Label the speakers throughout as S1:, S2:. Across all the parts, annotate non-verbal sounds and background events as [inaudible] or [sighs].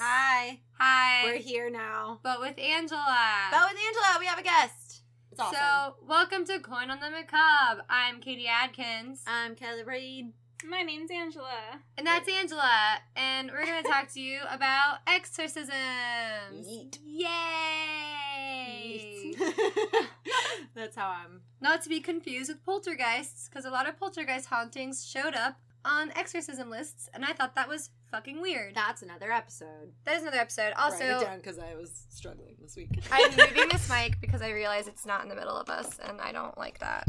S1: Hi.
S2: Hi.
S1: We're here now.
S2: But with Angela.
S1: But with Angela, we have a guest. It's awesome.
S2: So, welcome to Coin on the Macabre. I'm Katie Adkins.
S1: I'm Kelly Reed.
S3: My name's Angela.
S2: and that's Angela. And we're going to talk to
S1: [laughs]
S2: you about exorcisms.
S1: Yeet.
S2: Yay!
S1: [laughs] That's how I'm.
S2: [laughs] Not to be confused with poltergeists, because a lot of poltergeist hauntings showed up on exorcism lists, and I thought that was fucking weird.
S1: That's another episode.
S2: That is another episode. Also,
S1: Write it down because I was struggling this [laughs] week.
S2: I'm moving this mic because I realize it's not in the middle of us, and I don't like that.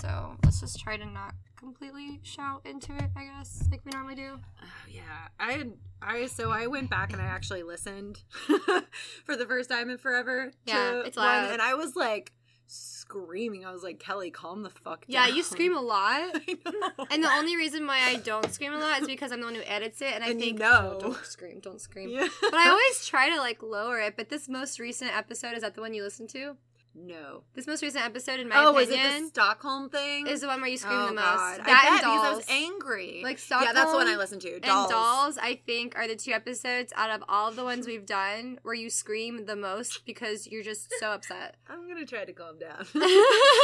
S2: So let's just try to not completely shout into it, I guess, like we normally do.
S1: Oh yeah, I had I so I went back and I actually listened [laughs] for the first time in forever. to
S2: Yeah, it's
S1: one,
S2: loud.
S1: and I was like screaming. I was like, Kelly, calm the fuck
S2: Yeah,
S1: down.
S2: [laughs] you scream a
S1: [laughs]
S2: lot.
S1: I know.
S2: And the only reason why I don't scream a lot is because I'm the one who edits it, and I
S1: And you
S2: think
S1: know.
S2: "Oh, don't scream, don't
S1: [laughs]
S2: scream.
S1: yeah.
S2: But I always try to like lower it. But this most recent episode is that the one you listened to.
S1: [laughs] no.
S2: This most recent episode, in my
S1: Oh, was it the
S2: opinion,
S1: Stockholm thing?
S2: is the one where you scream
S1: Oh,
S2: the most.
S1: God. I
S2: That and
S1: bet because I
S2: dolls.
S1: was angry.
S2: Like
S1: yeah, that's the one I
S2: Stockholm
S1: listened to.
S2: And dolls, I think, are the two episodes out of all the ones we've done where you scream the most because you're just so
S1: [laughs]
S2: upset. [laughs]
S1: I'm gonna try to calm down. [laughs]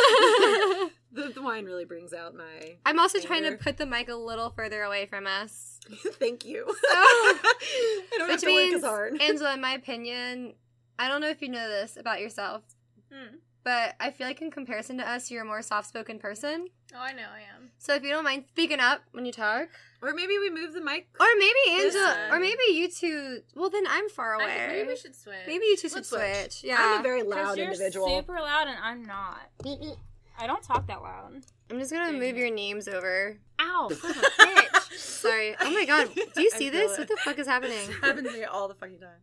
S2: I'm
S1: the, the wine really brings out my. [laughs]
S2: also trying to
S1: Anger.
S2: put the mic a little further away from us.
S1: Thank you. [laughs] I
S2: Oh.
S1: don't have
S2: Which
S1: to work
S2: means,
S1: as hard. [laughs]
S2: Angela, in my opinion, I don't know if you know this about yourself,
S3: Hmm.
S2: but I feel like in comparison to us, you're a more soft spoken person.
S3: Oh, I know I am.
S2: So if you don't mind speaking up when you talk,
S1: or maybe we move the mic.
S2: or maybe
S1: This
S2: Angela,
S3: one.
S2: or maybe you two. Well, then I'm far
S3: I
S2: away.
S3: think maybe we should switch.
S2: Maybe you two should
S1: Let's
S2: switch.
S1: switch.
S2: Yeah,
S1: I'm a very loud
S3: Because you're
S1: individual. [laughs]
S3: super loud and I'm not. I don't talk that loud.
S2: I'm just gonna
S3: Dang
S2: move
S3: it.
S2: your names over.
S3: Ow!
S1: [laughs]
S2: Sorry. Oh my god. Do you
S1: I
S2: see
S1: feel
S2: this?
S1: it.
S2: What the fuck is happening?
S1: [laughs] Happens to me all the fucking time.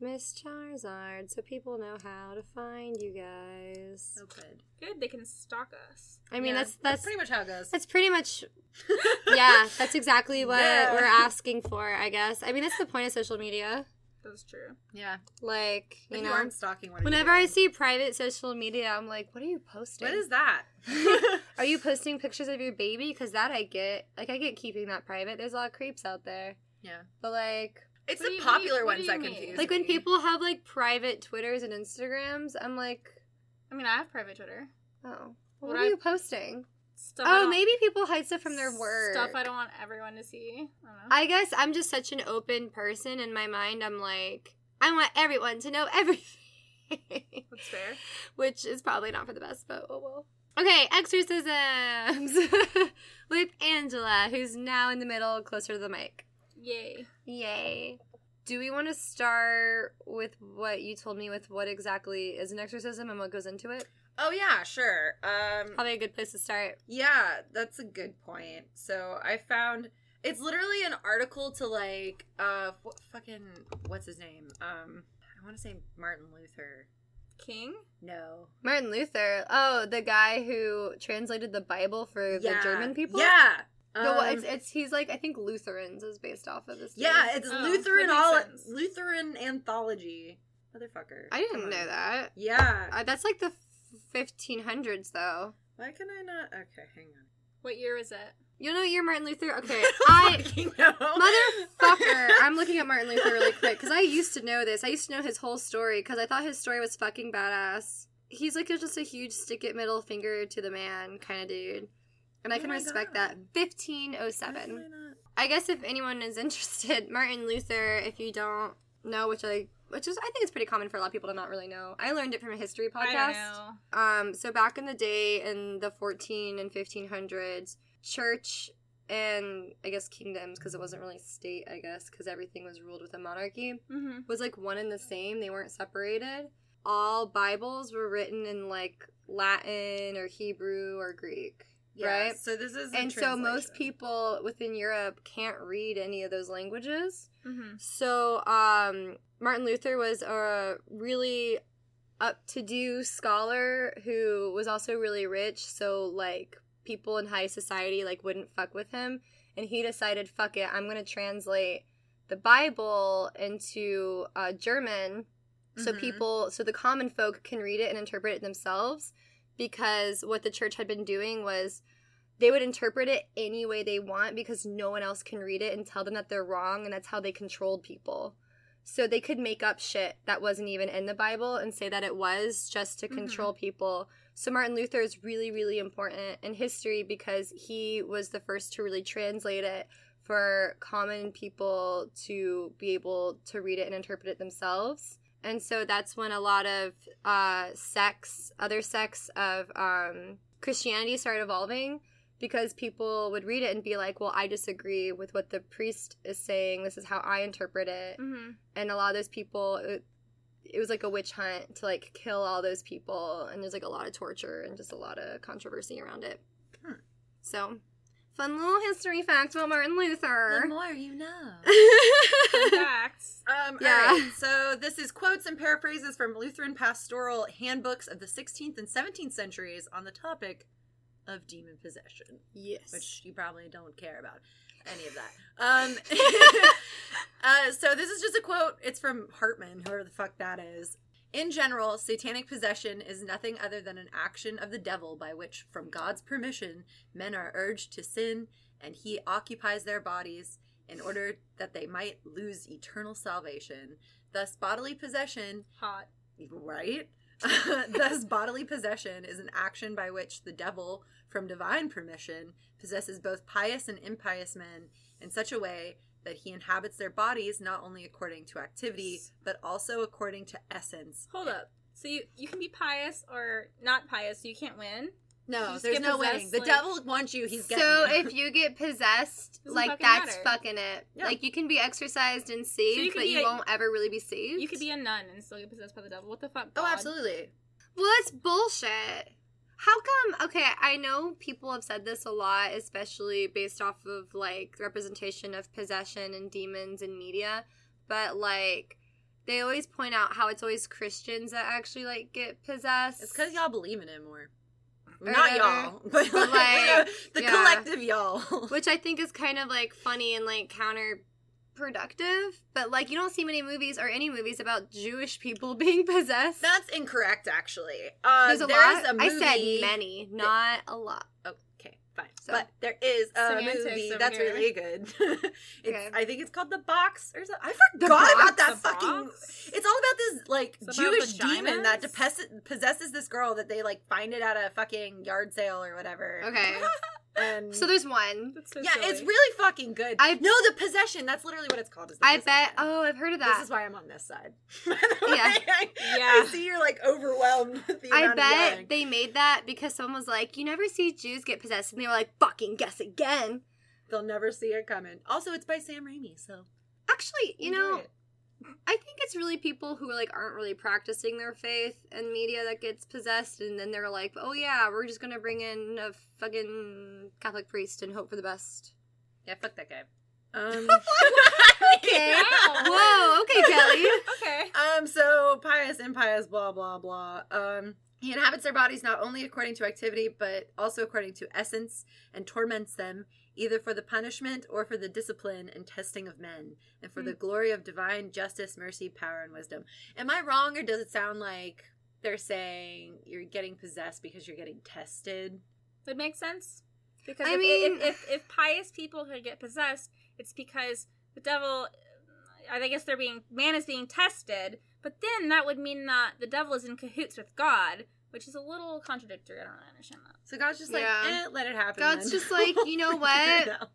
S2: Miss Charizard, so people know how to find you guys.
S1: good.
S3: Good, they can stalk us.
S2: I mean, that's that's
S1: pretty much how it goes.
S2: that's [laughs] pretty much
S1: [laughs]
S2: yeah. That's exactly what
S1: Yeah.
S2: we're asking for, I guess. I mean, that's the point of social media.
S3: That's true.
S1: [laughs] yeah.
S2: Like
S1: If
S2: you
S1: you
S2: know,
S1: aren't stalking, what are you
S2: whenever I
S1: doing?
S2: see private social media, I'm like, what are you posting?
S1: what is that?
S2: [laughs] Are you posting pictures of your baby? Because that I get. Like, I get keeping that private. There's a lot of creeps out there.
S1: Yeah.
S2: But like,
S1: It's the
S3: What do you- what do you-
S1: popular
S3: what do
S1: ones
S3: you
S1: that
S3: mean?
S1: confuse.
S2: like when
S1: me.
S2: people have like private Twitters and Instagrams, I'm like,
S3: I mean, I have private Twitter.
S2: oh, what,
S3: What
S2: are
S3: I-
S2: you posting?
S3: Stuff I
S2: oh,
S3: don't-
S2: maybe people hide stuff from their work.
S3: Stuff I don't want everyone to see. I don't know.
S2: I guess I'm just such an open person in my mind. I'm like, I want everyone to know [laughs] everything,
S3: That's fair.
S2: which is probably not for the best, but oh well. Okay, exorcisms [laughs] with Angela, who's now in the middle, closer to the mic.
S3: Yay.
S2: Yay. Do we want to start with what you told me with what exactly is an exorcism and what goes into it?
S1: Oh yeah, sure. Um,
S2: Probably a good place to start.
S1: Yeah, that's a good point. So I found it's literally an article to like uh f- fucking what's his name? Um I want to say Martin Luther.
S3: King?
S1: No.
S2: Martin Luther. Oh, the guy who translated the Bible for the
S1: Yeah.
S2: German people.
S1: Yeah.
S2: No, well,
S1: Um,
S2: it's it's he's like I think Lutherans is based off of this.
S1: yeah,
S2: dude.
S1: it's
S3: Oh, that
S1: Lutheran
S3: makes
S1: all
S3: sense.
S1: Lutheran anthology. Motherfucker.
S2: I
S1: Come
S2: didn't
S1: on.
S2: know that.
S1: Yeah.
S2: Uh, that's like the 1500s though.
S1: Why can I not? Okay, hang on. [laughs]
S3: What year was it?
S2: You know you're Martin Luther. Okay,
S1: I
S2: [laughs] I
S1: don't fucking know.
S2: Motherfucker!
S1: [laughs]
S2: I'm looking at Martin Luther really quick because I used to know this. I used to know his whole story because I thought his story was fucking badass. He's like just a huge stick it middle finger to the man kind of dude, and I
S1: Oh
S2: can
S1: my
S2: respect that.
S1: God.
S2: 1507.
S1: Why
S2: I guess if anyone is [laughs] interested, Martin Luther. If you don't know, which I which is I think it's pretty common for a lot of people to not really know. I learned it from a history podcast.
S3: I don't know.
S2: Um, so back in the day, in the 14 and 1500s, church and I guess kingdoms, because it wasn't really state, I guess, because everything was ruled with a monarchy,
S3: Mm-hmm.
S2: was like one and the same. They weren't separated. All Bibles were written in like Latin or Hebrew or Greek,
S1: Yeah,
S2: right?
S1: So this is a
S2: And so most
S1: translation.
S2: people within Europe can't read any of those languages.
S3: Mm-hmm.
S2: So, um, Martin Luther was a really up to do scholar who was also really rich. So, like, people in high society like wouldn't fuck with him, and he decided, "Fuck it, I'm gonna translate the Bible into uh, German." So
S1: Mhm.
S2: people, so the common folk can read it and interpret it themselves, because what the church had been doing was they would interpret it any way they want because no one else can read it and tell them that they're wrong, and that's how they controlled people. So they could make up shit that wasn't even in the Bible and say that it was just to
S1: Mhm.
S2: control people. So Martin Luther is really, really important in history because he was the first to really translate it for common people to be able to read it and interpret it themselves. And so that's when a lot of uh, sects, other sects of um, Christianity started evolving because people would read it and be like, well, I disagree with what the priest is saying. This is how I interpret it.
S3: Mm-hmm. [laughs]
S2: And a lot of those people, it, it was like a witch hunt to like kill all those people. And there's like a lot of torture and just a lot of controversy around it.
S1: Hmm.
S2: So, fun little history fact about Martin Luther.
S1: The more you know.
S2: [laughs]
S3: Facts.
S1: Um,
S2: Yeah.
S1: All right. So this is quotes and paraphrases from Lutheran pastoral handbooks of the 16th and 17th centuries on the topic of demon possession,
S2: yes.
S1: which you probably don't care about any of that. Um, [laughs] uh, so this is just a quote. It's from Hartman, whoever the fuck that is. In general, satanic possession is nothing other than an action of the devil by which, from God's permission, men are urged to sin, and he occupies their bodies in order that they might lose eternal salvation. Thus, bodily possession,
S3: Hot.
S1: right? [laughs] Thus, bodily possession is an action by which the devil, from divine permission, possesses both pious and impious men in such a way that he inhabits their bodies not only according to activity, but also according to essence.
S3: Hold up. So you, you can be pious or not pious. So you can't win.
S1: No,
S3: Just
S1: there's
S3: get
S1: no
S3: possessed,
S1: winning. The
S3: like-
S1: devil wants you, he's getting
S2: so
S1: you.
S2: if you get possessed,
S3: Doesn't
S2: like
S3: fucking
S2: that's
S3: matter.
S2: fucking it.
S1: Yeah.
S2: Like you can be exercised and saved,
S3: you could
S2: but
S3: be
S2: you
S3: a-
S2: won't ever really be saved.
S3: You could be a nun and still get possessed by the devil. What the fuck?
S1: oh,
S3: God?
S1: absolutely.
S2: Well, that's bullshit. How come? Okay, I know people have said this a lot, especially based off of like representation of possession and demons in media, but like they always point out how it's always Christians that actually like get
S1: [laughs]
S2: possessed.
S1: It's because y'all believe in him more.
S2: Or
S1: Not
S2: whatever.
S1: y'all, [laughs] but
S2: But,
S1: like, [laughs] the
S2: yeah.
S1: collective y'all. [laughs]
S2: which I think is kind of like funny and like counterproductive. But like, you don't see many movies or any movies about Jewish people [laughs] being possessed.
S1: That's incorrect, actually. Uh,
S2: There's a lot. I said many, not a lot.
S1: Okay, fine.
S2: So-
S1: But there is a
S3: Semantics
S1: movie
S3: over
S1: that's
S3: here.
S1: really good. [laughs] it's,
S2: Okay.
S1: I think it's called The Box or something. I forgot about that
S3: The
S1: fucking.
S3: box?
S1: It's all about this like
S3: It's about
S1: Jewish demon that
S3: vaginas?
S1: depes- possesses this girl that they like find it at a fucking yard sale or whatever.
S2: Okay.
S1: [laughs] And
S2: So there's one.
S3: That's so
S1: yeah, it's
S3: silly.
S1: really fucking good. I
S2: I-
S1: know the possession. That's literally what it's called. Is the
S2: I bet.
S1: Possession.
S2: Oh, I've heard of
S1: This
S2: that.
S1: is why I'm on this side. [laughs] By the way,
S2: Yeah.
S1: I, I
S3: Yeah.
S1: see you're like overwhelmed. With the
S2: I
S1: amount
S2: bet
S1: Of yelling.
S2: they made that because someone was like, "You never see Jews get possessed," and they were like, "Fucking guess again."
S1: They'll never see it coming. Also, it's by Sam Raimi, so
S2: Actually, you
S1: enjoy
S2: know,
S1: it.
S2: I think it's really people who like aren't really practicing their faith and media that gets possessed, and then they're like, "Oh yeah, we're just gonna bring in a fucking Catholic priest and hope for the best."
S1: Yeah, fuck that guy. [laughs] Um, [laughs]
S2: Okay.
S3: Wow.
S2: Whoa. Okay, Kelly.
S3: okay.
S1: um, so pious, impious, blah blah blah. Um, he inhabits their bodies not only according to activity, but also according to essence, and torments them either for the punishment or for the discipline and testing of men, and for
S2: Hmm.
S1: the glory of divine justice, mercy, power, and wisdom. Am I wrong, or does it sound like they're saying you're getting possessed because you're getting tested?
S3: That makes sense. Because
S2: I
S3: if,
S2: mean-
S3: if, if, if pious people could get possessed, it's because the devil, I guess they're being, man is being tested, but then that would mean that the devil is in cahoots with God, which is a little contradictory. I don't really understand that.
S1: So God's just like,
S2: Yeah.
S1: eh, let it happen.
S2: God's
S1: then. [laughs]
S2: just like, "You know what?
S1: No.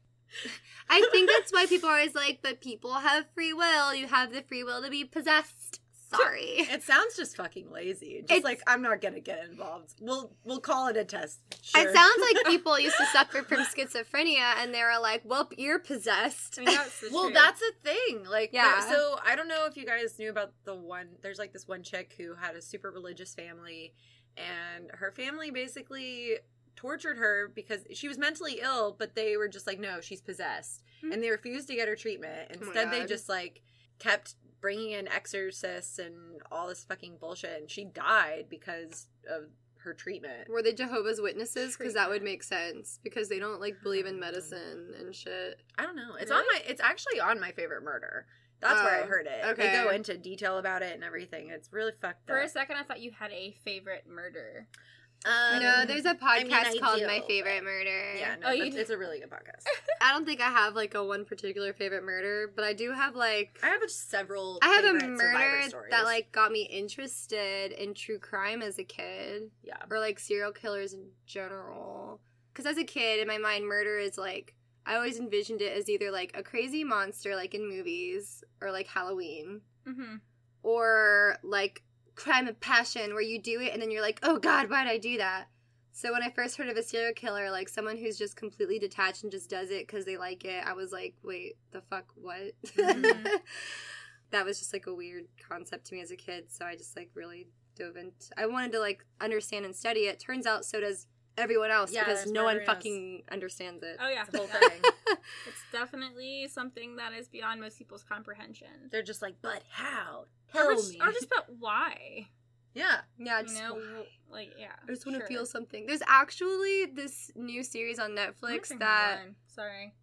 S2: I think that's why people are always like, "But people have free will. You have the free will to be possessed." Sorry.
S1: It sounds just fucking lazy. Just
S2: It's-
S1: like I'm not gonna get involved. We'll we'll call it a test. Sure.
S2: It sounds
S1: [laughs]
S2: like people used to suffer from schizophrenia and they were like, well, you're possessed.
S1: [laughs]
S3: I mean, that's the
S1: well,
S3: truth.
S1: that's a thing. Like,
S2: Yeah.
S1: there- So I don't know if you guys knew about the one. There's like this one chick who had a super religious family, and her family basically tortured her because she was mentally ill, but they were just like, no, she's possessed,
S3: Hmm.
S1: and they refused to get her treatment.
S2: my
S1: Instead, they
S2: God.
S1: just like kept bringing in exorcists and all this fucking bullshit, and she died because of her treatment.
S2: [laughs] Were they Jehovah's Witnesses? Because that would make sense because they don't like believe in medicine and shit.
S1: I don't know. It's on
S3: Really?
S1: my. It's actually on my favorite murder. That's where I
S2: Oh,
S1: heard it. They
S2: okay.
S1: go into detail about it and everything. It's really fucked
S3: For a
S1: up.
S3: second, I thought you had a favorite murder.
S1: Um,
S2: no, there's a podcast
S1: mean, I
S2: called
S1: do,
S2: My
S1: but-
S2: Favorite Murder.
S1: Yeah, no,
S3: Oh, you
S1: that's-
S3: do-
S1: it's a really good podcast.
S2: I don't think I have like a one particular favorite murder, but I do have like
S1: I have a- several.
S2: I have a
S1: favorite Survivor
S2: murder
S1: stories.
S2: that like got me interested in true crime as a kid
S1: yeah,
S2: or like serial killers in general. Cuz as a kid in my mind murder is like I always envisioned it as either like a crazy monster like in movies or like Halloween
S3: hmm
S2: or like crime of passion where you do it and then you're like, oh God, why'd I do that? So when I first heard of a serial killer, like someone who's just completely detached and just does it because they like it, I was like, wait, the fuck, what?
S3: Mhm.
S2: [laughs] that was just like a weird concept to me as a kid. So I just like really dove into. I wanted to like understand and study it. Turns out so does everyone else
S1: Yeah,
S2: because
S1: there's
S2: no one
S1: murderers.
S2: fucking understands it.
S3: Oh yeah,
S1: it's a
S3: [laughs]
S1: whole
S3: Yeah.
S1: thing.
S3: it's definitely something that is beyond most people's comprehension.
S1: They're just like, but how?
S3: Or
S1: Tell
S3: just,
S1: me.
S3: or just but why?
S1: yeah,
S2: [laughs] Yeah,
S3: You
S2: just
S3: know, like yeah.
S2: I just want to
S3: sure.
S2: feel something. There's actually this new series on
S3: I'm gonna
S2: Netflix
S3: drink my
S2: that
S3: wine. Sorry.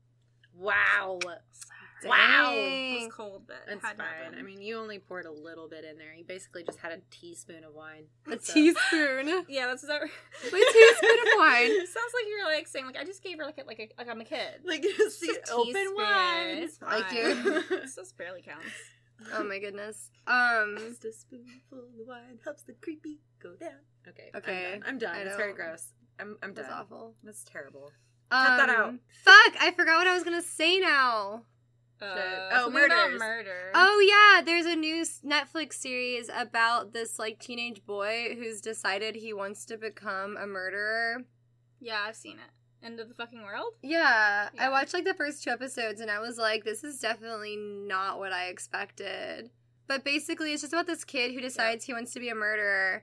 S1: wow,
S3: Sorry.
S1: wow.
S3: It
S2: Dang.
S3: was cold, but
S1: That's
S3: had
S1: fine.
S3: nothing.
S1: I mean, you only poured a little bit in there. You basically just had a teaspoon of wine.
S2: a
S1: So-
S2: teaspoon, a
S3: yeah, that's [laughs] that.
S2: teaspoon of wine.
S3: Sounds like you're like saying like I just gave her like a, like, a, like I'm a kid.
S1: [laughs] Like [laughs] just the
S3: Just
S1: open
S3: teaspoon.
S1: wine.
S3: It's fine.
S2: Like you.
S3: [laughs] this just barely counts.
S2: [laughs] Oh my goodness. Um,
S1: Just a spoonful of wine helps the creepy go down. Okay.
S2: Okay.
S1: I'm done. I'm done.
S2: I
S1: It's very
S2: don't-
S1: gross. I'm I'm
S2: that's
S1: done.
S2: awful.
S1: That's terrible.
S2: Um,
S1: Cut that out.
S2: Fuck! I forgot what I was gonna say now.
S3: Uh,
S1: Oh,
S3: something about
S1: murders.
S3: murder.
S2: Oh yeah, there's a new s- Netflix series about this like teenage boy who's decided he wants to become a murderer.
S3: yeah, I've seen it. End of the fucking world.
S2: Yeah,
S3: Yeah.
S2: I watched like the first two episodes and I was like, this is definitely not what I expected. But basically, it's just about this kid who decides he wants to be a murderer.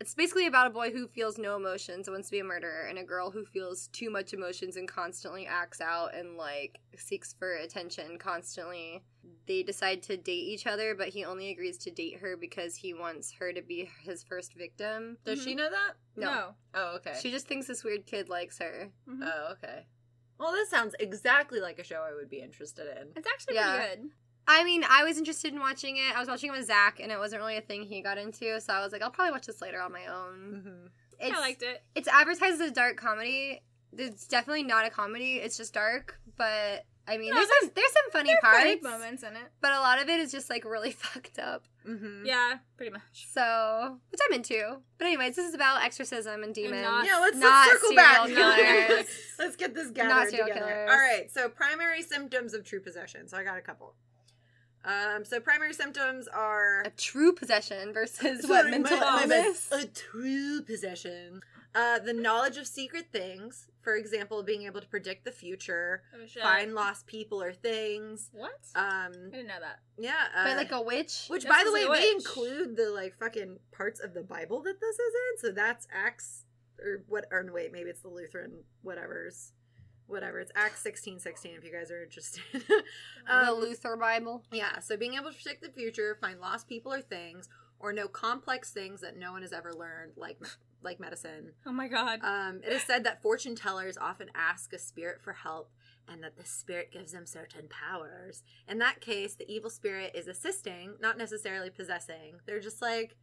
S2: It's basically about a boy who feels no emotions and wants to be a murderer, and a girl who feels too much emotions and constantly acts out and like seeks for attention constantly. They decide to date each other, but he only agrees to date her because he wants her to be his first victim.
S1: Does
S3: Mhm.
S1: she know that?
S2: No.
S1: Oh, okay.
S2: Mm-hmm. She just thinks this weird kid likes her.
S3: Mhm.
S1: oh, okay. Well, this sounds exactly like a show I would be interested in.
S3: It's actually
S2: Yeah.
S3: pretty good.
S2: I mean, I was interested in watching it. I was watching it with Zach, and it wasn't really a thing he got into, so I was like, I'll probably watch this later on my own.
S1: Mm-hmm.
S2: It's,
S3: Mm. I liked it.
S2: it's advertised as a dark comedy. It's definitely not a comedy. It's just dark, but I mean,
S3: No,
S2: there's, some there's some funny
S3: There are funny
S2: parts,
S3: moments in it.
S2: but a lot of it is just like really [laughs] fucked up.
S1: Mm-hmm.
S3: Yeah, pretty much.
S2: So, which I'm into. But anyways, this is about exorcism and demons.
S3: not-
S1: Yeah, let's,
S2: Not
S1: let's circle
S2: serial
S1: back. [laughs]
S2: killers.
S1: let's get this
S2: Not
S1: gathered
S2: serial
S1: together.
S2: killers.
S1: All right. So primary symptoms of true possession. So I got a couple. Um. So primary symptoms are
S2: a true
S1: [laughs]
S2: possession versus
S1: Sorry,
S2: what mental
S1: my- my bad.
S2: illness.
S1: a true possession. Uh, the knowledge of secret things, for example, being able to predict the future,
S3: Oh shit.
S1: find lost people or things.
S3: What? I
S1: Um,
S3: didn't know that.
S1: yeah. Uh,
S2: But like a witch.
S1: which,
S3: This
S1: by the
S3: is
S1: way,
S3: a
S1: they
S3: witch.
S1: include the like fucking parts of the Bible that this is in. So that's Acts or what? Or no, wait, maybe it's the Lutheran whatever's, whatever. It's Acts sixteen sixteen. If you guys are interested. [laughs]
S2: the
S1: um,
S2: Luther Bible.
S1: yeah. So being able to predict the future, find lost people or things, or know complex things that no one has ever learned, like me- like medicine.
S3: Oh my god.
S1: Um, it is said that fortune tellers often ask a spirit for help and that the spirit gives them certain powers. In that case, the evil spirit is assisting, not necessarily possessing. They're just like,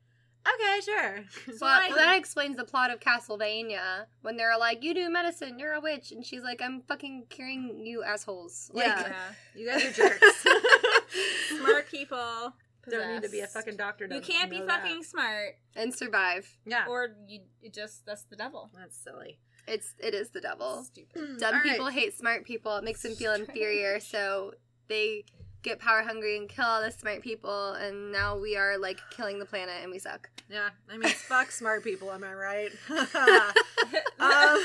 S1: okay, sure.
S2: Well,
S3: like-
S2: well, that explains the plot of Castlevania when they're like, "You do medicine, you're a witch," and she's like, "I'm fucking curing you assholes." Like, [laughs]
S1: Yeah.
S3: yeah.
S1: you guys are [laughs] jerks.
S3: Smart people.
S1: [laughs] Don't need to be a
S3: [laughs] possessed.
S1: fucking doctor. to
S3: You can't be
S1: know that.
S3: fucking smart,
S2: and survive.
S1: Yeah.
S3: or you you just that's the devil.
S1: That's silly.
S2: It's it is the devil.
S3: [laughs] Stupid.
S2: Dumb
S1: All right.
S2: people hate smart people. It makes them feel inferior, so they get power hungry and kill all the smart people. And now we are like killing the planet, and we suck.
S1: Yeah. I mean, fuck smart people, am I right?
S3: [laughs] that's
S1: um,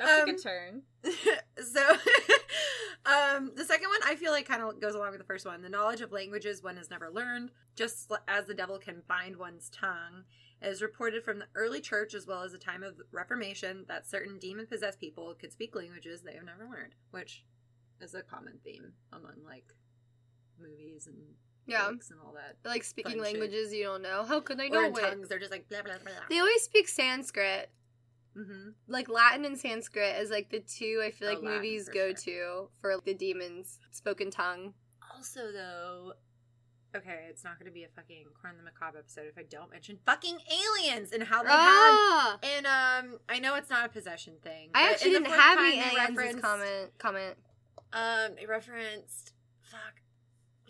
S3: a
S1: um,
S3: good turn.
S1: [laughs] so um the second one i feel like kind of goes along with the first one the knowledge of languages one has never learned just as the devil can bind one's tongue it is reported from the early church as well as the time of reformation that certain demon possessed people could speak languages they have never learned which is a common theme among like movies and
S2: Yeah,
S1: books and all that
S2: like speaking
S1: Fun shit.
S2: languages you don't know. How could they
S1: or
S2: know
S1: in
S2: it?
S1: tongues they're just like blah blah blah
S2: They always speak Sanskrit.
S1: mm-hmm.
S2: like Latin and Sanskrit is like the two I feel
S1: Oh,
S2: like
S1: Latin,
S2: movies
S1: for
S2: go
S1: sure.
S2: to for the demons spoken tongue.
S1: also though okay, it's not going to be a fucking Corn the Macabre episode if I don't mention fucking aliens and how Oh, they had.
S2: Ah,
S1: And um, I know it's not a possession thing. but
S2: I
S1: in
S2: actually
S1: the
S2: didn't
S1: fourth
S2: have
S1: time
S2: any
S1: they
S2: aliens
S1: referenced-
S2: comment. Comment.
S1: Um, they referenced fuck,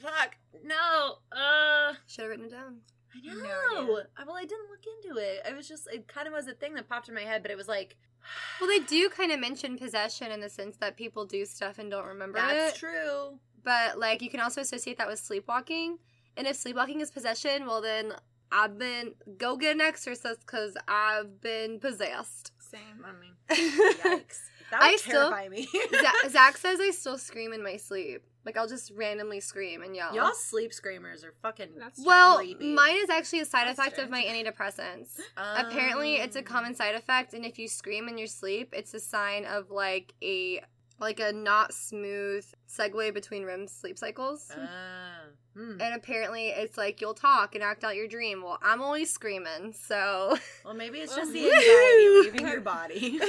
S1: fuck, no, uh,
S2: Should have written it down.
S1: I
S3: No
S1: know.
S3: idea.
S1: I- well, I didn't look into it. I was just it kind of was a thing that popped in my head, but it was like [sighs]
S2: Well, they do kind of mention possession in the sense that people do stuff and don't remember
S1: that's
S2: it.
S1: true.
S2: But like, you can also associate that with sleepwalking. And if sleepwalking is possession, well then I've been go get an exorcist because I've
S1: [laughs]
S2: been possessed.
S3: Same.
S1: I mean, yikes, that would
S2: I still-
S1: terrify
S2: [laughs]
S1: me.
S2: Za- Zach says I still scream in my sleep. Like I'll just randomly scream and
S1: [laughs]
S2: yell.
S1: Y'all sleep screamers are fucking.
S3: That's true.
S2: Well,
S1: creepy.
S2: mine is actually a side
S3: That's
S2: effect
S3: true.
S2: of my antidepressants.
S1: Um,
S2: Apparently, it's a common side effect, and if you scream in your sleep, it's a sign of like a like a not smooth segue between REM sleep cycles.
S1: Ah, hmm.
S2: And apparently, it's like you'll talk and act out your dream. Well, I'm always screaming, so [laughs]
S1: Well, maybe it's just the
S2: Woohoo!
S1: anxiety leaving your
S2: [laughs]
S1: body. [laughs]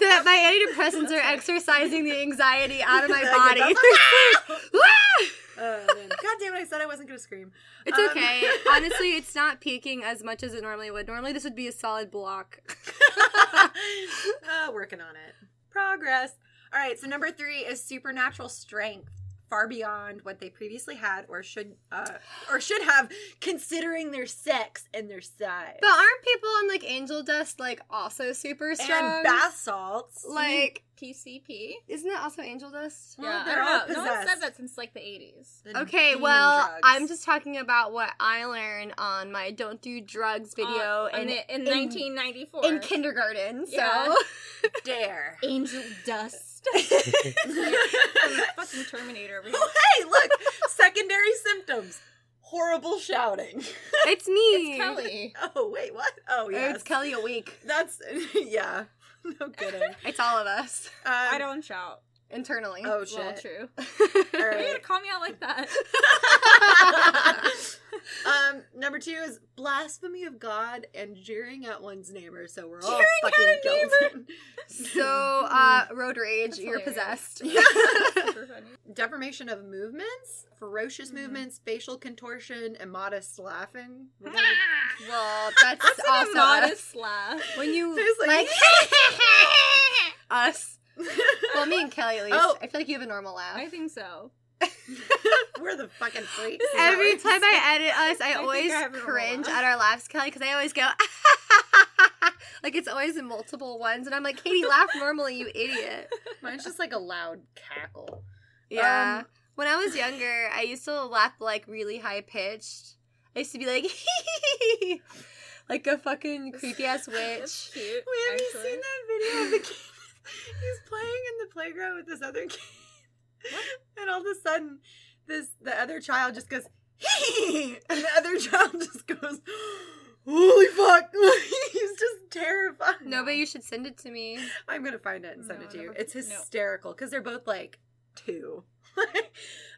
S2: that my antidepressants
S1: [laughs]
S2: are exercising the anxiety out of my body. [laughs]
S1: [laughs]
S2: Ah!
S1: Oh, man. God damn it! I said I wasn't gonna
S2: [laughs]
S1: scream.
S2: It's
S1: Um,
S2: okay. Honestly, it's not peaking as much as it normally would. Normally, this would be a solid block.
S1: uh, working on it. Progress. All right. So number three is supernatural strength, far beyond what they previously had or should uh, or should have, considering their sex and their size.
S2: But aren't people on like angel dust like also super strong?
S1: and bath salts.
S2: like,
S3: PCP.
S2: isn't that also angel dust?
S1: Well,
S3: yeah, I
S1: they're
S3: don't
S1: all
S3: know. No one said
S1: possessed.
S3: that since like the 80s.
S1: The
S2: Okay,
S1: demon
S2: well,
S1: drugs.
S2: I'm just talking about what I learned on my "Don't Do Drugs" video
S3: Uh, in,
S2: in,
S3: in,
S2: in-
S3: 1994.
S2: in kindergarten. So
S3: Yeah.
S1: dare.
S3: [laughs] Angel dust.
S1: hey,
S3: [laughs] fucking Terminator over here.
S1: [laughs] look, secondary symptoms. Horrible shouting.
S2: [laughs] it's me.
S3: [laughs] It's Kelly.
S1: Oh, wait, what? Oh,
S2: Or
S1: yes.
S2: It's Kelly a week.
S1: That's, [laughs] yeah. No kidding. Um,
S2: It's all of us [laughs]
S3: I don't shout.
S2: internally. [laughs]
S1: Oh,
S3: It's all
S1: shit.
S3: true.
S1: All
S3: Why you gotta
S1: right.
S3: call me out like
S1: [laughs]
S3: that?
S1: [laughs] um, number two is blasphemy of God and jeering at one's neighbor. So we're all
S3: Jeering
S1: fucking
S3: at a
S1: guilty.
S2: so,
S3: [laughs]
S2: uh, road rage,
S3: That's
S2: you're possessed.
S3: hilarious. [laughs] Super
S1: [laughs]
S3: funny.
S1: Deformation of movements, ferocious
S3: Mhm.
S1: movements, facial contortion, immodest laughing.
S2: [laughs] well, that's,
S3: That's
S2: also
S3: an
S2: us.
S3: immodest laugh.
S1: [laughs]
S2: when [laughs] you
S1: It's
S2: like
S1: like-
S2: us. Well, me and Kelly at least.
S1: Oh.
S2: I feel like you have a normal laugh.
S3: I
S2: [laughs]
S3: think so.
S1: [laughs] We're the fucking freaks.
S2: Every time
S3: [laughs]
S2: I edit us, I,
S3: think
S2: always
S3: I have a normal
S2: cringe
S3: laugh.
S2: at our laughs, Kelly, because I always go, [laughs] like it's always in multiple ones, and I'm like,
S3: [laughs]
S2: Katie, laugh normally, you idiot.
S1: mine's just like a loud cackle.
S2: Yeah.
S1: Um,
S2: when I was younger, I used to laugh like really high pitched. I used to be like, like [laughs] a fucking creepy ass
S3: [laughs] That's
S2: witch.
S3: cute.
S1: Wait, have
S3: actually.
S1: you seen that video of the kid? [laughs] He's playing in the playground with this other kid, and all of a sudden, this the other child just goes, and the other [laughs] child just goes, "Holy fuck!" [laughs] He's just terrified.
S2: No, but you should send it to me.
S1: I'm gonna find it and send
S3: No,
S1: it to you.
S3: never-
S1: It's
S3: no.
S1: hysterical because they're both like two. [laughs]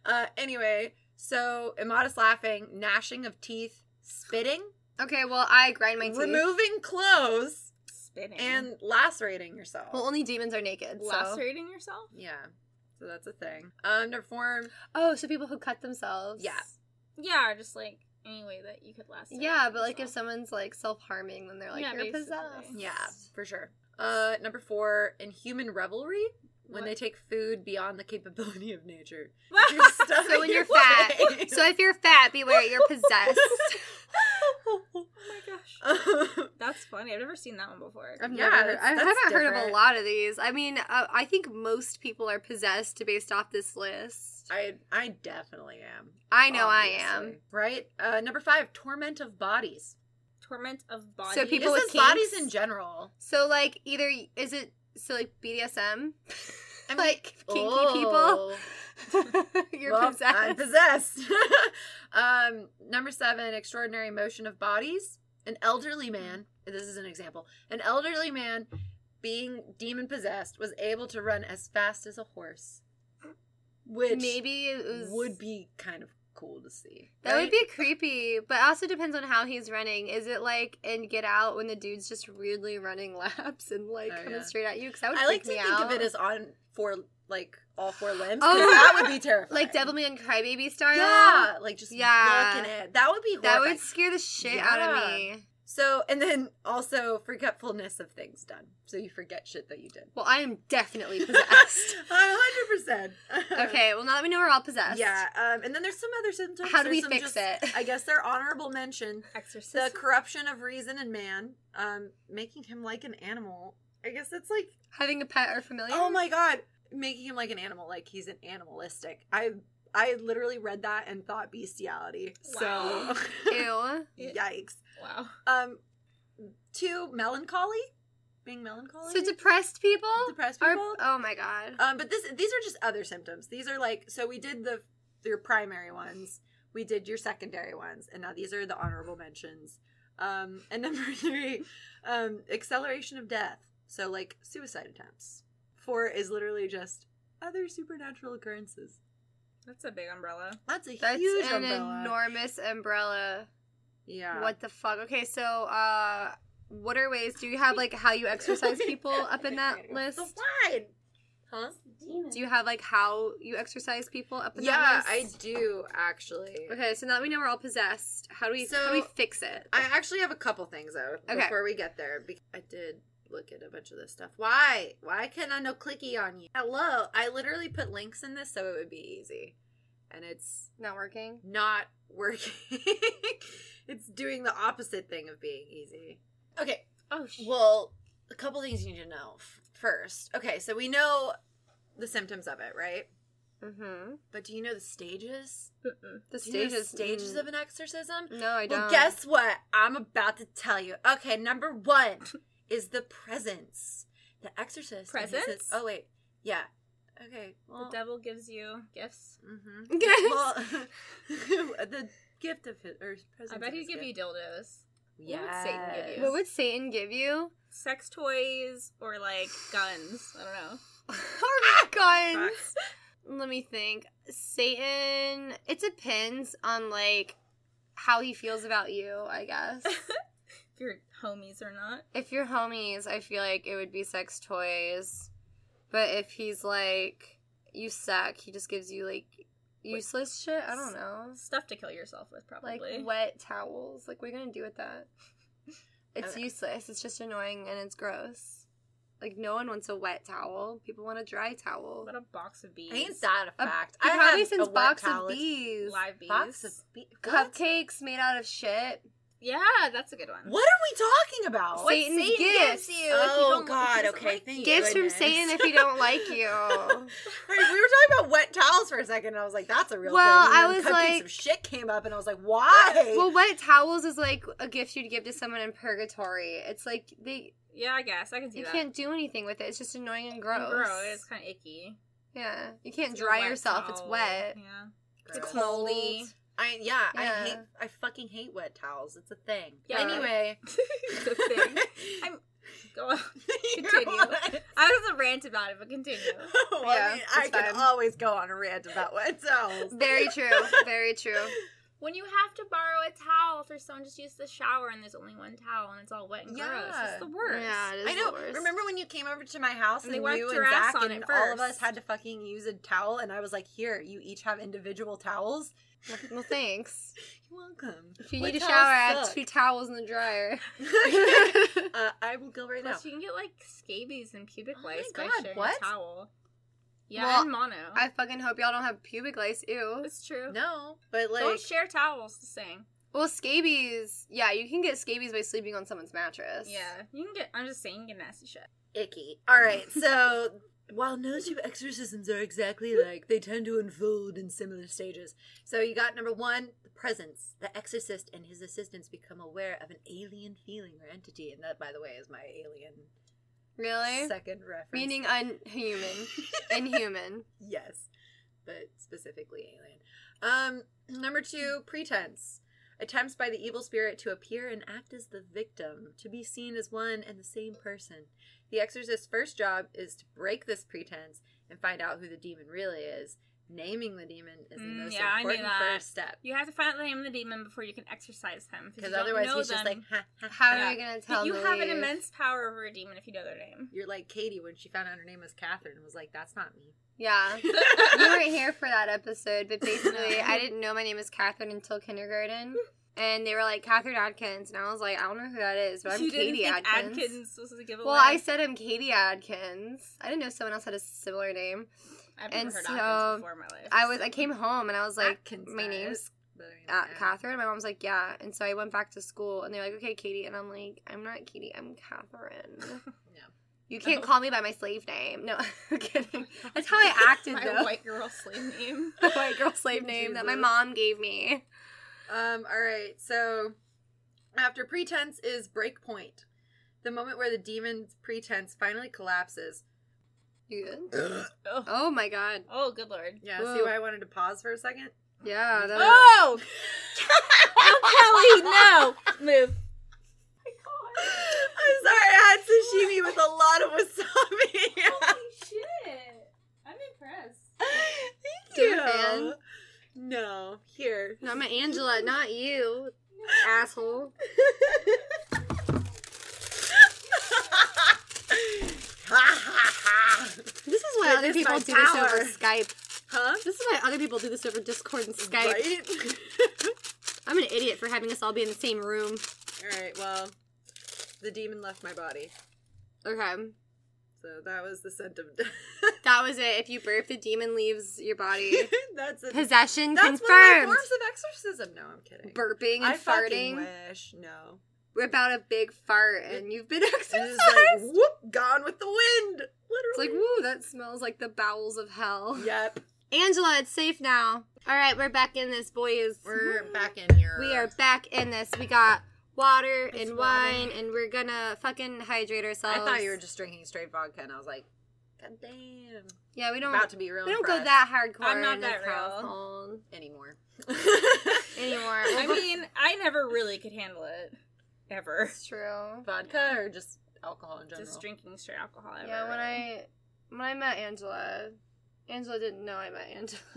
S1: uh, anyway, so immodest laughing, gnashing of teeth, spitting,
S2: Okay, well, I grind my teeth.
S1: removing clothes,
S3: Spinning.
S1: and lacerating yourself.
S2: Well, only demons are naked. so-
S3: lacerating yourself?
S1: Yeah. So that's a thing. Um, number four.
S2: Oh, so people who cut themselves.
S1: Yeah.
S3: Yeah, or just like any way that you could lacerate.
S2: Yeah, but like if
S3: yourself.
S2: someone's like self harming, then they're like,
S3: Yeah,
S2: you're
S3: basically.
S2: possessed.
S1: Yeah, for sure. Uh, number four, inhuman revelry when
S3: What?
S1: they take food beyond the capability of nature.
S2: [laughs]
S3: What?
S2: So when you're fat,
S1: [laughs]
S2: so if you're fat, beware, [laughs] you're possessed.
S3: [laughs] oh my
S2: [laughs]
S3: gosh.
S1: Um,
S3: That's funny. I've never seen that one before.
S2: Uh-huh. I've
S1: Yeah,
S2: never, heard,
S1: that's-
S2: I
S1: that's
S2: haven't heard of
S1: different.
S2: a lot of these. I mean, uh, I think most people are possessed based off this list.
S1: [laughs] I I definitely am.
S2: I know I am.
S1: obviously. Right? Uh, number five, torment of bodies.
S3: Torment of body.
S2: So people
S1: this
S2: with
S1: is bodies
S2: kinks?
S1: in general.
S2: So like, either is it so like BDSM, [laughs]
S1: I mean-
S2: like kinky
S1: Oh.
S2: people, [laughs] you're
S1: Well, I'm
S2: possessed.
S1: possessed. [laughs] um, number seven, extraordinary motion of bodies. An elderly
S2: Mm-hmm.
S1: man, this is an example, an elderly man being demon possessed was able to run as fast as a horse, which
S2: Maybe it was
S1: would be kind of cool to see.
S2: That would
S1: right?
S2: be creepy, but it also depends on how he's running. Is it like in Get Out when the dude's just weirdly running [laughs] laps and like
S1: Oh,
S2: coming
S1: yeah.
S2: straight at you? Because that would
S1: I like to
S2: freak
S1: think
S2: me out.
S1: of it as on four, like all four limbs.
S2: Oh.
S1: Oh, that
S2: [laughs]
S1: would be terrifying.
S2: Like Devilman Crybaby style.
S1: Yeah, like just
S2: Yeah.
S1: looking at it. That would be
S2: That
S1: horrifying.
S2: would scare the shit out of
S1: Yeah.
S2: me.
S1: So, and then also forgetfulness of things done. So you forget shit that you did. [laughs]
S2: Well, I am definitely possessed.
S1: hundred percent. [laughs]
S2: okay, well now that we know we're all possessed.
S1: Yeah, um, and then there's some other symptoms.
S2: How do
S1: There's
S2: we
S1: some
S2: fix
S1: just-
S2: it?
S1: I guess they're honorable mention. The
S3: Exorcism.
S1: corruption of reason in man, um, making him like an animal. I guess that's like,
S2: [laughs] Having a pet or familiar.
S1: oh my god, making him like an animal, like he's an animalistic. I I literally read that and thought bestiality. [laughs]
S3: Wow.
S1: So,
S2: Ew.
S1: yikes.
S3: wow.
S1: Um, two melancholy, being melancholy,
S2: So depressed people.
S1: depressed
S2: are-
S1: people.
S2: oh my god.
S1: Um, but this these are just other symptoms. These are like so we did the your primary ones, we did your secondary ones, and now these are the honorable mentions. Um, [laughs] and number three, um, acceleration of death. So like suicide attempts. Four is literally just other supernatural occurrences.
S3: That's a big umbrella.
S1: That's a
S2: That's
S1: huge
S2: an
S1: umbrella.
S2: enormous umbrella.
S1: yeah.
S2: What the fuck? Okay, so uh what are ways do you have like how you
S1: [laughs]
S2: exercise people up in that list?
S1: The wine. Huh?
S2: Do you have like how you exercise people up in
S1: Yeah,
S2: that
S1: I
S2: list?
S1: do actually.
S2: Okay, so now that we know we're all possessed, how do we how do
S1: So-
S2: we fix it?
S1: I actually have a couple things though
S2: Okay.
S1: before we get there. Because I did look at a bunch of this stuff. Why? Why can I no clicky on you? Hello. I literally put links in this so it would be easy, and it's
S2: Not working.
S1: not working. [laughs] it's doing the opposite thing of being easy. Okay.
S3: Oh, sh-
S1: Well, a couple things you need to know f- first. Okay, so we know the symptoms of it, right?
S2: Mm-hmm.
S1: But do you know the stages?
S3: Mm-mm.
S2: The
S1: Do you know the
S2: stages
S1: stages
S2: mm,
S1: of an exorcism?
S2: No, I don't.
S1: Well,
S2: [laughs]
S1: guess what? I'm about to tell you. Okay, number one is the presence. The exorcist. and he says-
S3: Presence?
S1: oh, wait. Yeah. Okay.
S3: the
S1: Well,
S3: devil gives you gifts.
S1: mhm.
S2: Guess.
S1: Well, mm-hmm. [laughs] the gift of his, or his presence.
S3: I bet
S1: of
S3: he'd
S1: his
S3: give
S1: gift.
S3: you dildos,
S1: Yes.
S3: what would Satan give you?
S2: what would Satan give you? [laughs]
S3: sex toys, or like guns. I don't know.
S1: Ah!
S2: or guns.
S3: Facts.
S2: Oh Let me think. Satan. It depends on like how he feels about you, I guess.
S3: [laughs] if your homies or not.
S2: if you're homies, I feel like it would be sex toys. But if he's like you suck, he just gives you like useless shit. I don't know.
S3: Stuff to kill yourself with, probably.
S2: Like wet towels. Like what are you gonna do with that? It's
S1: Okay.
S2: useless. It's just annoying and it's gross. Like no one wants a wet towel. People want a dry towel.
S3: What a box of bees.
S1: Ain't that a
S2: A-
S1: fact?
S2: He
S1: I
S2: probably
S1: have
S2: sends
S1: a wet
S2: box of
S1: towel.
S2: bees.
S3: Live bees.
S1: Box of bees. What?
S2: Cupcakes made out of shit.
S3: yeah, that's a good one.
S1: What are we talking about?
S2: Satan- Satan's gifts.
S3: gives you. if you
S1: Oh
S3: don't- if he
S1: God!
S3: doesn't
S1: Okay,
S3: like
S1: thank
S3: you.
S2: Gifts from
S1: goodness.
S2: Satan if [laughs] he
S1: [laughs]
S2: don't like you. [laughs]
S1: Right, we were talking about wet towels for a second, and I was like, "That's a real
S2: Well,
S1: thing." And
S2: I
S1: then
S2: was
S1: cupcakes
S2: like-
S1: of shit came up, and I was like, "Why?"
S2: well, wet towels is like a gift you'd give to someone in purgatory. It's like they
S3: Yeah, I guess I can do
S2: you
S3: that.
S2: can't do anything with it. It's just annoying and
S3: And
S2: gross.
S3: It's kind of icky.
S2: Yeah, you can't
S3: It's a
S2: dry
S3: wet
S2: yourself. It's
S3: towel.
S2: wet.
S3: Yeah. [laughs]
S1: Gross.
S2: It's
S3: cold.
S2: moldy.
S1: I yeah,
S2: Yeah.
S1: I hate I fucking hate wet towels. It's a thing.
S3: Yeah.
S2: [laughs]
S1: Anyway,
S3: It's
S1: [laughs]
S3: a thing. I'm- Go on.
S1: You're
S3: Continue.
S1: on
S2: [laughs]
S1: it.
S3: I was a rant about it, but continue.
S1: Well, I,
S2: Yeah,
S1: mean,
S2: it's
S1: I can
S2: fine.
S1: always go on a rant about wet
S2: [laughs]
S1: towels.
S2: Very true. Very true.
S3: When you have to borrow a towel for someone just used the shower and there's only one towel and it's all wet and gross,
S1: Yeah.
S3: it's the worst.
S2: Yeah, it is
S1: I know.
S2: The worst.
S1: Remember when you came over to my house
S3: And
S1: and,
S3: they wiped
S1: you
S3: your
S1: and
S3: ass
S1: Zach
S3: on
S1: and
S3: it
S1: all of
S3: first.
S1: us had to fucking use a towel, and I was like, "Here, you each have individual towels."
S2: Well, thanks.
S1: You're [laughs] welcome.
S2: If you
S1: Wet
S2: need a
S1: towels
S2: shower, I have
S1: suck.
S2: two towels in the dryer. [laughs]
S1: [laughs] uh, I will go right now.
S3: Plus, you can get like scabies and pubic
S1: Oh my
S3: lice by
S1: God,
S3: sharing
S1: what?
S3: a towel. Yeah,
S2: Well,
S3: and mono.
S2: I fucking hope y'all don't have pubic lice. Ew.
S3: it's true.
S1: No, but like,
S3: Don't share towels. Just saying.
S2: Well, scabies. Yeah, you can get scabies by sleeping on someone's mattress.
S3: Yeah, you can get. I'm just saying, you can get nasty shit.
S1: [laughs] icky. All right, so [laughs] while no two exorcisms are exactly like, they tend to unfold in similar stages. So you got number one, the presence. The exorcist and his assistants become aware of an alien feeling or entity, and that, by the way, is my alien
S2: Really?
S1: second reference.
S2: Meaning [laughs] unhuman. Inhuman.
S1: yes, but specifically alien. Um, number two, pretense. Attempts by the evil spirit to appear and act as the victim, to be seen as one and the same person. The exorcist's first job is to break this pretense and find out who the demon really is. naming the demon is the
S3: Mm,
S1: most
S3: yeah, I knew
S1: important
S3: that.
S1: first step.
S3: You have to find out the name of the demon before you can exercise him. you
S1: Because
S3: don't
S1: otherwise,
S3: know
S1: he's just like,
S3: them.
S1: ha, ha,
S2: How
S1: ha.
S2: are we gonna tell?
S3: you
S2: them to
S3: have an
S2: leave?
S3: immense power over a demon if you know their name.
S1: You're like Katie when she found out her name was Catherine and was like, that's not me.
S2: Yeah, [laughs] you
S1: [laughs]
S2: weren't here for that episode, but basically,
S3: [laughs]
S2: I didn't know my name is Catherine until kindergarten, and they were like Catherine Adkins, and I was like, I don't know who that is, but I'm
S3: you
S2: Katie
S3: didn't think
S2: Adkins.
S3: Adkins was a giveaway.
S2: Well, I said I'm Katie Adkins. I didn't know someone else had a similar name.
S3: I've never
S2: and
S3: heard
S2: so,
S3: Adkins before in my life.
S2: I was I came home and I was like,
S1: Atkins
S2: my
S1: does,
S2: name's
S1: but I mean,
S2: uh,
S1: yeah.
S2: Catherine. My mom's like, yeah, and so I went back to school, and they're like, okay, Katie, and I'm like, I'm not Katie, I'm Catherine.
S1: No.
S2: You can't call me by my slave name. No, [laughs] I'm kidding. That's
S1: [laughs]
S2: how I acted
S3: [laughs] my
S2: though.
S3: white girl slave name.
S2: The white girl [laughs] slave name that my
S1: Jesus.
S2: mom gave me.
S1: Um, all right, so after pretense is breakpoint. The moment where the demon's pretense finally collapses.
S2: You good?
S3: [laughs] oh.
S2: Oh my god.
S3: oh, good lord.
S1: Yeah, see
S2: Whoa.
S1: why I wanted to pause for a
S2: [laughs]
S1: second?
S2: Yeah. That
S1: [laughs]
S3: Oh! oh, Kelly, no! [laughs] Move. Oh
S1: I'm sorry, I had sashimi with a lot of
S2: [laughs]
S1: wasabi. [laughs]
S3: shit. I'm impressed.
S1: Thank
S2: Do you, fan?
S1: No, here.
S2: Not my Angela, not you, asshole. This is why
S1: This
S2: other
S1: is
S2: people
S1: my
S2: do this
S1: power.
S2: over Skype.
S1: huh?
S2: This is why other people do this over Discord and Skype.
S1: Right?
S2: I'm an idiot for having us all be in the same room.
S1: All right, well, the demon left my body.
S2: Okay.
S1: So that was the scent of [laughs]
S2: That was it. If you burp, the demon leaves your [laughs] body.
S1: That's it.
S2: Possession
S1: That's one of my
S2: confirmed.
S1: forms of exorcism. No, I'm kidding.
S2: Burping and
S1: I fucking
S2: farting.
S1: wish. No.
S2: Rip out a big fart and you've been [laughs]
S1: It
S2: exercised.
S1: is like whoop, gone with the wind.
S2: It's like,
S1: Literally.
S2: woo, that smells like the bowels of hell. [laughs]
S1: yep.
S2: Angela, it's safe now. All right, we're back in this, boys.
S1: We're back in here.
S2: We are back in this. We got water
S1: It's
S2: and
S1: water.
S2: wine, and we're gonna fucking hydrate
S1: I
S2: ourselves.
S1: thought you were just drinking straight vodka, and I was like, God damn.
S2: yeah. We don't
S1: About to be real.
S2: we don't go
S1: impressed
S2: that hardcore.
S3: I'm not
S2: in this
S3: that real.
S2: household
S1: anymore.
S2: [laughs]
S1: [laughs]
S2: anymore.
S3: I
S2: Well, but-
S3: mean, I never really could handle it. Ever.
S2: it's [laughs] true.
S1: vodka or just alcohol in general.
S3: Just drinking straight alcohol. Ever.
S2: Yeah, when I when I met Angela, Angela didn't know I met Angela.
S1: [laughs]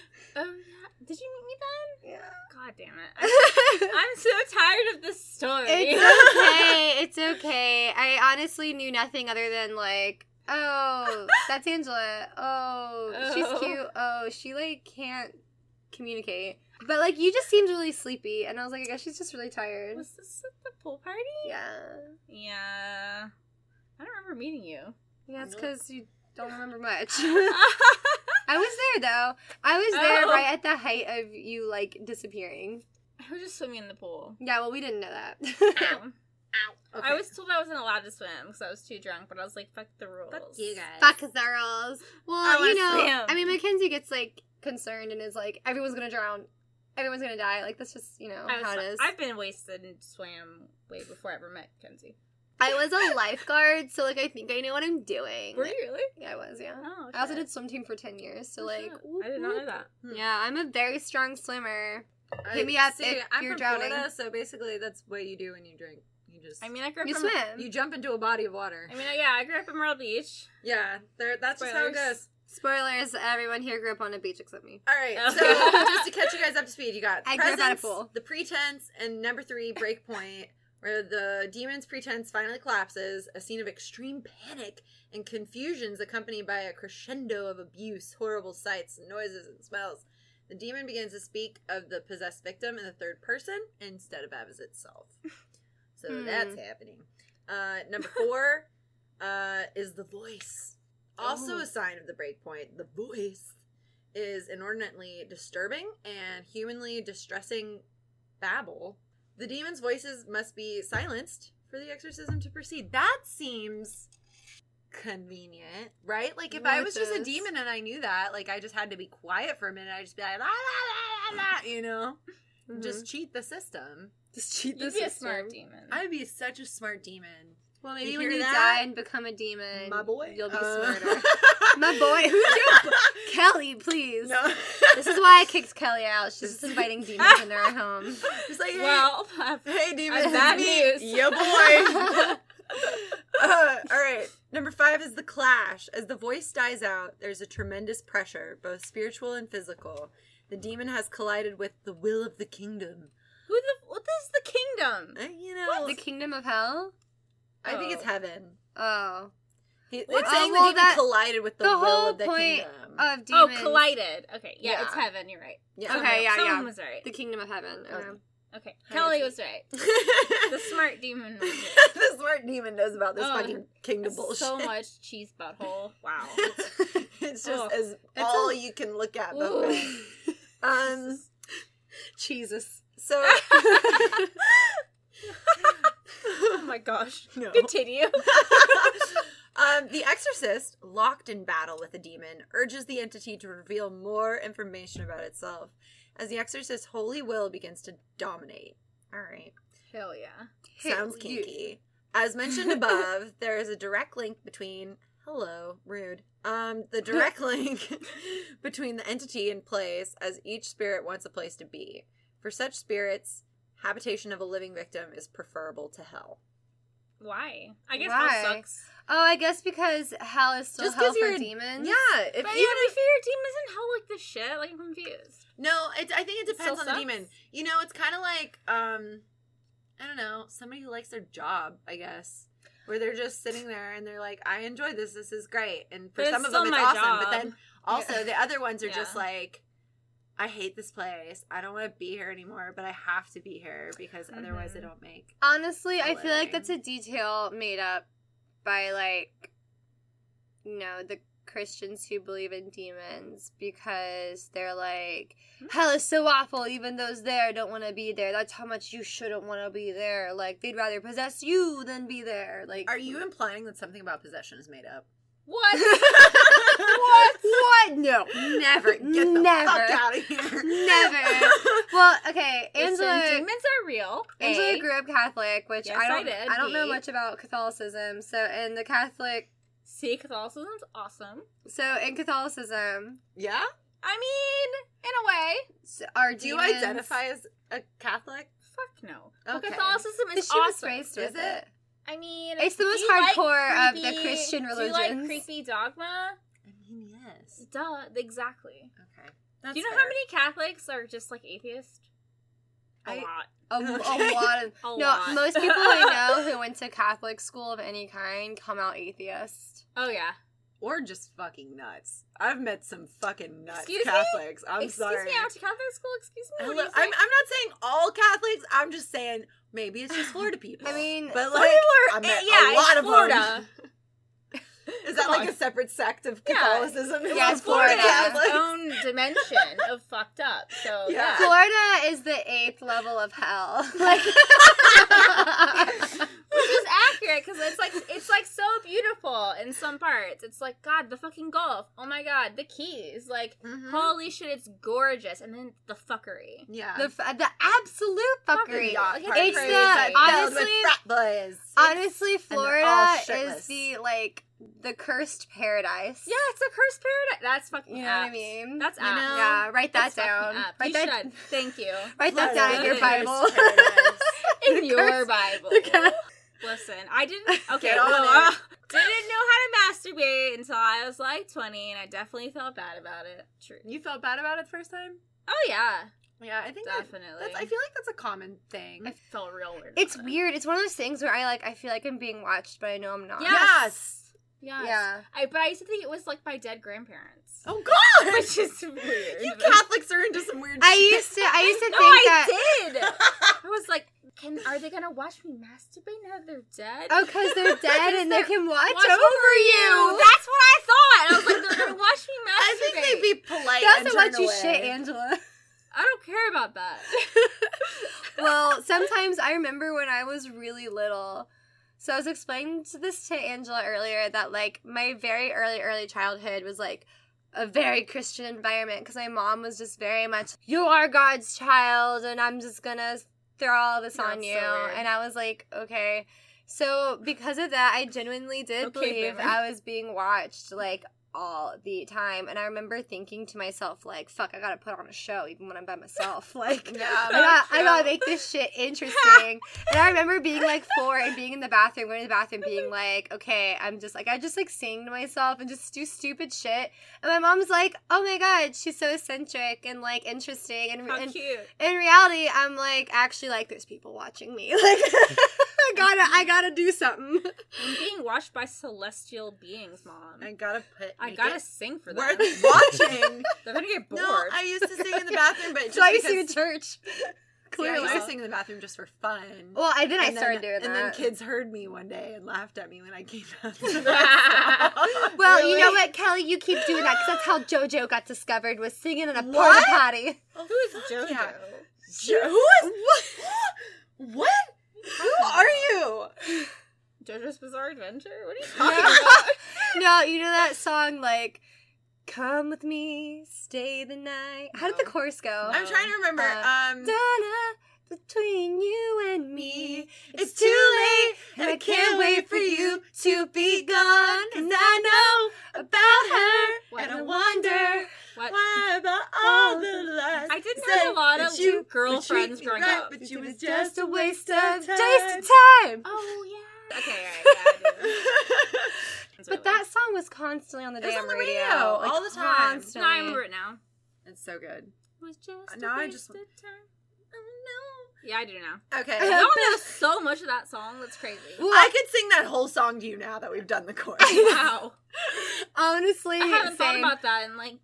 S2: [laughs]
S3: Oh, yeah. Did you meet me then?
S2: Yeah.
S3: God
S2: [laughs]
S3: damn it. I'm,
S2: it's
S3: I'm so tired of this story. [laughs]
S2: okay. It's okay. I honestly knew nothing other than like, oh, that's Angela. Oh,
S3: Oh.
S2: she's cute. Oh, she like can't communicate. But like, you just seemed really sleepy, and I was like, I guess she's just really tired.
S3: Was this at the pool party?
S2: Yeah.
S3: Yeah. I don't remember
S2: [laughs]
S3: meeting you. [laughs]
S2: Yeah, it's
S1: Nope.
S2: because you don't remember much. I was there though. I was there
S3: Oh.
S2: right at the height of you like disappearing.
S3: I was just swimming in the pool.
S2: Yeah, well, we didn't know that.
S3: Um,
S1: Ow. Okay.
S3: I was told I wasn't allowed to swim because I was too drunk, but I was like, fuck the rules.
S1: Fuck you guys.
S2: Fuck the rules.
S3: I
S2: Well,
S3: wanna
S2: you know,
S3: swim.
S2: I mean, Mackenzie gets like concerned and is like, everyone's gonna drown, everyone's gonna die. Like that's just you know
S3: I was
S2: how it
S3: like-
S2: is.
S3: I've been wasted and swam way before I ever met Kenzie.
S2: I was a lifeguard, so like I think I know what I'm doing.
S3: Were you really?
S2: Yeah, I was. Yeah.
S3: Oh,
S2: I also
S3: shit.
S2: did Hmm. swim team for ten years, so
S3: Oh,
S2: like,
S3: shit.
S2: whoop,
S3: I did not know
S2: whoop.
S3: that.
S2: Yeah, I'm a very strong swimmer.
S1: I-
S2: hit me up
S1: see,
S2: if
S1: I'm
S2: you're
S1: from
S2: drowning.
S1: Florida, so basically, that's what you do when you drink. You just.
S3: I mean, I grew up
S2: You
S3: in.
S2: swim.
S1: You jump into a body of water.
S3: I mean, yeah, I grew up in Emerald Beach.
S1: yeah, there, that's just how it
S3: Spoilers.
S1: goes.
S2: Spoilers: Everyone here grew up on a beach except me.
S1: All right,
S3: Oh.
S1: so [laughs] just to catch you guys up to speed, you got
S2: I grew up at a
S1: presence,
S2: pool.
S1: the pretense, and number three, breakpoint, where the demon's pretense finally collapses. A scene of extreme panic and confusions, accompanied by a crescendo of abuse, horrible sights, noises, and smells. The demon begins to speak of the possessed victim in the third person instead of as itself. So
S2: Hmm.
S1: that's happening. Uh, number four uh, is the voice. Also
S2: Oh.
S1: a sign of the breakpoint. The voice is inordinately disturbing and humanly distressing babble. The demon's voices must be silenced for the exorcism to proceed. That seems convenient, right? Like if I
S2: It
S1: was just a
S2: does.
S1: demon and I knew that, like I just had to be quiet for a minute, I'd just be like, "Ah, la, la, la, la, la, ah," you know, just cheat the system.
S2: just cheat
S3: You'd be a smart demon.
S2: [laughs]
S1: I'd be such a smart demon.
S2: Well,
S1: You
S2: maybe when
S1: hear
S2: you
S1: that?
S2: die and become a demon,
S1: My boy,
S2: you'll be
S1: Uh, [laughs]
S2: smarter. My boy, who's [laughs] your Kelly? Please.
S1: No,
S2: [laughs] This is why I kicked Kelly out. She's just inviting demons in their own home.
S1: Just like, hey,
S3: well, [laughs]
S1: hey, demons,
S3: bad
S1: it's me,
S2: [laughs]
S3: news.
S1: your boy. [laughs] uh, all right, Number five is the clash. As the voice dies out, there's a tremendous pressure, both spiritual and physical. The demon has collided with the will of the kingdom.
S3: Who the what is the kingdom?
S1: Uh, you know,
S2: The kingdom of hell?
S1: I think it's
S3: Oh.
S1: heaven.
S2: Oh.
S1: He,
S3: What?
S1: it's saying the
S2: Oh, well,
S1: demon
S2: that-
S1: collided with the,
S2: the
S1: will
S2: whole
S1: of the
S2: point uh,
S1: kingdom.
S2: Of demons.
S3: Oh, collided. Okay, yeah, it's
S2: Yeah.
S3: heaven. You're right.
S1: yeah. [laughs]
S2: okay. yeah,
S3: Someone
S2: yeah.
S3: was right.
S2: The kingdom of heaven. Okay.
S1: Okay.
S3: Okay,
S1: Hi,
S3: Kelly
S1: Izzy.
S3: was right. The smart
S1: [laughs]
S3: demon. Was
S2: [laughs]
S3: right.
S1: the smart demon knows about this
S3: Oh,
S1: fucking kingdom bullshit. [laughs]
S3: So much cheese
S2: [laughs]
S3: butthole. Wow.
S1: it's just
S3: Oh,
S1: as
S2: a-
S1: all you can look at. buffet. Um.
S3: [laughs]
S2: Jesus.
S1: So [laughs]
S3: oh my gosh.
S1: no.
S2: [laughs]
S3: Continue.
S1: [laughs] um, the exorcist, locked in battle with a demon, urges the entity to reveal more information about itself as the exorcist's holy will begins to dominate. All right.
S3: Hell yeah.
S1: Sounds kinky. As mentioned above, there is a direct link between hello, rude. Um, the direct [laughs] link between the entity and place as each spirit wants a place to be. For such spirits, habitation of a living victim is preferable to hell.
S3: Why? I guess
S2: Why?
S3: that sucks.
S2: Oh, I guess because hell is still
S1: Just 'cause
S2: hell for
S1: you're a-
S2: demons.
S1: if
S3: But yeah, if your team isn't hell like this shit, like I'm confused.
S1: No, it, I think it depends
S3: Still
S1: on the
S3: sucks?
S1: demon. You know, it's kind of like um, I don't know, somebody who likes their job, I guess, where they're just sitting there and they're like, "I enjoy this. This is great." And for
S3: But it's
S1: some of
S3: still
S1: them, it's
S3: my
S1: awesome. But
S3: job.
S1: then also
S2: Yeah.
S1: the other ones are just
S3: Yeah.
S1: like, "I hate this place. I don't want to be here anymore, but I have to be here because otherwise, I
S3: Mhm.
S1: don't make."
S2: Honestly, I feel like
S1: Hilarious.
S2: that's a detail made up by like you know, the Christians who believe in demons because they're like
S1: Hmm.
S2: hell is so awful even those there don't want to be there. That's how much you shouldn't want to be there. Like they'd rather possess you than be there. Like
S1: Are
S2: [laughs]
S1: you [laughs] implying that something about possession is made up?
S3: What?
S2: What? What? No.
S1: [gasps] [laughs] Never get the fuck
S2: Never.
S1: out of here.
S2: Never.
S1: [laughs]
S2: Well, okay,
S3: Listen,
S2: Angela
S3: demons are real.
S2: Angela
S3: A.
S2: grew up Catholic, which
S3: Yes,
S2: I
S3: I
S2: don't I,
S3: did,
S2: don't know
S3: B.
S2: much about Catholicism. So in the Catholic
S3: See, Catholicism's awesome.
S2: So in Catholicism,
S1: yeah.
S3: I mean, in a way,
S2: s- are
S1: Do you
S2: demons-
S1: identify as a Catholic?
S3: fuck no. But
S1: Okay.
S3: Catholicism
S2: But
S3: is
S2: she was
S3: awesome.
S2: raised
S1: Is
S2: with it.
S3: I mean,
S2: It's the
S3: do
S2: most
S3: you like
S2: hardcore of the
S3: creepy-
S2: Christian
S3: Do you
S2: religions.
S3: like creepy dogma?
S1: I mean, yes.
S3: Duh, exactly.
S1: Okay. That's
S3: do you know
S1: fair.
S3: how many Catholics are just like atheists? A
S1: I-
S3: lot.
S2: A,
S3: [laughs]
S1: Okay.
S2: a lot of
S3: A
S2: no.
S3: lot.
S2: Most people
S3: [laughs]
S2: I know who went to Catholic school of any kind come out atheist.
S3: Oh yeah.
S1: Or just fucking nuts. I've met some fucking nuts
S3: Excuse me?
S1: Catholics. I'm
S3: excuse
S1: sorry.
S3: me, I went to Catholic school. Excuse me.
S1: Hello-
S3: What do
S1: I'm,
S3: you
S1: I'm
S3: say?
S1: not saying all Catholics. I'm just saying maybe it's
S3: [sighs]
S1: just Florida people.
S2: I mean,
S1: but
S3: Florida
S1: like,
S3: people are-
S1: I met
S3: eh, yeah,
S1: a
S3: it's
S1: lot of
S3: Florida.
S1: them. [laughs] Is that
S3: Come
S1: like
S3: on.
S1: a separate sect of
S3: Yeah. Um,
S1: Catholicism? It
S2: Yeah,
S1: was
S2: Florida
S3: has
S2: Catholics.
S3: its
S1: [laughs]
S3: own dimension of fucked up. So
S1: Yeah.
S3: yeah.
S2: Florida is the eighth level of hell. [laughs]
S1: [laughs]
S2: Like,
S3: Which is accurate because it's like it's like so beautiful in some parts. It's like God, the fucking Gulf. Oh my God, the Keys. Like
S2: Mm-hmm.
S1: Mhm.
S3: holy shit, it's gorgeous. And then the fuckery.
S1: Yeah.
S2: the f- the absolute fuckery.
S1: Part
S3: dog.
S2: It's
S1: crazy.
S2: the
S1: Filled with
S2: honestly
S1: frat boys.
S2: honestly
S1: they're all
S2: Florida is
S1: shirtless.
S2: the like the cursed paradise.
S3: Yeah, it's a cursed paradise. That's fucking.
S2: You know what I
S3: apt.
S2: mean?
S3: That's
S1: You
S3: apt.
S1: know?
S2: Yeah, write that
S3: That's
S2: down.
S3: fucking apt.
S2: Write
S3: You
S2: that [laughs]
S3: should. Thank you.
S2: write that
S1: Florida
S2: down in your
S1: is [laughs]
S2: Bible.
S3: [laughs]
S1: paradise.
S3: In
S2: The
S3: your
S2: curse-
S3: Bible.
S2: cur-
S3: Listen, I
S1: [laughs]
S3: didn't. Okay,
S1: Get
S3: no,
S1: on
S3: uh,
S1: it.
S3: [laughs] didn't know how to masturbate until I was like twenty, and I definitely felt bad about it. True.
S1: you felt bad about it the first time?
S3: Oh yeah,
S1: Yeah, I think that-
S3: definitely.
S1: that's, I feel like that's a common thing.
S3: I felt real weird.
S2: [laughs] It's
S3: about it.
S2: weird. It's one of those things where I like I feel like I'm being watched, but I know I'm not.
S3: Yeah. Yes. Yes.
S2: Yeah.
S3: I but I used to think it was like my dead grandparents,
S1: Oh God!
S3: [laughs]
S1: [laughs]
S3: which is weird.
S1: you
S3: but-
S1: Catholics are into some weird.
S2: I
S1: shit.
S2: [laughs] used to I used to
S3: [laughs] no,
S2: think
S3: I
S2: that
S1: [laughs]
S3: did. I was like, can are they gonna watch me masturbate now that they're dead?
S2: Oh, because
S3: [laughs]
S2: they're dead and they can watch,
S3: watch
S2: over,
S3: over
S2: you.
S3: you. That's what I thought. I was like, they're gonna
S1: [laughs]
S3: watch me masturbate.
S1: I think they'd be polite.
S2: They
S1: and
S2: also
S1: turn
S2: watch you
S1: away.
S2: shit, Angela.
S3: I don't care about that.
S1: [laughs]
S2: well, sometimes I remember when I was really little. So I was explaining to this to Angela earlier that like my very early early childhood was like a very Christian environment because my mom was just very much you are God's child and I'm just gonna throw all this on
S3: That's so
S2: you
S3: weird.
S2: and I was like okay so because of that I genuinely did
S3: Okay,
S2: believe
S3: boomer.
S2: I was being watched like all the time. And I remember thinking to myself, like, fuck, I gotta put on a show even when I'm by myself. [laughs] Like,
S1: Yeah,
S2: I
S1: very
S2: gotta, Oh I
S1: true.
S2: gotta make this shit interesting. and I remember being like four and being in the bathroom, going to the bathroom, being like, okay, I'm just like, I just like sing to myself and just do stupid shit. And my mom's like, oh my god, she's so eccentric and like interesting. And,
S3: How
S2: and
S3: cute.
S2: in reality, I'm like, actually, like, there's people watching me. [laughs] Like, I gotta, I gotta do something.
S3: I'm being watched by celestial beings, mom.
S1: [laughs] I gotta put.
S3: I
S1: make
S3: gotta
S1: it
S3: sing for them. [laughs]
S2: [laughs]
S1: worth watching.
S3: They're gonna get bored.
S1: no,
S3: [laughs]
S1: I [laughs] used to sing in the bathroom, but just
S2: So I used
S1: because,
S2: to go
S1: [laughs]
S2: to church.
S1: yeah, I
S2: Clearly.
S1: used to sing in the bathroom just for fun.
S2: Well, I then I
S1: And then-
S2: started doing
S1: and
S2: that.
S1: then kids heard me one day and laughed at me when I came out.
S2: [laughs] well, you know
S1: Really?
S2: what, Kelly, you keep doing that because that's how JoJo got discovered was singing in a porta
S1: What?
S2: potty.
S3: Who is
S1: Oh, Fuck
S3: JoJo?
S1: yeah. Jo- who is what? What? Who are you?
S3: JoJo's Bizarre Adventure? What are you
S2: no,
S1: [laughs]
S3: talking about?
S2: you know that song like, "Come with me, stay the night." How did the
S3: No.
S2: chorus go?
S1: I'm trying to remember.
S2: Uh,
S1: um,
S2: Donna, between you and me,
S1: it's too late, and I can't wait for you to be gone. And I know about her,
S3: What?
S1: and I wonder
S3: What?
S1: why about all the lies.
S3: I did
S1: said
S3: have a lot
S1: that
S3: of
S1: you would treat
S3: girlfriends
S1: me
S3: growing
S1: right,
S3: up.
S1: but you was just a
S2: waste
S1: of
S2: Waste of time.
S3: Oh yeah. Okay, [laughs] all right,
S1: [laughs]
S3: yeah,
S2: But that song was constantly on the
S1: It was
S2: damn
S1: on the
S2: radio,
S1: radio,
S2: like,
S1: all the time.
S3: No, I
S2: Constantly.
S3: remember it now.
S1: It's so good.
S3: It was just
S1: Now I
S3: a waste
S1: just-
S3: of time. Oh no. Yeah, I
S1: [laughs]
S3: do now.
S1: Okay.
S2: Uh,
S3: Y'all
S2: but-
S3: know so much of that song.
S1: [laughs]
S3: That's crazy.
S2: Well,
S1: I could sing that whole song to you now that we've done [laughs] the chorus.
S3: Wow.
S2: [laughs] honestly,
S3: I haven't thought
S2: same.
S3: about that in like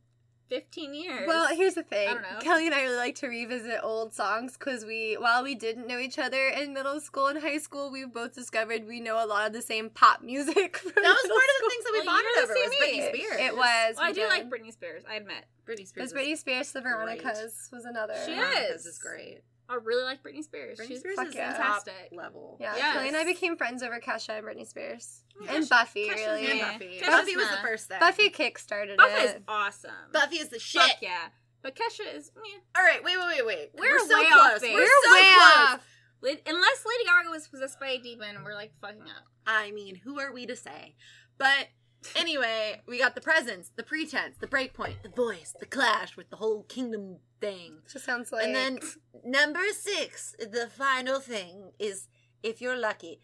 S3: 15 years.
S2: Well, here's the thing.
S3: don't know.
S2: Kelly and I really like to revisit old songs because we, while we didn't know each other in middle school and high school, we both discovered we know a lot of the same pop music. [laughs] From
S1: That was
S2: middle
S1: one of the
S2: school.
S1: things that we
S3: Well, you
S1: bonded
S3: were
S1: over
S3: the
S1: was
S3: same
S1: Britney
S3: age.
S1: Spears.
S2: It was.
S3: Well, I
S2: we
S3: do
S2: did.
S3: like Britney Spears. I admit,
S1: Britney
S2: It
S1: Spears.
S2: was Britney Spears, the Veronicas was another.
S3: She
S1: Spears.
S3: is.
S1: This is great.
S3: I really like Britney Spears.
S1: Britney
S3: She's
S1: Spears
S2: fuck
S1: is
S2: yeah.
S1: fantastic
S3: fantastic.
S1: level.
S2: Yeah,
S3: Yes.
S2: Kelly and I became friends over Kesha and Britney Spears
S3: Yeah,
S2: and
S3: Kesha-
S2: Buffy.
S3: Kesha's
S2: really,
S1: And
S3: Yeah.
S1: Buffy.
S3: Kesha's
S1: Buffy was the
S3: mad.
S1: first thing.
S2: Buffy kickstarted
S3: Buffy's
S2: it.
S3: awesome.
S1: Buffy is the shit.
S3: Fuck yeah. But Kesha is meh.
S1: All right, wait, wait, wait, wait. We're,
S3: We're
S1: so
S3: way
S1: close.
S3: off base.
S1: We're,
S3: We're
S1: so
S2: way
S1: close.
S2: off.
S3: Lid- Unless Lady Gaga was possessed by a demon, we're like fucking up.
S1: I mean, who are we to say? But anyway, we got the presence, the pretense, the breakpoint, the voice, the clash with the whole kingdom thing.
S2: Just sounds like.
S1: and then number six, the final thing is if you're lucky,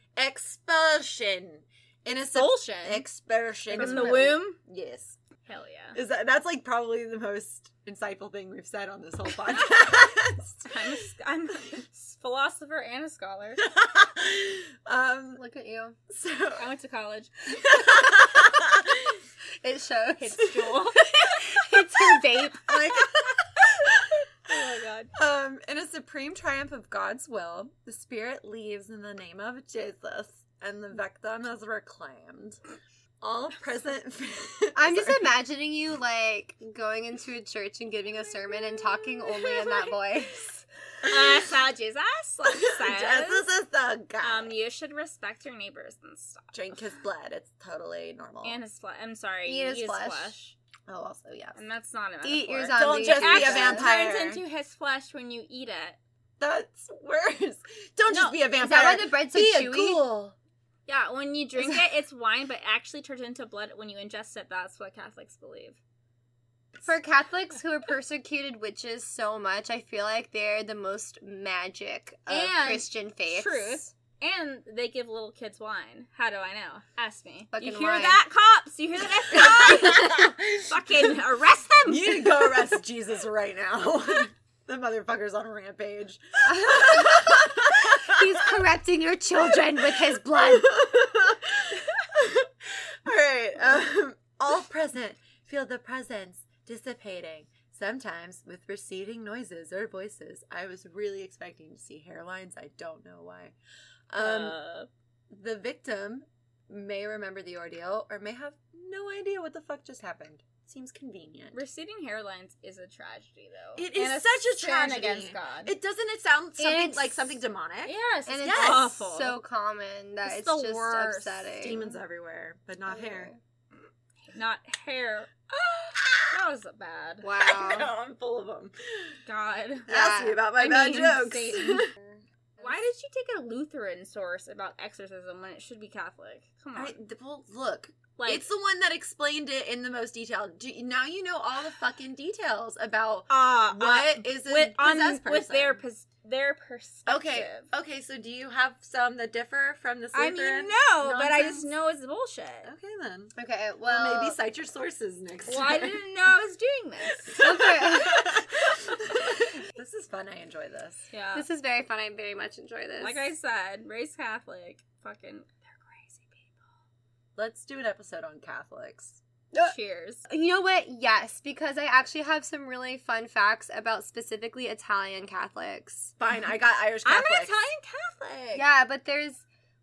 S1: expulsion. In a sub-
S3: Expulsion
S1: expulsion [laughs]
S3: from the womb.
S1: Yes.
S3: Hell yeah.
S1: Is that that's like probably the most insightful thing we've said on [laughs] this whole podcast. [laughs]
S3: I'm a, sc- I'm a s- philosopher and a scholar.
S1: um
S2: look at you.
S1: so
S3: I went to college.
S2: It shows.
S3: It's
S1: [laughs]
S2: It's,
S3: [laughs] Jewel.
S2: her vape.
S3: [laughs]
S1: like
S3: oh my god.
S1: um in a supreme triumph of God's will, the spirit leaves in the name of Jesus and the victim is reclaimed. All
S3: [laughs]
S1: present
S2: I'm just
S1: Sorry.
S2: imagining you like going into a church and giving a sermon and talking only in that voice.
S3: I
S1: [laughs]
S3: saw Uh, Jesus. Like
S1: Jesus
S3: says,
S1: is the guy.
S3: um, you should respect your neighbors and stuff.
S1: Drink his blood. It's totally normal.
S3: And his flesh. I'm sorry.
S2: Eat his flesh.
S1: oh, also yes.
S3: And that's not a
S2: Eat your
S3: metaphor.
S2: zombie.
S1: Don't just
S3: It
S1: be a
S3: Um, actually
S1: vampire.
S3: turns into his flesh when you eat it.
S1: That's worse. [laughs] Don't just
S3: No,
S1: be a
S2: Is that
S1: vampire.
S2: why the bread's so
S1: be a
S2: chewy?
S1: ghoul.
S3: Yeah, when you drink it, it's wine, but actually turns into blood when you ingest it. That's what Catholics believe.
S2: For Catholics who are persecuted witches so much, I feel like they're the most magic of
S3: And
S2: Christian faiths.
S3: truth. And they give little kids wine. How do I know? Ask me.
S2: Fucking
S3: you hear
S2: wine.
S3: that, cops? You
S1: [laughs]
S3: hear that, [laughs] FBI? Fucking arrest them.
S1: You need to go arrest Jesus right now. [laughs] the motherfucker's on a rampage. [laughs]
S2: He's corrupting your children with his blood.
S1: all right. Um, all present feel the presence dissipating, sometimes with receding noises or voices. I was really expecting to see hairlines. I don't know why. Um,
S3: Uh,
S1: the victim may remember the ordeal or may have no idea what the fuck just happened. Seems convenient.
S3: receding hairlines is a tragedy, though.
S1: It is
S3: And
S1: such a
S3: sin
S1: tragedy.
S3: against God.
S1: It doesn't it sound something
S2: It's-
S1: like something demonic?
S3: yes,
S2: And
S3: it's
S2: it's
S1: Yes.
S3: awful.
S2: so common that
S3: It's
S2: it's,
S3: the
S2: just
S3: worst.
S2: upsetting.
S1: Demons everywhere, but not
S2: [laughs]
S1: hair.
S3: not
S1: [gasps]
S3: hair. that was bad.
S1: I know,
S2: [laughs] Wow.
S1: I'm full of them.
S3: God.
S2: Yeah,
S1: Ask me about my
S2: I
S1: bad
S2: mean, [laughs]
S1: jokes.
S2: Satan.
S3: Why did she take a Lutheran source about exorcism when it should be Catholic? Come on.
S1: I, the- well, look,
S3: like
S1: it's the one that explained it in the most detail. Do, now you know all the fucking details about
S3: uh, uh,
S1: what is a
S3: with, on,
S1: possessed person.
S3: with their pos- their perspective.
S1: okay, okay. So do you have some that differ from the
S3: I
S1: Lutheran?
S3: mean, no, but I
S1: nonsense?
S3: just know it's bullshit.
S1: Okay then.
S2: Okay,
S1: Well,
S2: well,
S1: maybe cite your sources next
S3: Well, I
S1: time. [laughs]
S3: didn't know I was doing this.
S1: Okay. [laughs] this is fun. I enjoy this.
S3: Yeah.
S2: this is very fun. I very much enjoy this.
S3: like I said, raised Catholic. Fucking, they're crazy people.
S1: Let's do an episode on Catholics.
S2: Uh,
S3: Cheers.
S2: You know what? Yes, because I actually have some really fun facts about specifically Italian Catholics.
S1: Fine, I got Irish
S3: I'm an
S1: Catholics.
S3: Italian Catholic.
S2: Yeah, but there's,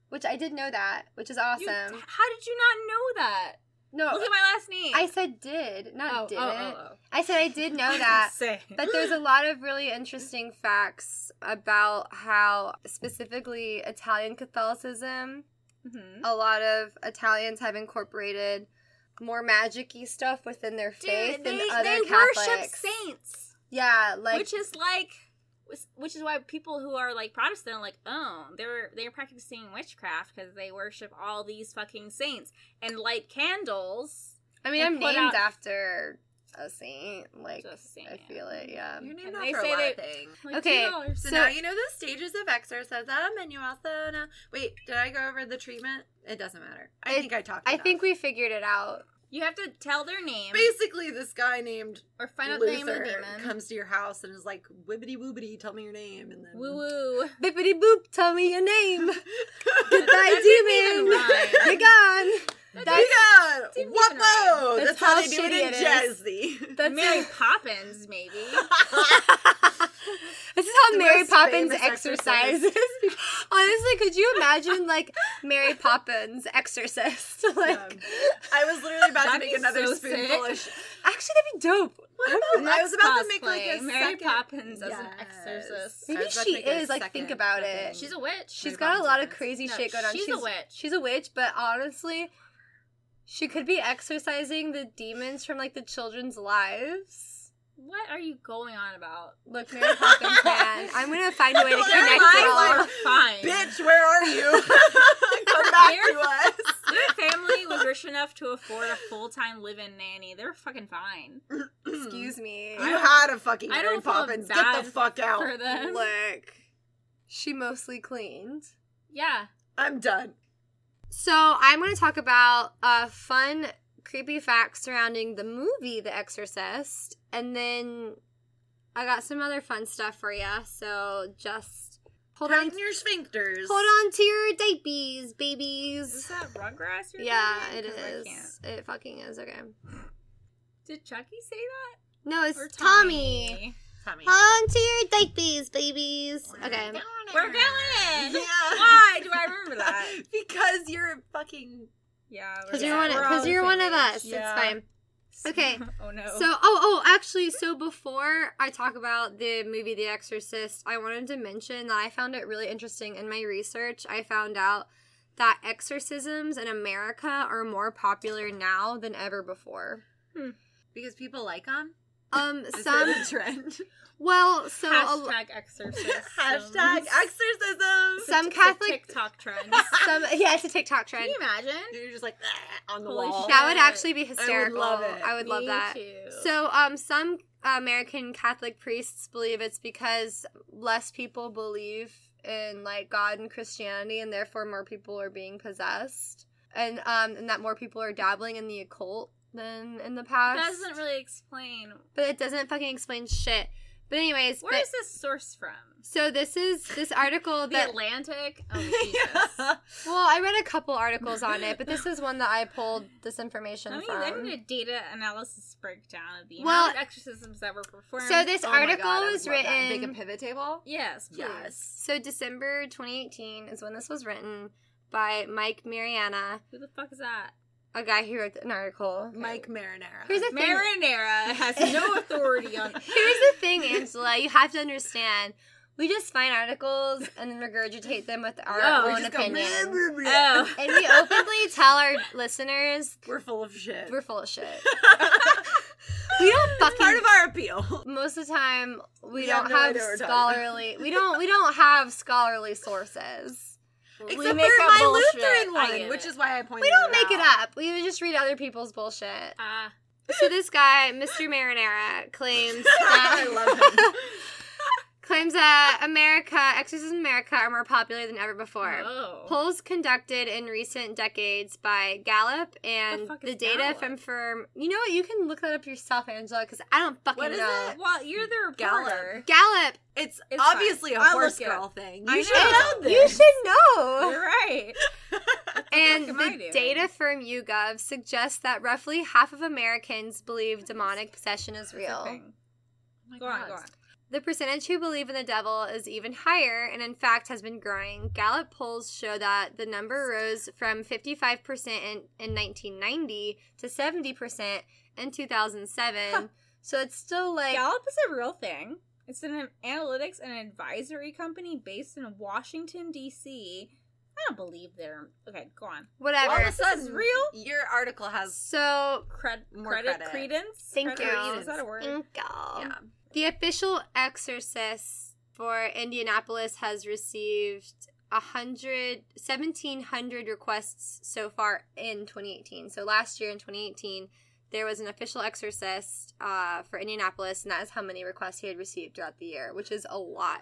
S2: which I did know that, which is
S3: You-
S2: awesome.
S3: how did you not know that? Look
S2: no,
S3: at my last name.
S2: I said did, not
S3: oh,
S2: didn't.
S3: oh, oh, oh.
S2: I said I did
S3: [laughs]
S2: know that.
S3: Say.
S2: But there's a lot of really interesting facts about how specifically Italian Catholicism,
S3: Mhm.
S2: a lot of Italians have incorporated more magic-y stuff within their faith
S3: Dude,
S2: than
S3: they,
S2: other
S3: they
S2: Catholics.
S3: worship saints,
S2: yeah, like
S3: which is like, which is why people who are like Protestant are like, oh, they're they're practicing witchcraft because they worship all these fucking saints and light candles.
S2: I mean,
S3: they
S2: I'm
S3: put
S2: named
S3: out-
S2: after a saint. Like
S3: Just saying.
S2: I feel it. Yeah.
S1: You're named
S3: And
S1: after
S3: they
S1: a
S3: say
S1: lot
S3: they-
S1: of things.
S3: Like
S2: Okay,
S3: $2.
S1: So,
S2: So-
S1: now you know the stages of exorcism, and you also know. Wait, did I go over the treatment? It doesn't matter. I
S2: It-
S1: think I talked.
S2: I
S1: enough.
S2: think we figured it out.
S3: You have to tell their name
S1: basically this guy named
S3: or find out the
S1: Luther
S3: name of the demon.
S1: comes to your house and is like, "Wibbity woobity, tell me your name," and then [laughs]
S3: Woo woo.
S2: Bippity boop, tell me your
S3: [laughs]
S2: name. Goodbye,
S3: That didn't
S2: demon.
S3: even rhyme.
S2: You're gone.
S1: That's,
S2: That's
S1: yeah,
S3: didn't even
S1: whoa!
S2: rhyme.
S1: That's,
S2: That's
S1: how,
S2: how
S1: they do it in Jazzy.
S2: that's
S3: Mary Poppins,
S2: [laughs]
S3: maybe.
S1: [laughs]
S2: this is how
S1: The
S2: Mary
S1: most
S2: Poppins
S1: famous
S2: exercises. [laughs] Honestly, could you imagine like Mary Poppins exorcist? [laughs] like,
S1: I was literally about to
S3: That'd
S1: make
S3: be
S1: another
S3: so
S1: spoonful. Of
S3: sick.
S1: sh-
S2: actually, that'd be dope.
S1: I was
S3: Let's
S1: about to make like
S3: cosplay
S1: a
S3: Mary
S1: second-
S3: Poppins as an
S1: Yes.
S3: exorcist.
S1: I
S2: Maybe
S1: was about
S2: she
S1: to make a
S2: is, like, think
S1: second
S2: about
S1: fucking-
S2: it.
S3: She's a witch.
S2: She's
S1: Mary
S2: got a
S1: Poppins
S2: lot of
S1: is.
S2: crazy
S3: No,
S2: shit going on.
S3: she's a witch.
S2: She's a witch, but honestly, she could be exorcising the demons from like the children's lives.
S3: what are you going on about?
S2: Look, Mary Poppins man. I'm gonna find a way to
S1: Well,
S2: connect
S1: their
S2: it all.
S1: lives
S3: fine.
S1: Bitch, where are
S3: [laughs]
S1: you? [laughs] Come back
S3: Mary-
S1: to us.
S3: [laughs] Their family was rich enough to afford a full time live in nanny. They're
S2: [clears throat]
S3: fucking fine.
S2: Excuse me.
S1: You had a fucking
S3: I
S1: Mary
S3: don't feel
S1: Poppins. Get
S3: bad
S1: the fuck out.
S3: For them.
S2: Look, she mostly cleaned.
S3: Yeah.
S1: I'm done.
S2: So I'm going to talk about uh, fun, creepy facts surrounding the movie The Exorcist, and then I got some other fun stuff for you. So just hold on,
S1: Tighten your sphincters.
S2: hold on to your diapies, babies.
S3: Is that Rugrats? you're
S2: Yeah,
S3: doing?
S2: it
S3: 'Cause I can't.
S2: is. It fucking is. Okay.
S3: Did Chucky say that?
S2: No, it's
S3: Or
S2: Tommy.
S3: Tommy?
S1: Tommy.
S2: Hold on to your diapies, babies. Okay.
S3: We're going in.
S1: Yeah.
S3: Why do I
S1: [laughs]
S3: remember that?
S2: [laughs]
S1: because you're a fucking.
S3: Yeah, we're
S2: Because
S1: Yeah,
S2: you're one.
S1: we're all
S2: Because
S1: the
S2: you're one of us.
S3: Yeah.
S2: It's fine. [laughs] Okay.
S3: [laughs] oh no.
S2: So, oh, oh, actually, so before I talk about the movie The Exorcist, I wanted to mention that I found it really interesting in my research. I found out that exorcisms in America are more popular now than ever before.
S1: Because people like them.
S3: [laughs]
S2: Um,
S1: Some
S2: some,
S1: trend.
S2: well, so a,
S3: hashtag
S2: [laughs]
S3: exorcism.
S1: Hashtag exorcism.
S2: some Catholic,
S3: TikTok trends.
S2: [laughs] some, yeah, it's a TikTok
S3: Can
S2: trend.
S3: you imagine? [laughs]
S1: You're just like "Ah," on the
S3: Holy
S1: wall.
S3: shit.
S2: That would actually be hysterical.
S1: love it.
S2: I would love
S3: Me
S2: that.
S3: Too.
S2: So, um, some American Catholic priests believe it's because less people believe in like God and Christianity, and therefore more people are being possessed, and um, and that more people are dabbling in the occult than in the
S3: That
S2: past.
S3: doesn't really explain
S2: but it doesn't fucking explain shit. But anyways,
S3: where is
S2: but,
S3: this source from.
S2: so this is this article
S3: [laughs] The
S2: that
S3: Atlantic. [laughs]
S1: [laughs]
S3: Oh Jesus.
S1: Yeah.
S2: well, I read a couple articles on it, but this is one that I pulled this information
S3: I need,
S2: from.
S3: I need a data analysis breakdown of the
S2: Well-
S3: amount of exorcisms that were performed.
S2: so this
S1: Oh my
S2: article
S1: God, I would
S2: was
S1: love
S2: written.
S1: that. Make a pivot table.
S3: yes, please.
S1: Yes.
S2: So December 2018 is when this was written by Mike Mariana,
S3: Who the fuck is that?
S2: a guy who wrote an article.
S1: Mike Marinara.
S2: Here's the thing.
S3: [laughs] Marinara has no authority [laughs] on.
S2: Here's the thing, Angela. You have to understand. We just find articles and then regurgitate them with our
S3: No, we
S2: own
S1: just go,
S2: opinion.
S1: "Bleh, bleh, bleh." [laughs]
S3: Oh.
S2: and we openly tell our listeners
S1: [laughs] We're full of shit.
S2: we're full of shit. We don't fucking
S1: Part of our appeal.
S2: most of the time we,
S1: We have
S2: don't
S1: no
S2: have
S1: idea what we're talking about.
S2: scholarly we don't we don't have scholarly sources.
S1: [laughs] Except
S3: we
S1: for
S3: make up
S1: my
S3: bullshit.
S1: Lutheran
S3: I get
S1: one, which
S3: it.
S1: is why I pointed.
S2: We don't
S1: it
S2: make it
S1: out. [laughs]
S2: up. We would just read other people's bullshit.
S3: Ah.
S2: So this guy, Mr. Marinara, claims
S1: [laughs] I
S2: that
S1: love him.
S2: claims that America, exorcisms in America are more popular than ever before.
S3: oh.
S2: Polls conducted in recent decades by Gallup and
S3: fuck
S2: the,
S3: is
S2: data
S3: Gallup?
S2: from firm. You know what? You can look that up yourself, Angela, because I don't fucking
S1: What is
S2: know.
S1: it?
S3: well, you're the
S1: Gallop.
S3: reporter.
S2: Gallup.
S1: It's,
S3: It's
S1: obviously
S3: fine.
S1: a
S3: I'll
S1: horse
S3: look it
S1: girl thing.
S3: I
S1: You should know
S2: You
S1: this.
S2: should know.
S3: You're right.
S2: And
S3: fuck am I
S2: the
S3: doing?
S2: data from YouGov suggests that roughly half of Americans believe demonic possession is real.
S3: Thing. Go on, go on.
S2: The percentage who believe in the devil is even higher and, in fact, has been growing. Gallup polls show that the number rose from 55% in, in 1990 to 70% in 2007. So it's still like.
S3: Gallup is a real thing. It's an analytics and advisory company based in Washington D.C. I don't believe they're okay. Go on.
S2: Whatever.
S1: All of a
S3: This is
S1: sudden,
S3: real?
S1: Your article has
S2: so,
S3: Cred-
S1: More
S3: credit,
S1: credit.
S3: credence.
S2: Thank
S3: Credence,
S2: you.
S3: Is that a word?
S2: Incal.
S1: yeah.
S2: The official exorcist for Indianapolis has received a hundred seventeen hundred requests so far in 2018. So last year in 2018, there was an official exorcist uh, for Indianapolis, and that is how many requests he had received throughout the year, which is a lot.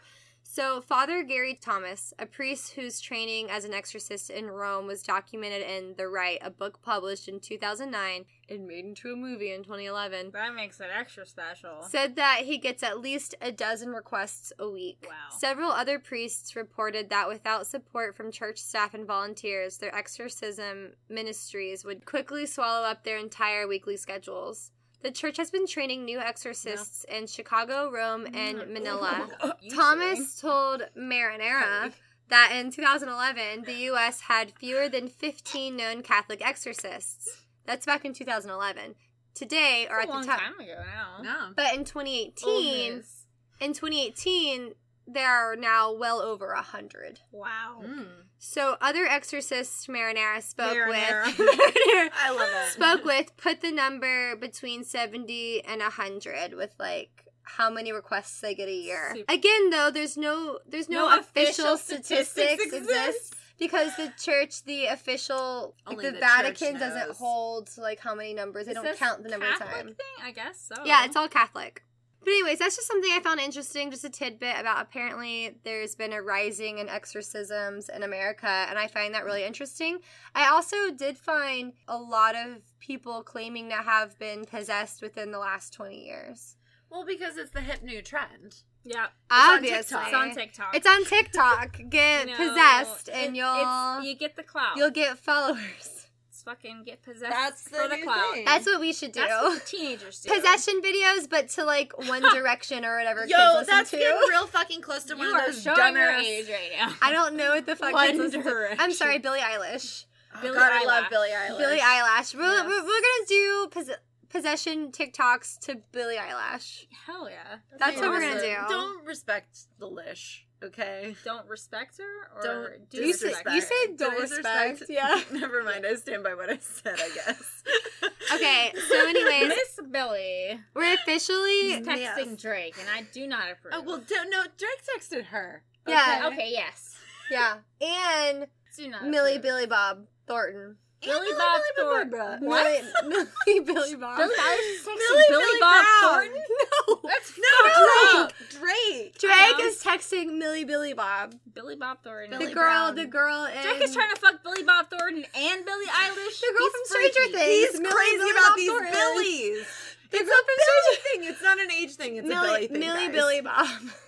S2: So, Father Gary Thomas, a priest whose training as an exorcist in Rome was documented in The Rite, a book published in 2009 and made into a movie in 2011
S3: That makes it extra special.
S2: said that he gets at least a dozen requests a week.
S3: Wow.
S2: Several other priests reported that without support from church staff and volunteers, their exorcism ministries would quickly swallow up their entire weekly schedules. The church has been training new exorcists in Chicago, Rome,
S3: [laughs]
S2: and Manila.
S3: Mm-hmm. You
S2: Thomas told Marinara that in 2011, the U.S. had fewer than 15 known Catholic exorcists. That's back in 2011. Today, or
S3: That's
S2: at
S3: a
S2: the
S3: long
S2: time,
S3: time ago now.
S1: No.
S2: but in
S3: Old
S2: 2018,
S3: news.
S2: in 2018, there are now well over a hundred.
S3: Wow.
S1: Mm.
S2: So other exorcists Marinara spoke
S3: Marinara.
S2: with [laughs]
S1: I love it.
S2: spoke with put the number between 70 and 100 with like how many requests they get a year.
S3: Super.
S2: Again though, there's no there's no, official, statistics, exist because the church, the official like
S1: Only
S2: the,
S1: the church
S2: Vatican doesn't
S1: knows.
S2: hold like how many numbers. They
S3: Is
S2: don't
S3: this
S2: count the number
S3: Catholic
S2: of times.
S3: Thing? I guess so.
S2: Yeah, it's all Catholic. But anyways, that's just something I found interesting, just a tidbit about apparently there's been a rising in exorcisms in America, and I find that really interesting. I also did find a lot of people claiming to have been possessed within the last 20 years.
S1: Well, because it's the hip new trend.
S3: yeah.
S1: on
S2: Obviously.
S1: TikTok.
S3: It's on TikTok.
S2: It's on
S3: [laughs]
S2: TikTok. Get
S3: No,
S2: possessed
S3: it-
S2: and
S3: it's-
S2: you'll
S3: you get the clout.
S2: you'll get followers.
S3: It's fucking get possessed
S1: That's the
S3: for the
S1: new
S3: clout.
S1: thing.
S2: That's what we should do.
S3: That's what the teenagers do.
S2: Possession videos, but to like
S3: [laughs]
S2: One Direction or whatever kids
S1: Yo,
S2: listen
S1: that's
S2: to.
S1: getting real fucking close to
S3: You
S1: one
S3: are
S1: of those
S3: showing
S1: dumber
S3: your age right now.
S2: I don't know what the fuck
S3: One
S2: that's listed. I'm
S3: Direction.
S2: sorry, Billie Eilish.
S1: Oh,
S3: Billie
S1: God, I love
S3: Eilish.
S1: Billie Eilish.
S2: Billie Eyelash. We're,
S3: Yes.
S2: we're, we're gonna do pos- possession TikToks to Billie Eyelash.
S3: [laughs] Hell yeah.
S2: That's
S1: Hey,
S2: what we're gonna
S1: listen,
S2: do.
S1: Don't respect the lish, okay?
S3: Don't respect her or
S1: Don't
S3: do
S2: You said-
S3: respect
S2: you
S3: her?
S2: said don't respect, yeah.
S1: [laughs] Never mind. I stand by what I said. I guess.
S2: [laughs] Okay,
S1: [laughs]
S2: so
S3: [laughs]
S2: anyways,
S3: Miss Billy
S2: we're
S3: is
S2: officially
S3: texting
S1: Yes.
S3: Drake, and I do not approve.
S1: Oh well, don't, no. Drake texted her.
S2: Yeah.
S1: Okay.
S3: Okay, yes.
S2: yeah, and
S3: Do not.
S2: Millie
S3: approve.
S2: Billy Bob Thornton.
S1: And
S3: Billy Bob Thornton.
S1: Barbara.
S3: What?
S2: Millie, Millie Billy Bob.
S3: Billy Eilish is texting
S1: Millie
S3: Billy,
S1: Billy
S3: Bob
S1: Brown.
S3: Thornton.
S2: No,
S3: That's
S1: No,
S3: fucked up.
S1: Drake. Drake.
S2: Drake
S3: know.
S2: is texting Millie Billy Bob.
S3: Billy Bob Thornton.
S1: Billy
S2: the girl,
S1: Brown.
S2: the girl, in,
S3: Drake is trying to fuck Billy Bob Thornton and Billy Eilish.
S2: the girl
S3: He's
S2: from
S3: freaky.
S2: Stranger Things.
S1: He's
S2: Millie
S1: crazy
S2: Billy
S1: about
S2: Bob
S1: these
S2: Thornton.
S1: Billies.
S2: The
S1: It's
S2: girl from Stranger
S1: a Billy thing. It's not an age thing. It's
S2: Millie,
S1: a Billy thing.
S2: Millie
S1: guys.
S2: Billy Bob. [laughs]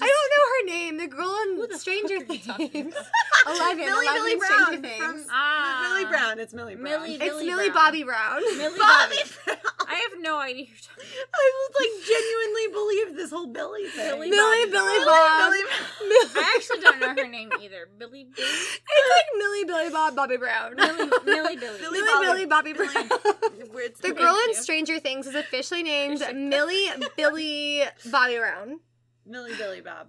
S2: I don't know her name. The girl in
S3: Who the
S2: Stranger
S3: fuck are you
S2: Things.
S3: talking about?
S2: [laughs] Eleven.
S1: Millie
S2: Eleven
S1: Billy
S2: Stranger
S1: Brown
S2: Things.
S1: from
S3: Ah.
S1: Millie Brown. It's Millie Brown.
S3: Millie
S2: it's
S3: Millie
S2: Millie
S3: Brown.
S2: Bobby Brown. [laughs]
S3: Millie
S1: Bobby
S3: Bobby.
S1: Brown.
S3: I have no idea. who you're talking-
S1: I was like genuinely believe this whole Billy thing.
S3: Billy
S2: Millie
S3: Bobby
S2: Billy
S3: Brown.
S2: Bob.
S1: Billy Brown.
S3: I actually don't know her name either. Billy
S2: [laughs]
S3: Billy
S2: It's like Millie Billy Bob Bobby Brown.
S3: Millie Millie Billy.
S1: Billy
S2: [laughs] Millie
S1: Bobby-
S2: Billy Bobby
S1: Billy-
S2: Brown.
S3: [laughs]
S1: Where it's
S2: The
S1: Billy-
S2: girl in
S3: you.
S2: Stranger Things is officially named
S3: [laughs]
S2: Millie Billy Bobby Brown.
S1: Millie Billy Bob.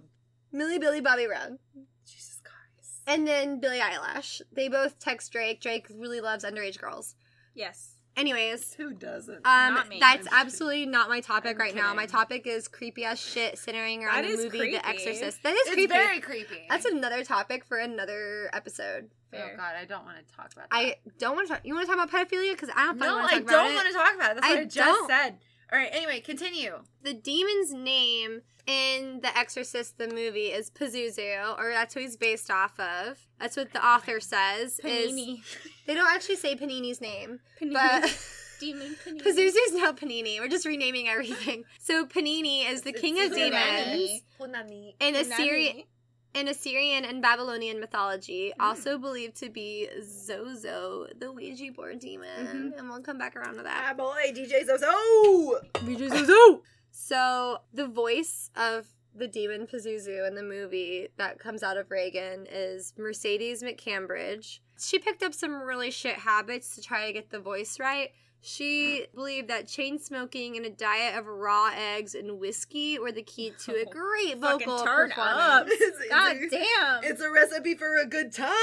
S2: Millie Billy Bobby Brown.
S1: Jesus Christ.
S2: And then Billie Eyelash. They both text Drake. Drake really loves underage girls.
S3: Yes.
S2: Anyways,
S1: Who doesn't?
S2: um,
S3: Not me.
S2: that's absolutely not my topic
S1: I'm
S2: right now. My
S1: kidding.
S2: topic is creepy as shit centering around
S3: That
S2: the
S3: is
S2: movie
S3: creepy.
S2: The Exorcist. That is
S1: it's
S2: creepy.
S1: very creepy.
S2: that's another topic for another episode.
S1: Oh God, I don't want to talk about that.
S2: I don't want to talk. You want to talk about pedophilia? Because I don't.
S1: no,
S2: want
S1: I
S2: to talk about
S1: don't
S2: it.
S1: want to talk about it. That's what
S2: I
S1: I, just
S2: don't.
S1: said. All right. Anyway, continue.
S2: the demon's name in The Exorcist the movie is Pazuzu, or that's who he's based off of. That's what the author says. Is [laughs]
S3: Panini.
S2: they don't actually say Panini's name,
S3: Panini.
S2: but [laughs]
S3: Do you mean Panini?
S2: Pazuzu's now Panini. We're just renaming everything. So Panini is the king of
S3: It's Punani.
S2: demons.
S1: Punani.
S2: In
S3: Panini.
S2: Assyrian, in Assyrian and Babylonian mythology,
S3: Mm-hmm.
S1: Mm.
S2: also believed to be Zozo, the Ouija board demon,
S3: Mm-hmm.
S2: and we'll come back around to that.
S1: Ah, boy, DJ Zozo.
S2: So the voice of the demon Pazuzu in the movie that comes out of Reagan is Mercedes McCambridge. She picked up some really shit habits to try to get the voice right.
S3: [laughs]
S2: She believed that chain smoking and a diet of raw eggs and whiskey were the key to
S3: [laughs]
S2: a great
S3: Fucking
S2: vocal
S3: turn
S2: performance.
S3: up.
S1: [laughs] It's-
S3: God
S1: it's a-
S3: damn.
S1: It's a recipe for a good time.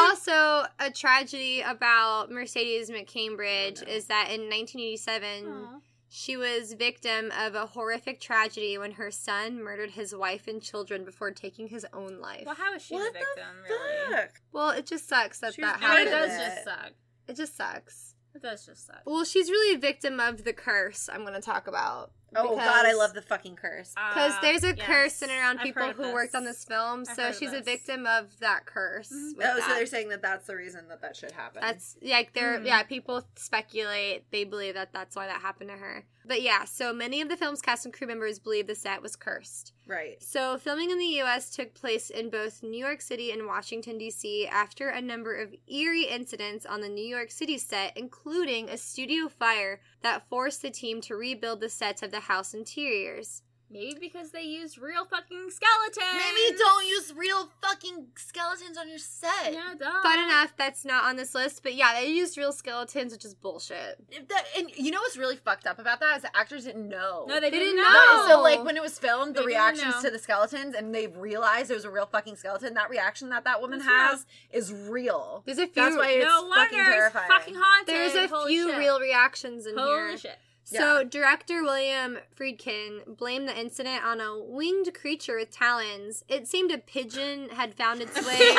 S2: Also, a tragedy about Mercedes McCambridge
S1: Oh, no.
S2: is that in 1987,
S3: Aw.
S2: She was victim of a horrific tragedy when her son murdered his wife and children before taking his own life.
S3: Well, how is she
S1: What
S3: the
S1: the
S3: victim, really?
S1: Fuck.
S2: Well, it just sucks that
S3: She was-
S2: that
S3: I
S2: happened.
S3: mean, it
S1: happens.
S3: does just suck.
S2: It just sucks.
S3: It does just suck.
S2: Well, she's really a victim of the curse I'm going to talk about.
S1: Oh God, I love the fucking curse.
S2: Because
S3: Ah,
S2: there's a
S3: yes.
S2: curse in and around
S3: I've
S2: people
S3: heard of
S2: who worked on this film,
S3: I've
S2: so
S3: heard of
S2: she's a
S3: this.
S2: victim of that curse.
S3: Mhm.
S2: with
S1: oh, so
S2: that.
S1: they're saying that that's the reason that that should happen.
S2: That's yeah, like they're
S3: Mhm.
S2: yeah. People speculate they believe that that's why that happened to her. But yeah, so many of the film's cast and crew members believe the set was cursed.
S1: right.
S2: So, filming in the US took place in both New York City and Washington, D.C. after a number of eerie incidents on the New York City set, including a studio fire that forced the team to rebuild the sets of the house interiors.
S3: Maybe because they used real fucking skeletons.
S1: use real fucking skeletons on your set.
S3: No, don't.
S2: Fun enough, that's not on this list, but yeah, they used real skeletons, which is bullshit.
S1: If that, and you know what's really fucked up about that is the actors didn't know.
S3: No, they,
S2: They
S3: didn't
S2: didn't
S3: know.
S2: know.
S1: No, so like when it was filmed,
S3: They
S1: the
S3: didn't
S1: reactions
S3: know.
S1: to the skeletons, and they realized it was a real fucking skeleton. That reaction that that woman
S3: That's
S1: has is real.
S2: There's a few.
S1: That's why it's
S3: no wonder
S1: fucking terrifying.
S3: it's fucking haunted.
S2: there's a
S3: Holy
S2: few
S3: shit.
S2: real reactions in
S3: Holy
S2: here.
S3: shit.
S2: So, director William Friedkin blamed the incident on a winged creature with talons. It seemed a pigeon had found its
S3: [laughs]
S2: way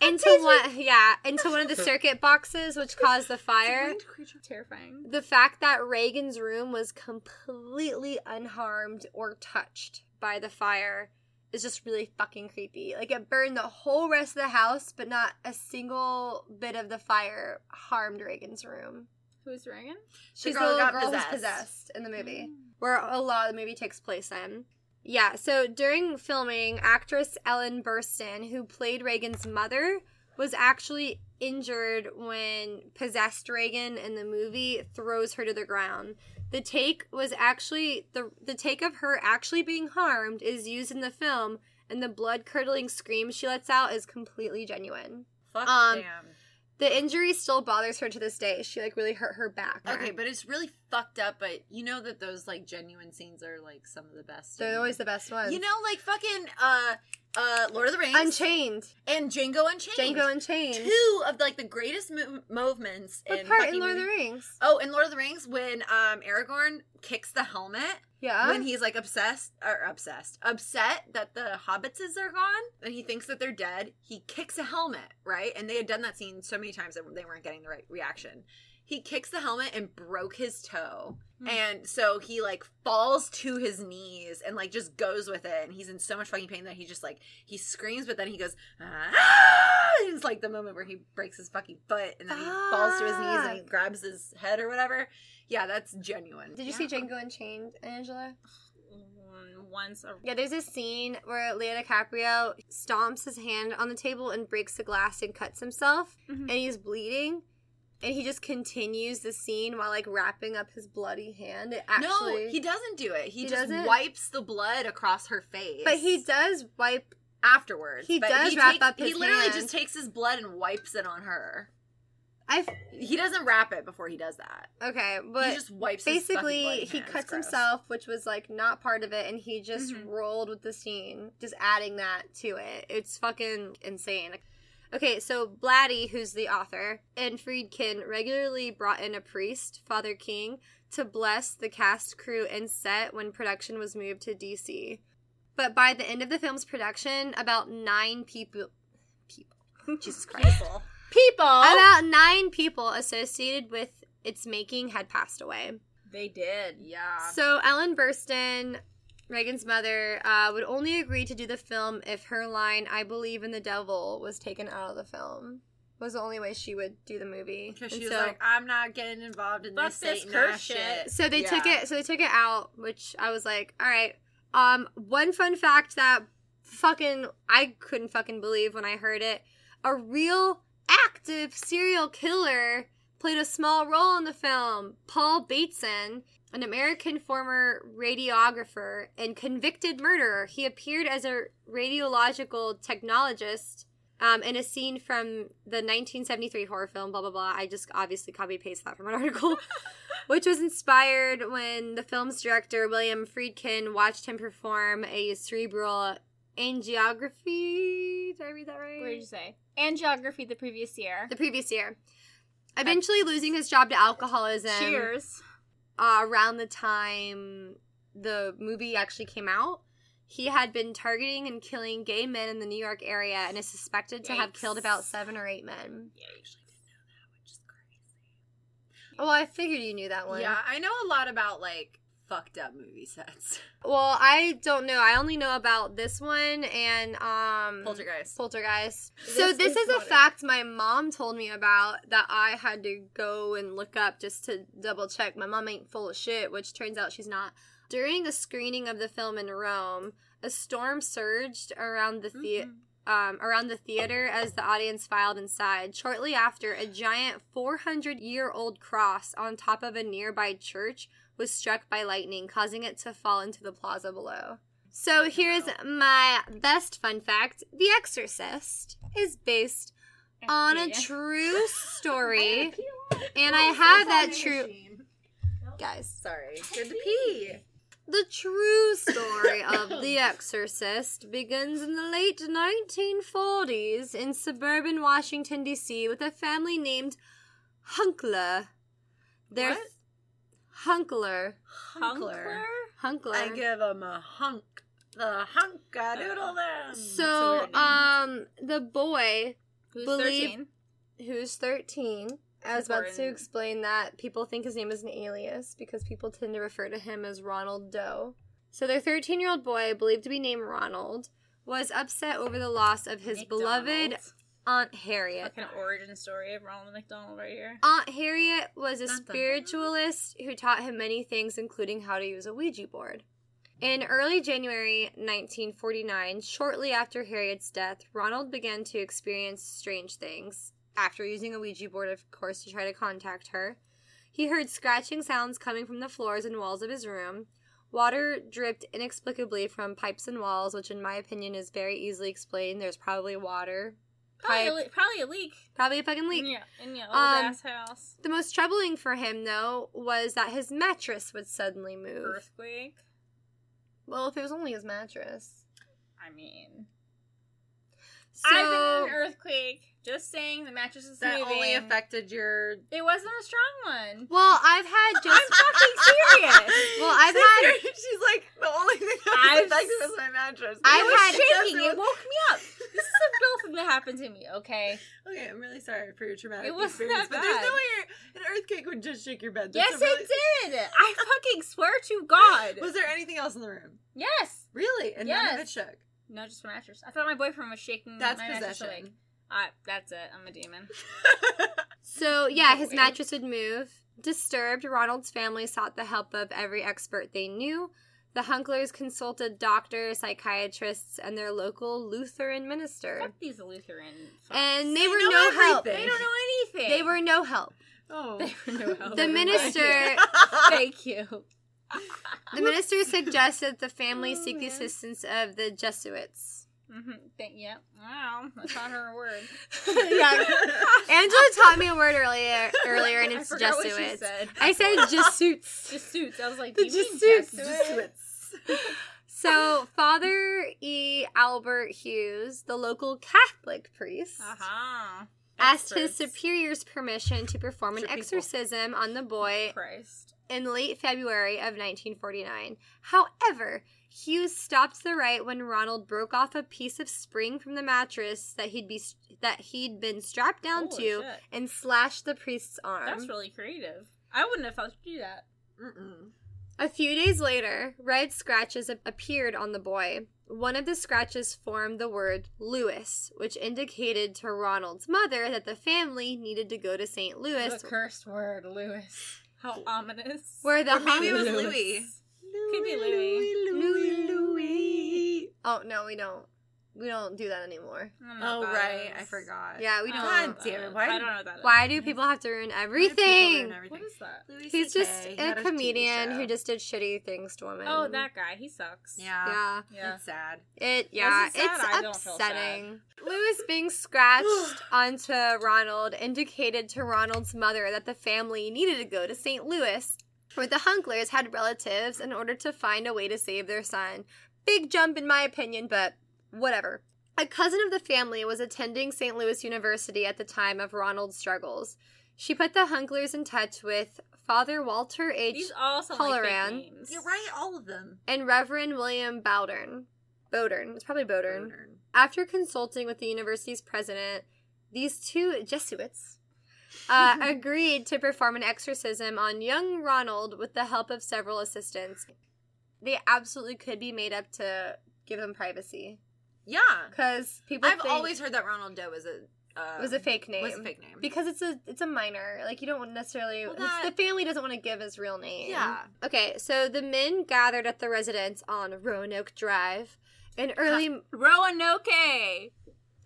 S2: into one, yeah, into one of
S3: [laughs]
S2: the circuit boxes, which caused the fire.
S3: Terrifying.
S2: The fact that Reagan's room was completely unharmed or touched by the fire is just really fucking creepy. Like it burned the whole rest of the house, but not a single bit of the fire harmed Reagan's room.
S3: Who's Reagan?
S2: She's the,
S1: girl who
S2: little
S1: got
S2: girl
S1: possessed.
S2: who's possessed in the movie where a lot of the movie takes place in. Yeah, so during filming, actress Ellen Burstyn, who played Reagan's mother, was actually injured when possessed Reagan in the movie throws her to the ground. The take was actually the the take of her actually being harmed is used in the film and the blood curdling scream she lets out is completely genuine.
S1: Fuck
S2: Um,
S1: damn.
S2: The injury still bothers her to this day. She like really hurt her back.
S1: Okay, but it's really fucked up. But you know that those like genuine scenes are like some of the best.
S2: they're
S1: and-
S2: always the best ones.
S1: You know, like fucking uh uh Lord of the Rings
S2: Unchained.
S1: and Django Unchained.
S2: Django Unchained.
S1: Two of like the greatest mo- movements
S2: What
S1: in
S2: part
S1: fucking
S2: in Lord of
S1: movie-
S2: the Rings?
S1: Oh, in Lord of the Rings, when um Aragorn kicks the helmet
S2: Yeah.
S1: when he's like obsessed or obsessed, upset that the hobbitses are gone, and he thinks that they're dead. He kicks a helmet, right? And they had done that scene so many times that they weren't getting the right reaction. He kicks the helmet and broke his toe,
S3: Hmm.
S1: and so he like falls to his knees and like just goes with it. And he's in so much fucking pain that he just like he screams, but then he goes. Ah! [laughs] It's like the moment where he breaks his fucking foot, and then he falls to his knees
S2: Fuck.
S1: and grabs his head or whatever. Yeah, that's genuine.
S2: Did you see Django Unchained, Angela?
S3: Mm, Once a
S2: Yeah, there's a scene where Leo DiCaprio stomps his hand on the table and breaks the glass and cuts himself,
S3: Mhm.
S1: Mm-hmm.
S2: and he's bleeding. And he just continues the scene while like wrapping up his bloody hand. It actually,
S1: no, he doesn't do it. He,
S2: He
S1: just
S2: doesn't?
S1: wipes the blood across her face.
S2: but he does wipe.
S1: afterwards.
S2: he
S1: but
S2: does wrap
S1: takes-
S2: up
S1: He
S2: his
S1: literally
S2: hand.
S1: just takes his blood and wipes it on her.
S2: I
S1: He doesn't wrap it before he does that.
S2: okay, but
S1: he just wipes. his fucking bloody
S2: basically he
S1: hand. It's
S2: cuts
S1: gross.
S2: himself, which was like not part of it, and he just
S3: Mhm.
S2: rolled with the scene, just adding that to it. It's fucking insane. Okay, so Blatty, who's the author, and Friedkin regularly brought in a priest, Father King, to bless the cast, crew, and set when production was moved to DC. But by the end of the film's production, about nine people. People. [laughs] Jesus Christ.
S3: People. People.
S2: About nine people associated with its making had passed away.
S3: they did. Yeah.
S2: So Ellen Burstyn, Reagan's mother, uh, would only agree to do the film if her line "I believe in the devil" was taken out of the film. Was the only way she would do the movie.
S1: Because
S2: And
S1: she was
S2: so,
S1: like, I'm not getting involved in
S3: Fuck
S1: this
S3: this
S1: Satan
S3: curse
S1: shit.
S3: shit.
S2: so they took
S3: Yeah.
S2: it. So they took it out, which I was like, all right. Um, one fun fact that fucking I couldn't fucking believe when I heard it: a real active serial killer played a small role in the film. Paul Bateson, an American former radiographer and convicted murderer, he appeared as a radiological technologist um, in a scene from the 1973 horror film, blah, blah, blah. I just obviously copy paste that from an [laughs] article, which was inspired when the film's director, William Friedkin, watched him perform a cerebral angiography. Did I read that right?
S3: what did you say? And geography the previous year.
S2: the previous year. Eventually losing his job to alcoholism.
S3: Cheers.
S2: Uh, around the time the movie actually came out, he had been targeting and killing gay men in the New York area and is suspected to have
S3: Yikes.
S2: killed about seven or eight men.
S1: Yeah, I actually didn't know that, which is crazy.
S2: Well, I figured you knew that one.
S1: Yeah, I know a lot about like fucked up movie sets.
S2: Well, I don't know. I only know about this one and um
S1: Poltergeist.
S2: Poltergeist.
S3: This
S2: so this is,
S3: is
S2: a
S3: not it.
S2: fact my mom told me about that I had to go and look up just to double check. My mom ain't full of shit, which turns out she's not. During a screening of the film in Rome, a storm surged around the theater.
S3: Mhm.
S2: Um, around the theater as the audience filed inside. Shortly after, a giant 400 year old cross on top of a nearby church was struck by lightning, causing it to fall into the plaza below. So here's my best fun fact The Exorcist is based on a
S3: Yeah.
S2: true story. and I have that true. Guys,
S1: Sorry. Good to pee.
S2: the
S1: [laughs]
S2: true story of The Exorcist begins in the late 1940s in suburban Washington, D.C., with a family named Hunkler. Their
S1: What?
S2: Hunkler.
S1: Hunkler.
S2: Hunkler.
S1: I give him a hunk. The hunk a doodle them.
S2: so,
S1: It's a weird name.
S2: um, the boy
S3: Who's
S2: Believe-
S3: 13?
S2: who's 13. I was about to
S3: Important.
S2: explain that people think his name is an alias because people tend to refer to him as Ronald Doe. So their 13 year old boy, believed to be named Ronald, was upset over the loss of his beloved
S3: McDonald's.
S2: Aunt Harriet.
S3: Fucking origin story of Ronald McDonald right here.
S2: Aunt Harriet was a
S1: Dun, dun, dun.
S2: spiritualist who taught him many things, including how to use a Ouija board. In early January 1949, shortly after Harriet's death, Ronald began to experience strange things. After using a Ouija board, of course, to try to contact her, he heard scratching sounds coming from the floors and walls of his room. Water dripped inexplicably from pipes and walls, which, in my opinion, is very easily explained. There's probably water,
S3: Probably, a,
S2: Pipe.
S3: le- probably a leak.
S2: probably a fucking leak.
S3: In your, in your old
S2: Um,
S3: ass house.
S2: The most troubling for him, though, was that his mattress would suddenly move.
S3: Earthquake.
S2: Well, if it was only his mattress.
S3: I mean,
S2: So,
S3: I've been in an earthquake. Just saying, the mattress is
S1: that
S3: moving.
S1: only affected your.
S3: It wasn't a strong one.
S2: well, I've
S3: [laughs]
S2: had
S1: [laughs]
S2: just.
S3: fucking serious.
S2: Well, I've had-
S1: She's like the only thing that
S3: I've
S1: was affected
S3: s-
S1: was my mattress.
S2: I've
S3: It
S1: It
S3: was
S2: had-
S3: shaking.
S1: just-
S3: It woke me up. This is a real thing that happened to me. Okay.
S1: [laughs] Okay, I'm really sorry for your traumatic
S3: It wasn't
S1: experience,
S3: that
S1: but there's no
S3: bad.
S1: way your- an earthquake would just shake your bed. That's
S3: yes,
S1: a really-
S3: it did. I fucking swear to God.
S1: Was there anything else in the room?
S3: yes.
S1: Really? And none of it
S3: Yes. Mm,
S1: shook.
S3: No, just my mattress. I thought my boyfriend was shaking
S1: That's
S3: my mattress awake.
S1: possession.
S3: I, that's it. I'm a demon.
S2: So, yeah, his
S3: Wait.
S2: mattress would move. Disturbed, Ronald's family sought the help of every expert they knew. The Hunklers consulted doctors, psychiatrists, and their local Lutheran
S3: Fuck
S2: minister.
S3: these Lutheran. fucks.
S2: And
S1: They
S2: they were
S1: know
S2: no help.
S1: everything.
S3: they don't know anything.
S2: They
S3: [laughs]
S2: were no help.
S1: Oh.
S3: They were no help.
S1: [laughs]
S2: The minister
S3: Thank you.
S2: the minister suggested the family
S3: Oh,
S2: seek the
S3: man.
S2: assistance of the Jesuits.
S3: Mm-hmm. Thank, yeah. Wow. I taught
S2: [laughs]
S3: her a word. [laughs]
S1: [laughs]
S2: yeah. Angela taught me a word earlier earlier and
S3: I
S2: it's
S3: forgot what she
S2: Jesuits.
S3: said. [laughs]
S2: I said Jesuits.
S3: Jesuits. I was like,
S2: The
S3: do you mean
S2: Jesuits.
S3: Jesuits?
S1: Jesuits.
S2: So, Father E. Albert Hughes, the local Catholic priest,
S3: Uh-huh.
S2: asked his
S1: Experts.
S2: superior's permission to perform an
S1: Your people.
S2: exorcism on the boy
S3: Christ.
S2: in late February of 1949. However, Hughes stopped the rite when Ronald broke off a piece of spring from the mattress that he'd be that he'd been strapped down
S3: Holy
S2: to um,
S3: shit.
S2: and slashed the priest's arm.
S3: That's really creative. I wouldn't have thought to do that.
S1: Mm-mm.
S2: A few days later, red scratches ap- appeared on the boy. One of the scratches formed the word Lewis, which indicated to Ronald's mother that the family needed to go to St. Louis,
S3: The cursed word, Lewis. How ominous.
S2: where the
S1: Maybe it was
S2: Hon-
S1: Louis.
S3: Could be Louis.
S2: Louis,
S1: Louis.
S2: Oh no, we don't. We don't do that anymore.
S3: don't know
S1: Oh
S3: what that
S1: right, I
S3: is.
S1: forgot.
S2: Yeah, we
S3: I
S2: don't.
S3: don't know
S1: God
S3: what that
S1: damn it,
S3: is.
S1: why
S3: Oh, I
S1: did-
S3: don't know what that. is.
S2: Why do people have to ruin everything?
S3: What is that?
S1: Louis
S2: He's
S1: CK.
S2: just
S1: He
S2: a
S1: had TV
S2: comedian
S1: show.
S2: who just did shitty things to women.
S3: Oh, that guy. He sucks.
S1: Yeah.
S2: Yeah.
S3: Yeah.
S1: It's sad.
S2: It yeah,
S3: sad? I
S2: it's
S3: don't feel sad.
S2: upsetting. Lewis being
S3: [sighs]
S2: scratched onto Ronald indicated to Ronald's mother that the family needed to go to St. Louis, where the Hunklers had relatives in order to find a way to save their son. Big jump in my opinion, but whatever. A cousin of the family was attending St. Louis University at the time of Ronald's struggles. She put the Hunklers in touch with Father Walter H.
S3: These all sound like fake
S2: Halloran.
S3: names.
S1: You're right, all of them.
S2: and Reverend William Bowdern. Bowdern. It's probably Bowdern. After consulting with the university's president, these two Jesuits
S1: [laughs]
S2: uh, agreed to perform an exorcism on young Ronald with the help of several assistants. They absolutely could be made up to give him privacy
S1: Yeah.
S2: because people.
S1: I've
S2: think
S1: always heard that Ronald Doe was a uh,
S2: it was a fake name.
S1: Was a fake name.
S2: Because it's a it's a minor. Like you don't necessarily
S1: Well,
S2: it's-
S1: that-
S2: the family doesn't want to give his real name.
S1: Yeah.
S2: Okay, so the men gathered at the residence on Roanoke Drive. An early
S3: Roanoke.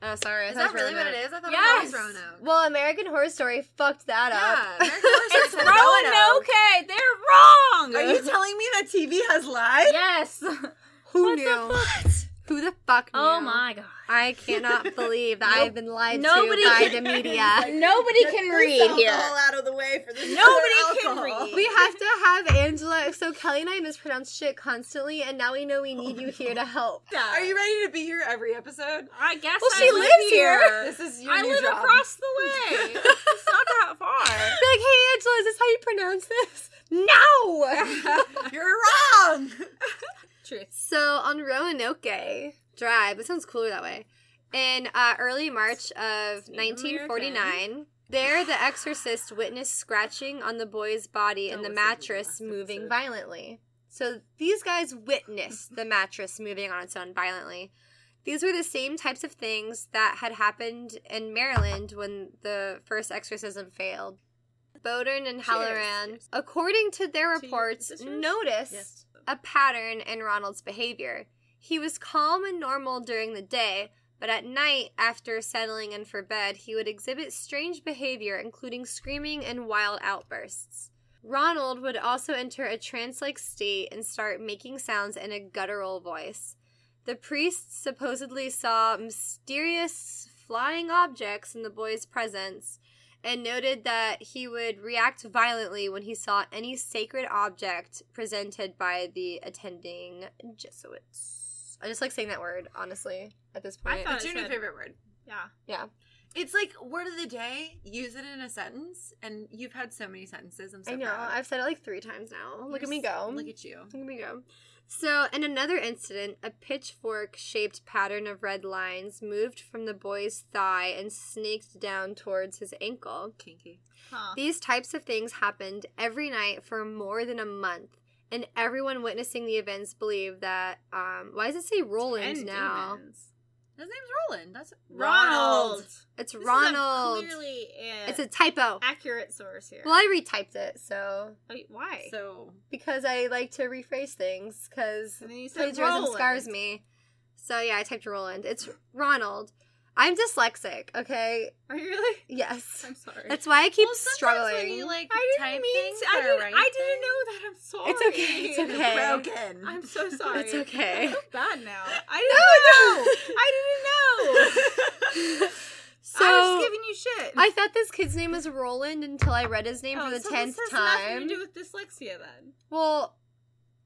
S2: Oh sorry, I
S1: is
S2: thought
S1: that really what
S2: Roanoke.
S1: it is? I thought
S3: Yes!
S1: it was Roanoke.
S2: Well, American Horror Story fucked that
S1: yeah,
S2: up.
S1: American
S3: [laughs]
S1: Horror Story
S3: It's
S1: said Roanoke.
S3: [laughs]
S1: Are [laughs]
S3: Roanoke. They're wrong.
S1: you telling me that TV has [laughs] lies?
S3: yes.
S2: Who
S3: What the
S2: knew?
S1: What?
S2: Who the fuck knew?
S3: Oh my god.
S2: I
S3: [laughs]
S2: cannot believe that I've been lied
S3: Nobody
S2: to by
S3: can-
S2: the
S3: [laughs]
S2: media.
S3: Nobody
S1: Get
S3: can
S1: this
S3: read
S1: alcohol
S3: here.
S1: out of the way for this
S3: Nobody
S1: other
S3: can
S1: alcohol.
S3: read.
S2: We have to have Angela. So Kelly and I mispronounce shit constantly, and now we know we need you here to help.
S1: Are you ready to be here every episode?
S3: I guess.
S2: Well,
S3: I
S2: she
S3: live
S2: lives here.
S1: This is your
S3: I
S1: new
S3: live
S1: job. [laughs]
S3: across the way. it's not that far.
S2: Be like, hey Angela, is this how you pronounce this? [laughs]
S1: [laughs]
S2: No.
S1: You're wrong.
S3: Truth.
S2: so on Roanoke Drive, it sounds cooler that way. In uh, early March of 1949, there the exorcist witnessed scratching on the boy's body and the
S1: That was
S2: mattress
S1: the last
S2: moving
S1: episode.
S2: violently. So these guys witnessed the mattress moving on its own violently. These were the same types of things that had happened in Maryland when the first exorcism failed. Bowdern and Halloran,
S1: Cheers.
S2: according to their
S3: To you-
S2: reports,
S3: is this yours?
S2: noticed
S1: Yes.
S2: a pattern in Ronald's behavior. He was calm and normal during the day, but at night, after settling in for bed, he would exhibit strange behavior, including screaming and wild outbursts. Ronald would also enter a trance like state and start making sounds in a guttural voice. The priest supposedly saw mysterious flying objects in the boy's presence and noted that he would react violently when he saw any sacred object presented by the attending Jesuits. I just like saying that word, honestly, at this
S3: I
S2: point.
S3: thought-
S1: It's your new
S3: said-
S1: favorite word.
S3: Yeah.
S2: yeah.
S1: It's like word of the day. Use it in a sentence, and you've had so many sentences. I'm so
S2: I know.
S1: proud.
S2: I've said it like three times now. Look at me
S1: You're s-
S2: go.
S1: Look at you.
S2: Here we go. So, in another incident, a pitchfork shaped pattern of red lines moved from the boy's thigh and snaked down towards his ankle.
S1: Kinky.
S3: Huh.
S2: These types of things happened every night for more than a month, and everyone witnessing the events believed that. Um, why does it say Roland
S3: Ten
S2: now?
S3: demons.
S1: His name's Roland. That's
S3: Ronald.
S2: It's
S3: This is a
S2: Ronald.
S3: clearly uh,
S2: It's a typo.
S3: accurate source here.
S2: Well, I retyped it, so
S3: Wait, why?
S1: So
S2: because I like to rephrase things, because
S3: and then you said
S2: plagiarism
S3: Roland.
S2: scars me. So yeah, I typed Roland. It's Ronald. I'm dyslexic, okay?
S3: Are
S2: [laughs]
S3: you really?
S2: Yes.
S3: I'm sorry.
S2: That's why I keep
S1: Well, sometimes
S2: struggling.
S1: When you, like,
S3: I
S1: type
S3: didn't mean
S1: things
S3: to. I
S1: or
S3: didn't,
S1: write
S3: I didn't know that. I'm sorry.
S2: It's okay, it's
S1: things,
S2: okay.
S1: you're Broken. [laughs]
S3: I'm so sorry.
S2: It's okay. [laughs]
S3: [laughs] I feel bad now. I didn't know. I didn't know.
S2: so
S3: I was giving you shit.
S2: I thought this kid's name was Roland until I read his name
S3: Oh,
S2: for the
S3: so
S2: tenth
S3: this has nothing
S2: time.
S3: to do with dyslexia then.
S2: well,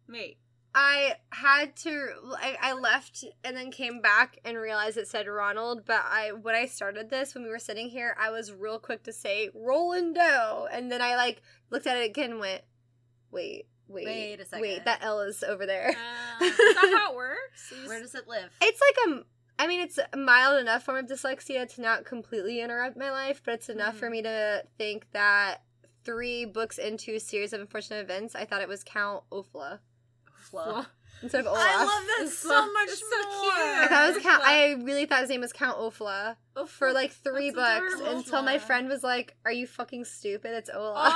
S2: [laughs]
S3: Wait.
S2: I had to. I, I left and then came back and realized it said Ronald. But I when I started this when we were sitting here, I was real quick to say Roland Doe, and then I like looked at it again, and went, wait, wait,
S1: Wait a second.
S2: wait, that L is over there.
S3: Ah, that's not how it works. You
S1: Where
S3: just-
S1: does it live?
S2: It's like a. I mean, it's a mild enough form of dyslexia to not completely interrupt my life, but it's enough
S1: Mhm.
S2: for me to think that three books into a series of unfortunate events, I thought it was Count Ofla
S1: Fluff.
S2: instead of Olaf.
S1: I love that
S3: It's
S1: so
S3: fluff.
S1: much
S3: It's so
S1: more.
S3: cute.
S2: I thought it was
S3: Count
S2: Count. I really thought his name was Count Ofla
S3: Oh,
S2: for like three
S3: that's
S2: books
S3: adorable.
S2: until my
S1: Ofla.
S2: friend was like, "Are you fucking stupid? It's Olaf."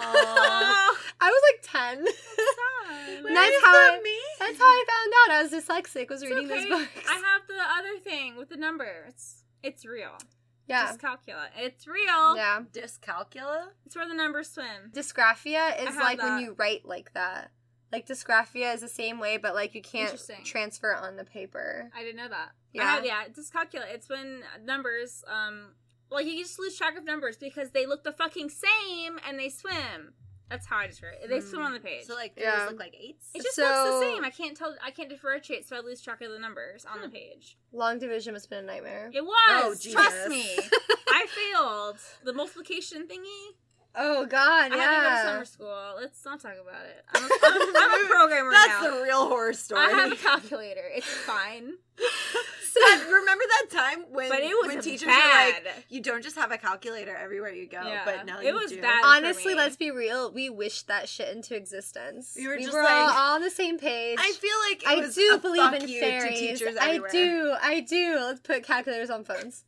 S3: Oh,
S2: I was like ten. [laughs]
S1: Where
S2: [laughs] uh, Nice
S1: is
S2: how
S1: that
S2: I-
S1: me?
S2: That's how I found out I was dyslexic. Was
S3: It's
S2: reading
S3: okay.
S2: those books.
S3: I have the other thing with the number. It's it's real.
S2: [laughs] yeah,
S3: Dyscalculia. It's real.
S2: yeah.
S1: Dyscalculia?
S3: It's where the numbers swim.
S2: Dysgraphia is
S3: have
S2: like when
S3: that.
S2: you write like that. Like dysgraphia is the same way, but like you can't
S3: Interesting.
S2: transfer it on the paper.
S3: I didn't know that.
S2: Yeah.
S3: I have, yeah. Dyscalculia. It's when numbers, um, like you just lose track of numbers because they look the fucking same and they swim. That's how I describe it. They swim
S1: Mm.
S3: on the page.
S1: So like these
S2: Yeah.
S1: look like eights.
S3: it just
S2: So-
S3: looks the same. I can't tell. I can't differentiate, so I lose track of the numbers on the
S1: Hmm.
S3: page.
S2: Long division must have been a nightmare.
S3: It was.
S1: Oh,
S3: Trust
S1: Jesus.
S3: me. I failed the multiplication thingy.
S2: [laughs] Oh God,
S3: I had to go to
S2: yeah.
S3: summer school. Let's not talk about it. I'm a, I'm,
S1: [laughs]
S3: a- I'm a programmer
S1: That's
S3: now.
S1: the real horror story. [laughs]
S3: I have a calculator. It's fine,
S1: That- [laughs] remember that time when
S3: but it was
S1: when teachers were
S3: bad.
S1: like, you don't just have a calculator everywhere you go,
S3: Yeah.
S1: but now
S3: It
S1: you
S3: was
S1: do.
S3: bad. for
S2: Honestly,
S3: me.
S2: let's be real. We wished that shit into existence.
S1: We were just
S2: all,
S1: like-
S2: all on the same page.
S1: I feel like it
S2: I
S1: was
S2: do
S1: a
S2: believe
S1: fuck
S2: in
S1: you To
S2: fairies.
S1: teachers
S2: I
S1: everywhere. [laughs]
S2: do. I do. Let's put calculators on phones.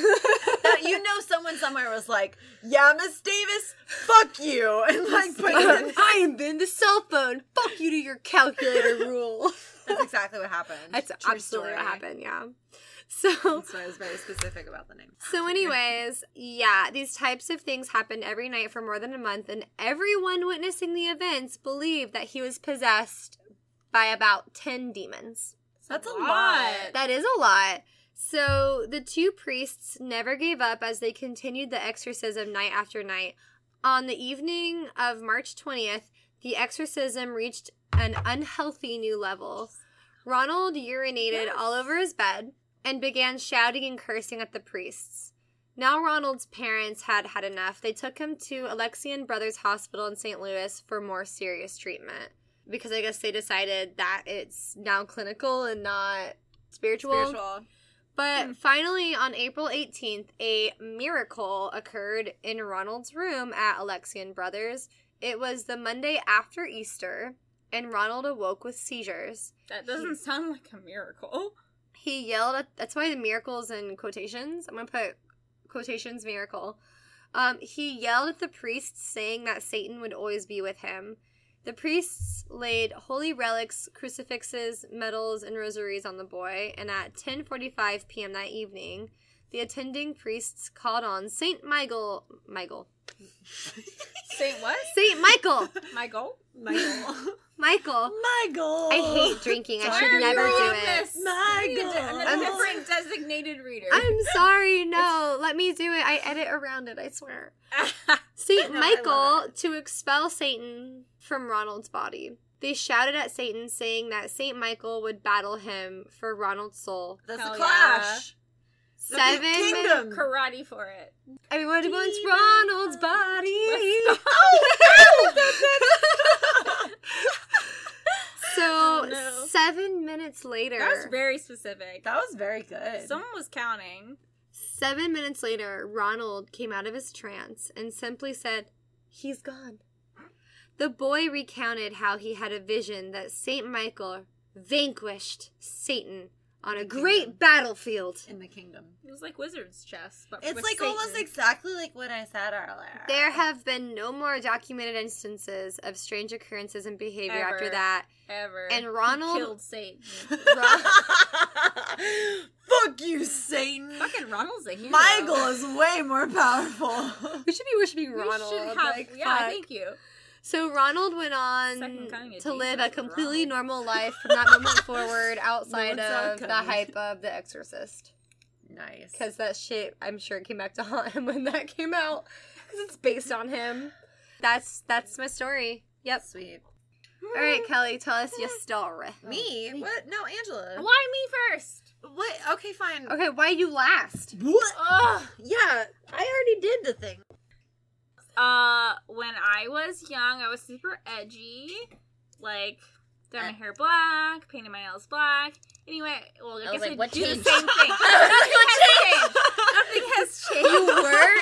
S1: That you know, someone somewhere was like, "Yeah, Miss Davis, fuck you," [laughs] and like, put it in.
S2: [laughs] I invented the cell phone. Fuck you to your calculator
S1: [laughs]
S2: rule.
S1: that's exactly what happened.
S2: That's
S1: True
S2: absolutely
S1: story.
S2: what happened. Yeah. So
S1: That's why I was very specific about the name. [laughs]
S2: So, anyways, yeah, these types of things happened every night for more than a month, and everyone witnessing the events believed that he was possessed by about 10 demons.
S1: That's a lot.
S2: That is a lot. So, the two priests never gave up as they continued the exorcism night after night. On the evening of March 20th, the exorcism reached an unhealthy new level. Ronald urinated
S3: Yes.
S2: all over his bed and began shouting and cursing at the priests. Now Ronald's parents had had enough. They took him to Alexian Brothers Hospital in St. Louis for more serious treatment because I guess they decided that it's now clinical and not spiritual.
S1: Spiritual.
S2: But
S3: Hmm.
S2: finally, on April 18th, a miracle occurred in Ronald's room at Alexian Brothers. It was the Monday after Easter, and Ronald awoke with seizures.
S3: That doesn't sound like a miracle.
S2: He yelled at that's why the miracles in quotations. I'm gonna put quotations miracle. Um, he yelled at the priests saying that Satan would always be with him. The priests laid holy relics, crucifixes, medals, and rosaries on the boy, and at 10:45 p.m. that evening, the attending priests called on Saint Michael, Michael,
S3: Saint what?
S2: Saint Michael,
S3: My goal. [laughs]
S1: Michael.
S2: Michael.
S1: [laughs] Michael. [laughs]
S2: I hate drinking. I
S1: Why
S2: should
S1: are you
S2: never do
S1: on
S2: it.
S3: This?
S1: My
S3: We need a-
S1: goal.
S3: A
S2: I'm-
S3: different designated reader.
S2: [laughs] I'm sorry. No, let me do it. I edit around it. I swear. Saint
S1: No, I love
S2: Michael to expel Satan from Ronald's body. They shouted at Satan, saying that Saint Michael would battle him for Ronald's soul.
S1: That's
S3: Hell
S1: a clash. The
S2: Seven.
S1: Big
S2: minutes.
S1: Kingdom.
S3: [laughs] Karate for it.
S2: Everyone wants
S1: Demon.
S2: Ronald's body.
S1: Oh, [laughs]
S2: so
S1: [laughs]
S3: Oh, no.
S2: seven minutes later,
S3: That was very specific.
S1: That was very good.
S3: Someone was counting.
S2: seven minutes later, Ronald came out of his trance and simply said, "He's gone." The boy recounted how he had a vision that Saint Michael vanquished Satan on a great battlefield.
S1: in the kingdom.
S3: It was like wizard's chess, but
S1: It's
S3: with
S1: like almost
S3: Satan.
S1: exactly like what I said earlier. [laughs]
S2: There have been no more documented instances of strange occurrences and behavior after
S3: Ever.
S2: that.
S3: ever.
S2: and
S3: He
S2: Ronald-
S3: killed Satan.
S1: Fuck you, Satan.
S3: Fucking Ronald's a hero.
S1: Michael is way more powerful.
S2: We should be worshiping
S3: We
S2: Ronald.
S3: should have.
S2: like,
S3: yeah,
S2: fuck.
S3: thank you.
S2: so Ronald went on
S3: Second coming of
S2: to live a
S3: Jesus,
S2: completely
S3: Ronald.
S2: normal life from that
S3: [laughs]
S2: moment forward outside
S1: No one saw it
S2: of the
S1: coming.
S2: hype of The Exorcist.
S1: nice.
S2: Because that shit, I'm sure, came back to haunt him [laughs] when that came out. Because it's based on him. That's that's my story. Yep.
S1: sweet.
S2: All
S3: [laughs]
S2: right, Kelly, tell us your story.
S3: Oh,
S1: Me? What? No, Angela.
S3: Why me first?
S1: What? Okay, fine.
S2: Okay, why you
S3: [laughs]
S2: last?
S1: What?
S3: Ugh.
S1: Yeah, I already did the thing.
S3: Uh, when I was young, I was super edgy. Like, dyed my
S4: Eh.
S3: hair black, painted my nails black. Anyway, well, I,
S4: I was
S3: guess
S4: like,
S3: we
S4: what
S3: do
S4: changed?
S3: the same
S1: [laughs]
S3: thing. Nothing
S4: [laughs]
S3: has changed. Nothing has
S1: You
S3: changed.
S1: were
S4: [laughs]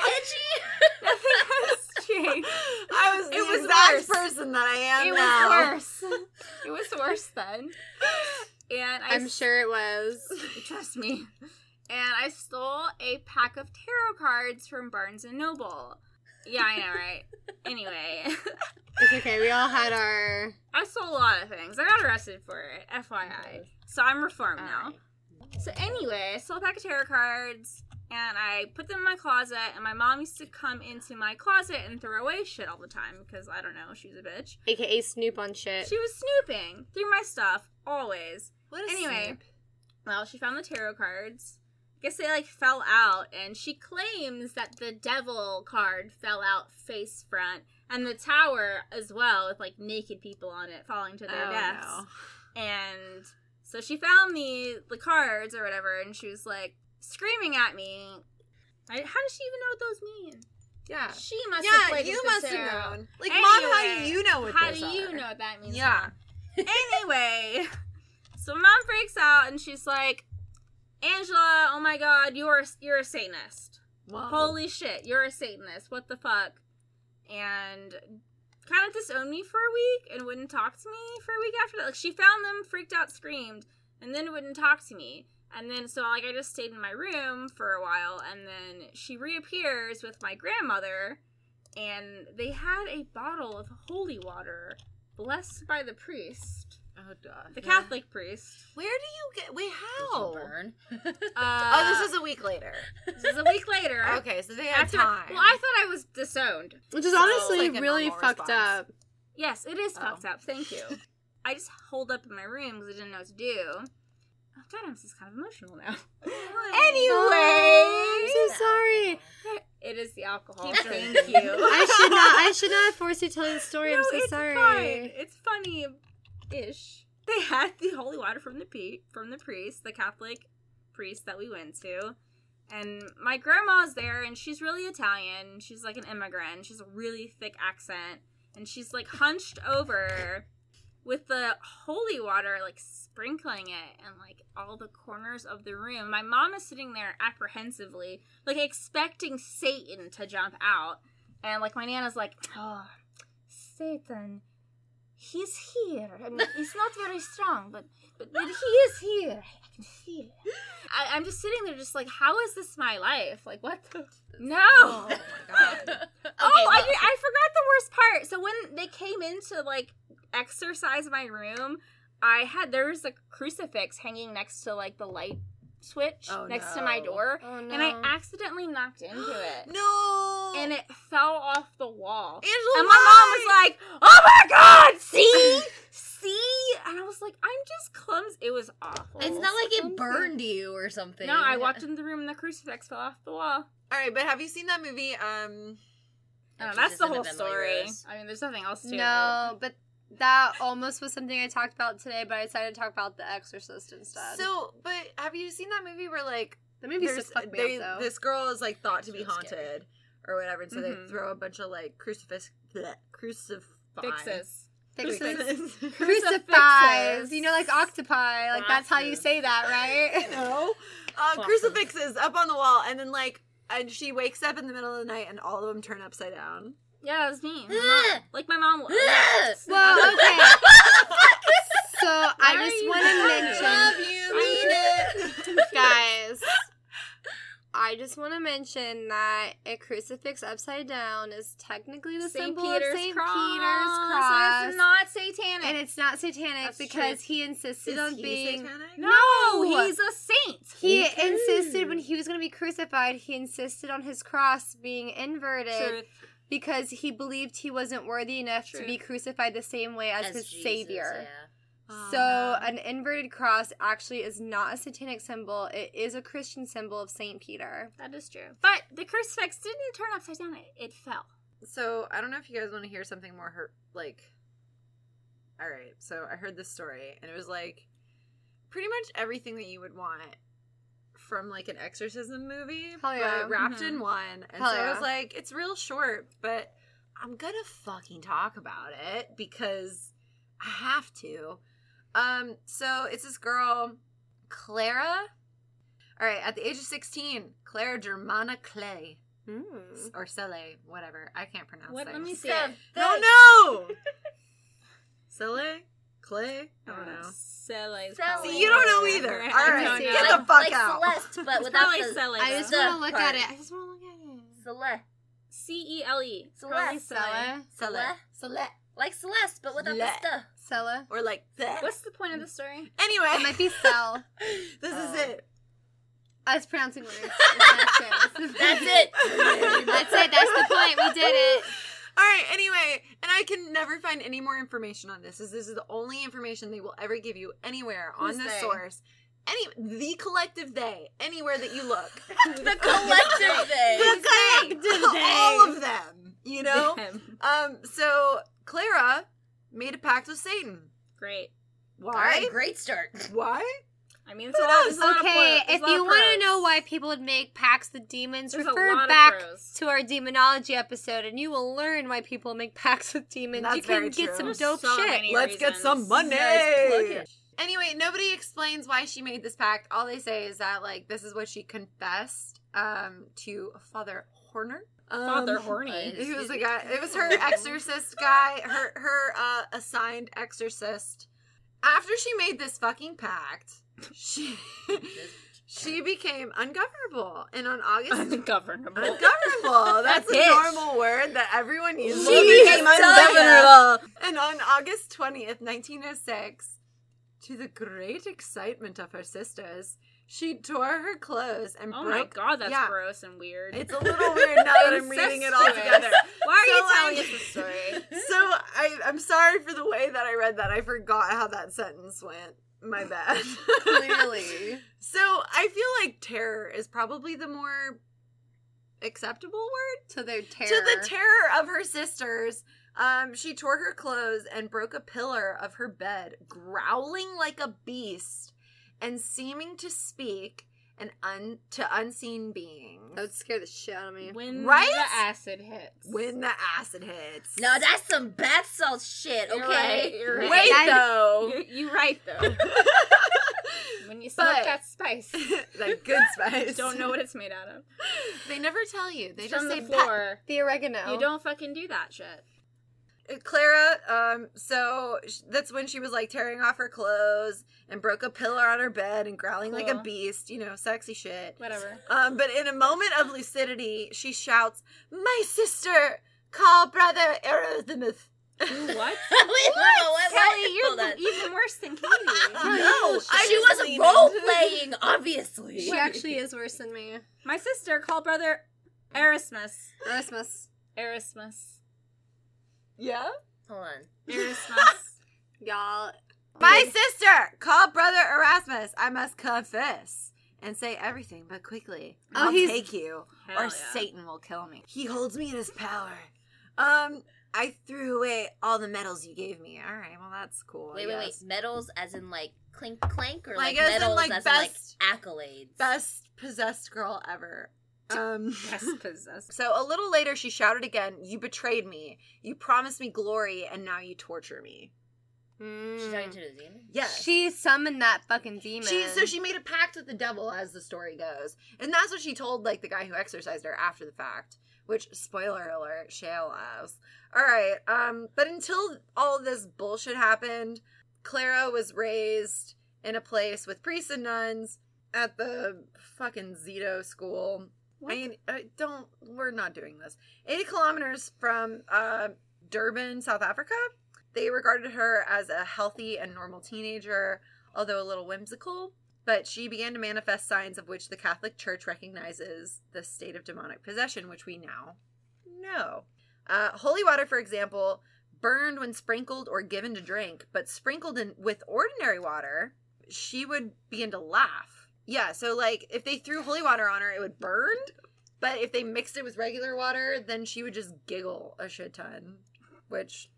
S3: Nothing has changed.
S1: I was
S3: It was worse.
S1: person that I am
S3: It was worse. It was worse then. And I
S2: I'm sure it was.
S3: Trust me. And I stole a pack of tarot cards from Barnes and Noble. Yeah, I know, right? anyway, [laughs]
S2: It's okay. We all had our.
S3: I stole a lot of things. I got arrested for it,
S4: [laughs]
S3: FYI. So I'm reformed now. So anyway, I stole a pack of tarot cards and I put them in my closet. And my mom used to come into my closet and throw away shit all the time because I don't know, she was a bitch.
S2: AKA Snoop on shit.
S3: She was snooping through my stuff always.
S1: What
S3: Anyway. Well, she found the tarot cards. Guess they like fell out, and she claims that the devil card fell out face front, and the tower as well, with like naked people on it falling to
S1: Oh,
S3: their deaths. And so she found the the cards or whatever, and she was like screaming at me. I, how does she even know what those mean?
S1: Yeah.
S3: She must have
S1: Yeah,
S3: played
S1: you
S3: with the
S1: must
S3: tarot.
S1: have known. Like, mom, how do
S3: Anyway,
S1: you know what
S3: How
S1: those
S3: do you
S1: are?
S3: know what that means?
S1: Yeah.
S3: Mom? anyway, so mom freaks out and she's like, "Angela, oh my god, you're a, you're a Satanist.
S1: Whoa.
S3: Holy shit, you're a Satanist. What the fuck?" And kind of disowned me for a week and wouldn't talk to me for a week after that. Like she found them, freaked out, screamed, and then wouldn't talk to me. And then so like I just stayed in my room for a while and then she reappears with my grandmother and they had a bottle of holy water blessed by the priest,
S1: Oh, duh.
S3: the
S1: Yeah.
S3: Catholic priest.
S1: Where do you get? Wait,
S4: Did
S1: how?
S4: you burn?
S3: Uh,
S1: oh, this is a week later.
S3: this is a week later.
S1: [laughs] Okay, so they had
S3: After-
S1: time.
S3: Well, I thought I was disowned.
S2: Which is
S1: So,
S2: honestly
S1: like, a
S2: really
S1: normal
S2: fucked
S1: response.
S2: up.
S3: Yes, it is
S1: Oh.
S3: fucked up. Thank you. [laughs] I just holed up in my room because I didn't know what to do. Oh, God, I'm just kind of emotional now.
S2: Oh,
S3: anyway,
S2: I'm so sorry.
S3: it is the alcohol.
S1: Keep
S3: Thank
S1: drinking.
S3: you.
S2: I should not. I should not have forced you to tell the story.
S3: No,
S2: I'm so
S3: it's
S2: sorry.
S3: fine. It's funny ish. They had the holy water from the pe- from the priest, the Catholic priest that we went to. And my grandma's there and she's really Italian. She's like an immigrant. She's a really thick accent. And she's like hunched over with the holy water like sprinkling it and like all the corners of the room. My mom is sitting there apprehensively, like expecting Satan to jump out. And like my nana's like, oh, Satan, he's here. I mean, he's not very strong, but but, but he is here. I can feel it. I, I'm just sitting there, just like, how is this my life? Like, what? the... No.
S1: [laughs] Oh, my God.
S3: [laughs] Oh, I,
S4: well,
S3: did- I forgot the worst part. So when they came in to like exercise my room, I had there was a crucifix hanging next to like the light switch
S1: Oh,
S3: next to my
S1: no.
S3: door,
S2: Oh no.
S3: and I accidentally knocked
S1: [gasps]
S3: into it,
S1: no.
S3: and it fell off the wall.
S1: Angela,
S3: And my mom was like, "Oh my god, see, see," and I was like, "I'm just clumsy." It was awful.
S4: It's not like it burned you or something.
S3: No, I walked into the room and the crucifix fell off the wall.
S1: "All right, but have you seen that movie? Um,
S2: Oh,
S3: I don't
S4: Exorcism
S3: know, that's the
S4: of
S3: whole
S4: Emily
S3: story.
S4: Rose.
S3: I mean, there's nothing else to it.
S2: No, but that almost was something I talked about today, but I decided to talk about The Exorcist instead.
S1: so but have you seen that movie where like
S2: the movie's
S1: there's-
S2: just fucked me
S1: they-
S2: up, though.
S1: this girl is like thought to be
S4: It's really
S1: haunted
S4: scary.
S1: or whatever, and so
S3: Mhm.
S2: Mm-hmm.
S1: they throw a bunch of like crucifix, bleh, crucifix,
S3: Fixes.
S2: Fixes.
S3: Crucifixes.
S2: [laughs] Crucifies. You know, like octopi. Like, that's how you
S4: Crosses.
S2: say that,
S3: [laughs]
S1: [laughs]
S2: right?
S1: no, uh,
S4: Crosses.
S1: crucifixes up on the wall, and then like, and she wakes up in the middle of the night, and all of them turn upside
S2: [laughs]
S1: down.
S3: Yeah, it was me. My
S4: [gasps]
S3: mom- like my mom.
S2: well,
S3: [laughs]
S2: okay. so, I
S3: Why are
S2: just
S3: you
S2: want
S3: laughing?
S2: to
S1: Love you,
S2: mention.
S1: mean [laughs] it.
S2: guys. I just want to mention that a crucifix upside down is technically the
S3: St.
S2: symbol
S3: Peter's
S2: of St.
S3: Cross.
S2: Peter's
S3: So
S2: cross,
S3: it's not satanic.
S2: and it's not satanic
S3: That's
S2: because
S3: true.
S2: he insisted
S1: Is
S2: on
S1: he
S2: being.
S1: satanic?
S3: no,
S2: No!
S3: he's a saint.
S2: He
S1: Okay.
S2: insisted when he was going to be crucified. He insisted on his cross being inverted
S3: Truth.
S2: because he believed he wasn't worthy enough to
S3: Truth.
S2: be crucified the same way as,
S4: As
S2: his
S4: Jesus,
S2: savior.
S4: yeah.
S1: Oh,
S2: So
S1: no.
S2: an inverted cross actually is not a satanic symbol. It is a Christian symbol of Saint Peter.
S3: That is true. But the crucifix didn't turn upside down. It, it fell.
S1: so I don't know if you guys want to hear something more hurt, like all right, so I heard this story, and it was like pretty much everything that you would want from like an exorcism movie,
S2: Hell yeah. Mm-hmm.
S1: but wrapped in
S3: Mhm.
S1: one. And
S2: Hell
S1: so I
S2: yeah.
S1: was like, it's real short, but I'm gonna fucking talk about it because I have to. Um, so it's this girl, Clara. All right, at the age of 16, Clara Germana Clay
S2: Mm.
S1: or Sele, whatever. I can't pronounce
S3: What?
S1: that.
S3: Let [laughs] me see
S4: Seb,
S3: it.
S1: No,
S4: Seb.
S1: no. [laughs] Sele, Clay. I don't know.
S3: Sele's
S4: Sele.
S3: probably
S1: See, you don't know
S3: better.
S1: either.
S3: I
S1: All
S3: don't
S1: right,
S3: know.
S1: get the
S4: Like-
S1: fuck
S4: like
S1: out.
S4: Celeste, but
S3: It's
S4: without
S3: probably
S4: the
S3: Sele.
S2: I just
S3: though.
S2: want to look at
S4: part.
S2: it. I just want to look at
S4: Celeste.
S3: C E L E. It's
S4: Celeste.
S3: probably
S2: it.
S3: Sele.
S1: [laughs] Sele,
S4: Celeste. Like Celeste, but without the
S1: Celeste.
S4: stuff.
S2: Sella.
S1: or like that.
S3: What's the point of the story?
S2: [laughs]
S3: [laughs]
S1: Anyway,
S2: It might be Sel.
S1: [laughs] this
S4: Oh.
S1: is it.
S2: I was pronouncing
S3: [laughs]
S2: words. That's it.
S4: That's it.
S2: That's it. That's the point. We did it.
S1: [laughs] All right. Anyway, and I can never find any more information on this. Is this is the only information they will ever give you anywhere
S2: Who's
S1: on this
S2: they?
S1: source? Any the collective they anywhere that you look,
S4: the collective thing.
S1: the collective [laughs] all of them. You
S3: [laughs]
S1: know. Um, so Clara made a pact with Satan.
S3: Great.
S1: Why?
S4: All right, great start.
S1: Why?
S3: I mean, it's a lot. It's a lot of
S2: Okay,
S3: pros. It's
S2: if
S3: a lot
S2: you
S3: of
S2: want to
S3: pros.
S2: know why people would make pacts with demons,
S3: There's a lot
S2: refer
S3: of
S2: back
S3: pros.
S2: to our demonology episode, and you will learn why people make pacts with demons.
S1: That's
S2: you can
S1: very
S2: get
S1: true.
S2: some
S3: There's
S2: dope
S3: so
S2: shit.
S3: many
S1: Let's get
S3: reasons.
S1: some money.
S3: [laughs]
S4: Nice plug-in.
S1: Anyway, nobody explains why she made this pact. All they say is that like this is what she confessed um to Father Horner. Um,
S2: [laughs]
S3: Father horny.
S1: He was the guy. It was her exorcist guy. Her her uh, assigned exorcist. After she made this fucking pact, she she became ungovernable. And on August
S3: [laughs] Ungovernable.
S1: [laughs] ungovernable. That's a
S3: Bitch.
S1: normal word that everyone uses.
S4: She became
S1: ungovernable. And on August 20th, 1906, to the great excitement of her sisters, she tore her clothes and
S3: Oh my
S1: broke.
S3: god, that's
S1: Yeah.
S3: gross and weird.
S1: It's a little weird now that I'm reading it all together.
S3: Why
S1: So,
S3: are you telling
S1: like-
S3: us this story?
S1: [laughs] So I, I'm sorry for the way that I read that. I forgot how that sentence went. My bad. [laughs]
S2: Clearly.
S1: So I feel like terror is probably the more acceptable word.
S2: To their terror.
S1: To the terror of her sisters, um, she tore her clothes and broke a pillar of her bed, growling like a beast and seeming to speak an un- to unseen beings.
S2: That would scare the shit out of me.
S3: When
S1: Right?
S3: the acid hits.
S1: When the acid hits. [laughs]
S4: No, that's some bath salt shit.
S3: You're right,
S4: Okay.
S3: you're right.
S1: Wait
S2: That-
S1: though.
S3: You're, you're right though. when you smoke
S1: But-
S3: that spice,
S1: that [laughs] good spice.
S3: don't know what it's made out of.
S1: They never tell you. They
S3: It's
S1: just
S3: from
S1: say
S3: the
S1: pet
S3: floor.
S2: The oregano.
S3: You don't fucking do that shit.
S1: Uh, Clara, um, so sh- that's when she was like tearing off her clothes and broke a pillar on her bed and growling like a
S3: Cool.
S1: beast, you know, sexy shit.
S3: Whatever.
S1: Um, but in a moment of lucidity, she shouts, "My sister, call brother Erasmus."
S3: [laughs] What?
S4: [laughs] Wait, what? What?
S3: Kelly, you're
S4: Hold on.
S3: the, e- even worse than [laughs] Katie.
S4: [laughs]
S1: No, I
S4: she
S1: just
S4: was
S1: leaned
S4: role
S1: into-
S4: playing, obviously.
S2: She actually is worse than me.
S3: My sister called brother Erasmus.
S2: Christmas.
S3: Erasmus.
S1: Yeah.
S4: Hold on.
S3: Erasmus.
S2: Y'all.
S1: My sister, call brother Erasmus. I must confess and say everything, but quickly.
S2: Oh,
S1: I'll
S2: he's-
S1: take you.
S3: Hell
S1: or
S3: yeah.
S1: Satan will kill me. He holds me in his power. Um, I threw away all the medals you gave me. All right, well that's cool. I
S4: Wait, wait, wait.
S1: guess.
S4: Medals as in like clink clank or
S1: Like,
S4: like,
S1: as in,
S4: medals
S1: like,
S4: as
S1: best-
S4: in like accolades.
S1: Best possessed girl ever. Um,
S3: Yes, [laughs]
S1: [laughs]
S3: possessed.
S1: so a little later, she shouted again, "You betrayed me. You promised me glory, and now you torture me."
S4: She's
S2: Mm.
S4: talking to the demon.
S1: Yes.
S2: She summoned that fucking demon.
S1: She so she made a pact with the devil, as the story goes, and that's what she told like the guy who exorcised her after the fact. Which spoiler alert, Shale loves. All right, um, but until all this bullshit happened, Clara was raised in a place with priests and nuns at the fucking Zito school. I
S3: [laughs]
S1: mean, I don't. We're not doing this. Eighty kilometers from uh, Durban, South Africa, they regarded her as a healthy and normal teenager although a little whimsical. But she began to manifest signs of which the Catholic Church recognizes the state of demonic possession, which we now know. Uh, holy water, for example, burned when sprinkled or given to drink, but sprinkled in, with ordinary water, she would begin to laugh. Yeah, so like if they threw holy water on her, it would burn. But if they mixed it with regular water, then she would just giggle a shit ton, which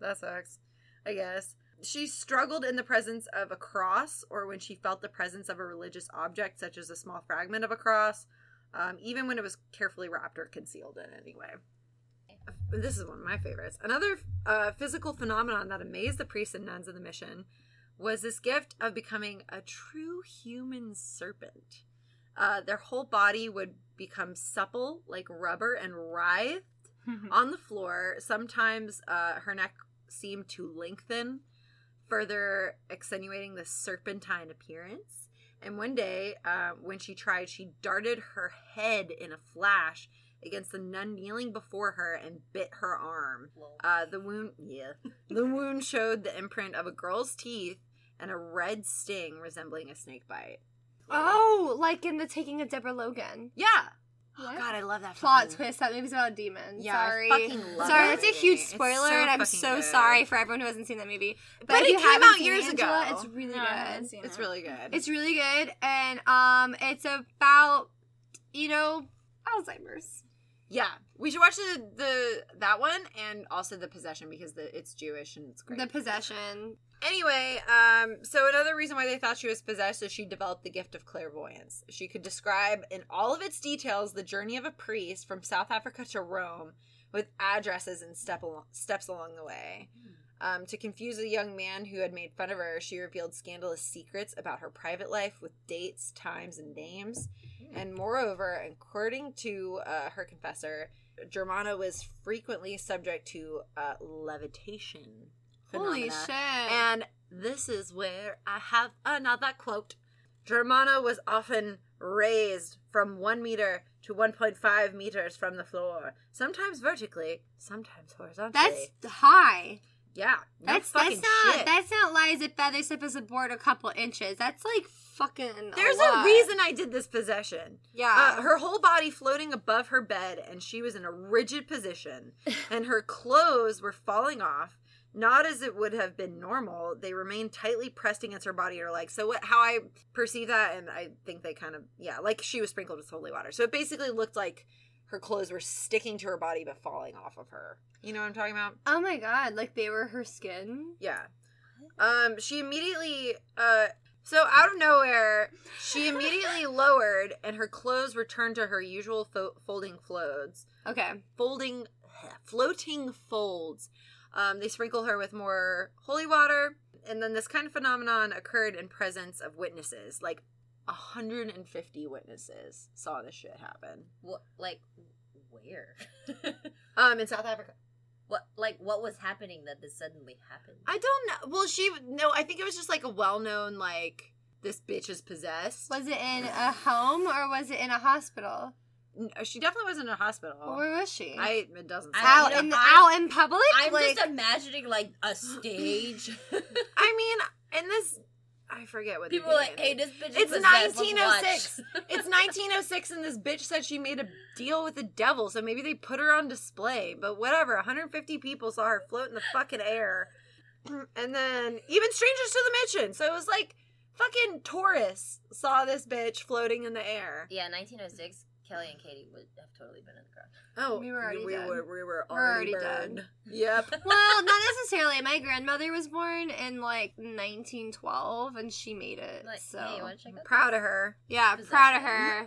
S1: that sucks, I guess. she struggled in the presence of a cross or when she felt the presence of a religious object, such as a small fragment of a cross, um, even when it was carefully wrapped or concealed in any way. This is one of my favorites. Another uh, physical phenomenon that amazed the priests and nuns of the mission was this gift of becoming a true human serpent. Uh, their whole body would become supple, like rubber, and writhed on the floor. Sometimes uh, her neck seemed to lengthen, further accentuating the serpentine appearance. And one day, uh, when she tried, she darted her head in a flash against the nun kneeling before her and bit her arm. Uh, the wound, yeah, the wound showed the imprint of a girl's teeth and a red sting resembling a snake bite.
S2: Oh, like in the Taking of Deborah Logan.
S1: Yeah.
S2: What?
S1: God, I love that
S2: Oh, Plot
S1: fucking-
S2: twist. That movie's about a demon.
S1: Yeah, I
S2: sorry.
S4: fucking love
S2: sorry,
S4: that
S2: that's a
S4: movie.
S2: huge
S1: It's
S2: spoiler,
S1: so
S2: and I'm
S1: fucking
S2: so
S1: good.
S2: sorry for everyone who hasn't seen that movie. But,
S1: But
S2: if
S1: it
S2: you
S1: came
S2: haven't
S1: out
S2: seen
S1: years
S2: Angela,
S1: ago.
S2: It's really
S3: No, I haven't
S2: good.
S3: seen
S1: It's
S3: it.
S1: really good.
S2: It's really good, and um, it's about you know Alzheimer's.
S1: yeah. We should watch the, the that one and also the possession because the, it's Jewish and it's great.
S2: The possession.
S1: Anyway, um, so another reason why they thought she was possessed is she developed the gift of clairvoyance. She could describe in all of its details the journey of a priest from South Africa to Rome with addresses and step along, steps along the way. Um, to confuse a young man who had made fun of her, she revealed scandalous secrets about her private life with dates, times, and names. And moreover, according to uh, her confessor, Germana was frequently subject to uh, levitation.
S2: Holy
S1: phenomena.
S2: shit!
S1: And this is where I have another quote. Germana was often raised from one meter to 1.5 meters from the floor, sometimes vertically, sometimes horizontally.
S2: that's high.
S1: yeah, no
S2: that's that's
S1: fucking
S2: not
S1: shit.
S2: that's not light as a feather, slip as a board, a couple inches. That's like fucking.
S1: There's a
S2: lot.
S1: reason I did this possession.
S2: Yeah.
S1: Uh, her whole body floating above her bed, and she was in a rigid position, and her clothes were falling off. Not as it would have been normal. They remained tightly pressed against her body or legs. So what? How I perceive that, and I think they kind of yeah, like she was sprinkled with holy water. So it basically looked like her clothes were sticking to her body but falling off of her. You know what I'm talking about?
S2: oh my god! Like they were her skin.
S1: Yeah. Um, she immediately uh so out of nowhere, she immediately lowered and her clothes returned to her usual fo- folding folds.
S2: Okay.
S1: Folding floating folds. Um, they sprinkle her with more holy water and then this kind of phenomenon occurred in presence of witnesses. Like 150 witnesses saw this shit happen.
S4: What, like, where? [laughs]
S1: Um, in South Africa.
S4: what, like, what was happening that this suddenly happened?
S1: I don't know. Well, she no, I think it was just like a well-known like this bitch is possessed.
S2: Was it in a home or was it in a hospital?
S1: No, uh, she definitely wasn't in a hospital.
S2: Where was she?
S1: I it doesn't.
S4: I-
S1: Say.
S2: out
S4: you know,
S2: in
S4: I'm-
S2: out in public.
S4: I'm
S2: like,
S4: just imagining, like, a stage.
S1: I mean, in this, I forget what the
S4: People were like, hey,
S1: date is.
S4: this bitch is
S1: It's
S4: possessed, let's
S1: 1906.
S4: watch."
S1: it's 1906, and this bitch said she made a deal with the devil, so maybe they put her on display. But whatever, 150 people saw her float in the fucking air, [clears throat] and then even strangers to the mission. So it was like fucking tourists saw this bitch floating in the air.
S4: Yeah, 1906, Kelly and Katie would have totally been in the crowd.
S1: Oh,
S2: We were already
S1: we,
S2: dead.
S1: Were, we were
S2: We're
S1: already,
S2: already dead.
S1: burned. Yep.
S2: well, not necessarily. My grandmother was born in like 1912, and she made it.
S4: Like,
S2: so
S4: hey, you want to check out
S1: Proud of her.
S2: yeah,
S4: Possession.
S2: proud
S1: [laughs]
S2: of her.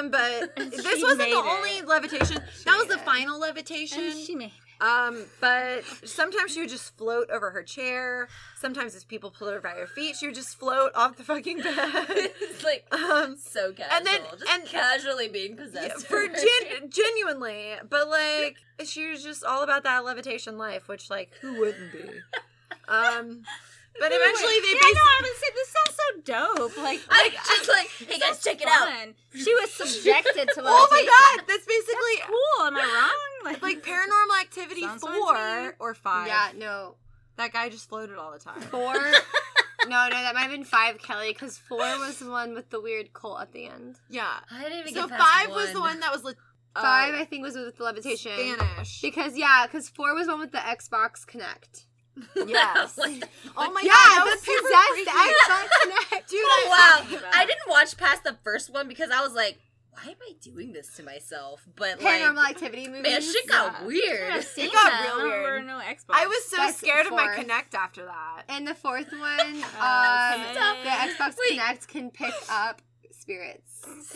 S1: um,
S3: [laughs]
S1: but
S2: She
S1: this wasn't
S2: made
S1: the
S2: it.
S1: only levitation.
S2: She
S1: that was
S2: made
S1: the
S2: it.
S1: final levitation.
S3: And she may.
S1: um, but sometimes she would just float over her chair. Sometimes as people pulled her by her feet, she would just float off the fucking
S4: this? [laughs]
S1: bed. [laughs]
S4: it's like
S1: Um,
S4: so casual.
S1: and then-
S4: just
S1: and-
S4: casually being
S1: yeah,
S4: possessed.
S3: [laughs]
S1: for gen- genuinely, but like she was just all about that levitation life, which like who wouldn't be?
S3: [laughs]
S1: Um, but eventually they
S3: yeah,
S1: basically.
S3: no, I would say this sounds so dope. Like,
S1: [laughs]
S4: I'm just [laughs] like, hey guys, check it out.
S3: She was subjected to.
S1: Oh my
S3: levitation.
S1: god, that's basically
S3: That's cool. Am I wrong?
S1: like paranormal activity
S3: Sounds so
S1: four
S3: insane.
S1: or five.
S2: Yeah, no,
S1: That guy just floated all the time.
S2: four. no, no, that might have been five, Kelly, because four was the one with the weird cult at the end.
S1: Yeah.
S4: I didn't even
S1: So
S4: get past
S1: five was the one that was like
S5: uh,
S2: Five, I think, was with the levitation.
S1: Uh, Spanish.
S2: Because yeah, because four was one with the Xbox Connect.
S4: [laughs]
S1: Yes.
S4: What
S1: [laughs]
S4: the
S1: oh my god.
S2: yeah,
S1: that
S2: the
S1: was super freaky.
S2: possessed
S5: [laughs]
S2: Xbox Connect.
S1: Dude,
S4: Oh,
S1: I,
S4: wow. I didn't watch past the first one because I was like, why am I doing this to myself? But [laughs] like,
S2: Paranormal Activity movies.
S4: man, shit
S2: Yeah.
S4: got
S5: [laughs]
S3: Yeah,
S4: weird.
S3: seen
S5: got
S3: them.
S5: real
S3: We're
S5: weird.
S3: no experts.
S5: I
S3: [laughs]
S5: was so
S2: Back and
S5: scared of my
S2: forth.
S5: Connect after that.
S2: And the fourth one,
S3: Uh,
S2: uh,
S3: stop.
S2: the Xbox
S4: Wait.
S2: Connect can pick up spirits.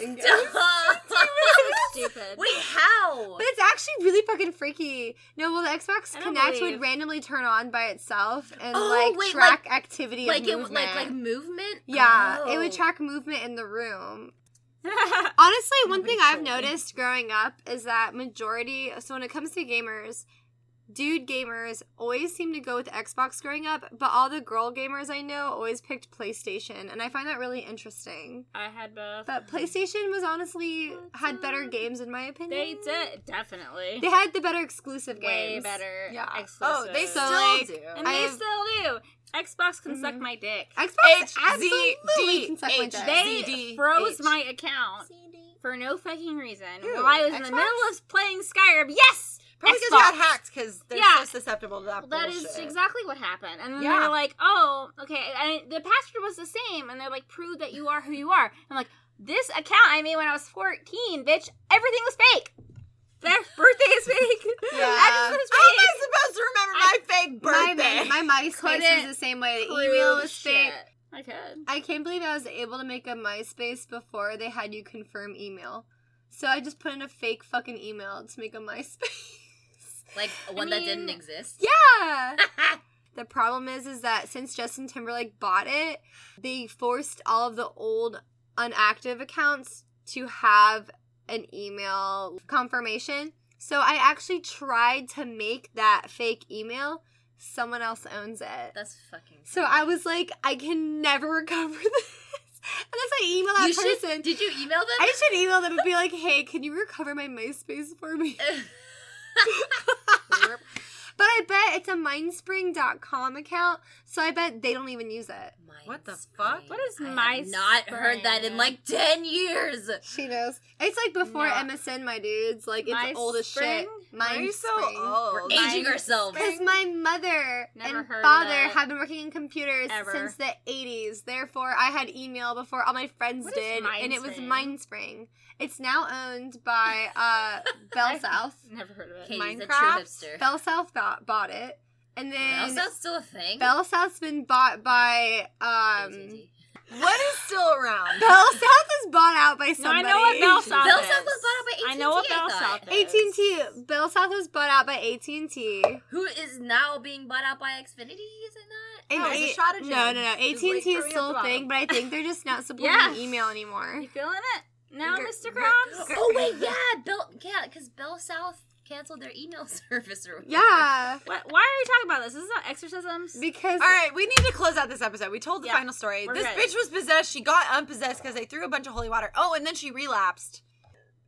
S2: And ghosts.
S5: [laughs]
S4: Stop.
S3: stupid.
S4: Wait, how?
S2: But it's actually really fucking freaky. No, well, the Xbox
S3: I don't
S2: Connect
S3: believe-
S2: would randomly turn on by itself and
S4: Oh,
S2: like
S4: wait,
S2: track activity of
S4: like it,
S2: movement.
S4: like like movement?
S2: yeah, it
S4: Oh.
S2: would track movement in the room.
S3: Wait,
S2: Honestly, one
S4: Nobody
S2: thing I've
S4: told me.
S2: noticed growing up is that majority. So when it comes to gamers, dude gamers always seem to go with Xbox growing up, but all the girl gamers I know always picked PlayStation, and I find that really interesting.
S3: [laughs] I had both.
S2: But PlayStation was honestly had better games in my opinion.
S3: They did definitely.
S2: They had the better exclusive games.
S3: way better.
S5: Yeah.
S3: Exclusive.
S5: Oh, they
S2: So,
S5: still
S2: like,
S5: do. Mm-hmm.
S3: and
S2: I
S3: they
S2: have-
S3: still do. Xbox can suck
S2: Mhm.
S3: my dick.
S2: Xbox
S5: H-
S2: absolutely
S5: Z-
S2: can
S5: D-
S2: suck my
S5: H-
S2: dick.
S3: They
S5: ZDH.
S3: froze my account for no fucking reason while I was in the
S2: Xbox?
S3: middle of playing Skyrim. Yes,
S5: Probably because you
S3: Xbox.
S5: got hacked because they're
S3: Yeah.
S5: so susceptible to that.
S3: Well, that is
S5: bullshit.
S3: exactly what happened. And then they
S5: Yeah.
S3: were like, "Oh, okay." And the password was the same, and they're like, "Prove that you are who you are." I'm like, "This account I made when I was 14, bitch. Everything was fake. Their birthday is fake.
S5: Yeah.
S3: [laughs] Everything
S1: Oh
S3: was
S5: How am I
S3: fake.
S5: supposed to remember my fake birthday?
S2: My, my MySpace
S3: Couldn't
S2: was the same way. The
S3: Prove
S2: email was
S3: shit.
S2: fake.
S3: I could.
S2: I can't believe I was able to make a MySpace before they had you confirm email. So I just put in a fake fucking email to make a [laughs] MySpace.
S4: Like one that didn't
S3: mean-
S4: exist.
S2: yeah. The problem is, is that since Justin Timberlake bought it, they forced all of the old unactive accounts to have an email confirmation. So I actually tried to make that fake email. Someone else owns it.
S4: [laughs] That's fucking.
S2: So I was like, I can never [laughs] recover this. Unless I email that
S4: you should.
S2: person.
S4: Did you email them?
S2: I
S4: [laughs]
S2: should email them and be like, hey, can you recover my MySpace for
S5: [laughs]
S2: me? But I bet it's a mindspring.com account, so I bet they don't even use it.
S5: What the fuck?
S3: What is
S4: I have
S3: my
S4: Not heard that in
S3: spring?
S4: like ten years.
S2: She knows. It's like before
S3: No.
S2: MSN, my dudes. Like it's
S3: My
S2: old as shit.
S3: spring?
S5: Why are you so old?
S4: Aging
S3: Mine-
S4: ourselves.
S2: Because my mother
S3: Never
S2: and
S3: heard of
S2: father
S3: that.
S2: have been working in computers
S3: Ever.
S2: since the 80s. Therefore, I had email before all my friends
S3: What is
S2: did, and it was
S3: Mindspring?
S2: Mindspring. It's now owned by
S3: [laughs]
S2: uh, Bell South.
S3: Never heard of it.
S4: Katie's a true
S5: Minecraft?
S4: hipster.
S2: Bell South bought, bought it, and
S4: Bell
S2: then
S4: South's still a thing.
S2: Bell South's been bought by um,
S4: AT&T.
S5: What is still around?
S2: Bell South is bought out by
S3: No, I
S2: somebody.
S3: know what Bell
S2: [laughs]
S3: South
S4: Bell
S3: is.
S4: South was bought out by
S3: I know what
S4: AT&T, I
S3: Bell
S4: thought.
S3: South
S2: AT
S3: is.
S2: and T. Bell South was bought out by AT and T.
S4: Who is now being bought out by Xfinity? Is it not? [gasps]
S5: No, it's a shot of gin.
S2: no, no, no. AT
S5: Just
S2: and
S5: wait
S2: T
S5: for me
S2: is
S5: at
S2: still
S5: the
S2: a
S5: bottom.
S2: thing, but I think they're just
S3: [laughs]
S2: not supporting
S3: Yeah.
S2: email
S3: You
S2: anymore.
S3: feeling it now,
S2: Gr-
S3: Mr.
S2: gr-
S3: Krabs?
S4: Oh wait, yeah, Bell. Yeah, because Bell South canceled their email [laughs] service or whatever.
S2: Yeah,
S3: What, why are we talking about this? This is not exorcisms.
S2: because
S5: All right, we need to close out this episode. We told the
S3: Yeah,
S5: final story.
S3: we're
S5: This
S3: ready.
S5: bitch was possessed. She got unpossessed because they threw a bunch of holy water. Oh, and then she relapsed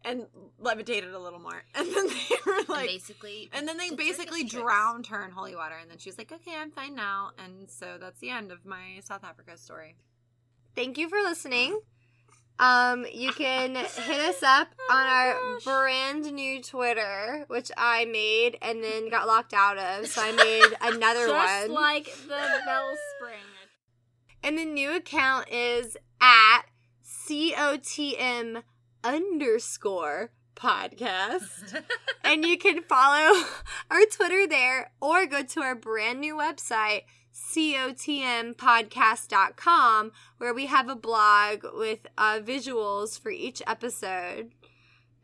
S5: and levitated a little more. And then they [laughs] were
S4: And
S5: like,
S4: basically,
S5: and then they
S4: did
S5: basically
S4: circus tricks.
S5: drowned her in holy water. And then she was like, okay, I'm fine now. And so that's the end of my South Africa story.
S2: thank you for listening. Um, you can hit us up on our
S3: gosh.
S2: brand new Twitter, which I made and then got locked out of. So I made another
S3: Just
S2: one.
S3: like the Bell Spring.
S2: And the new account is at COTM underscore
S3: [laughs]
S2: podcast. and you can follow [laughs] our Twitter there or go to our brand new website, COTMpodcast.com, where we have a blog with uh, visuals for each episode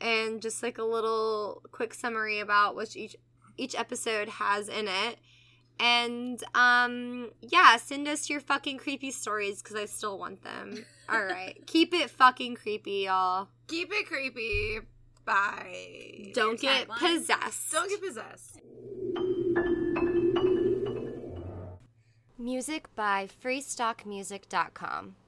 S2: and just like a little quick summary about what each each episode has in it. And um yeah, send us your fucking creepy stories cuz I still
S5: [laughs]
S2: want them. All right. Keep it fucking creepy, y'all.
S5: Keep it creepy. Bye.
S2: Don't get
S3: tagline.
S2: possessed.
S5: Don't get possessed.
S2: Music by freestockmusic.com.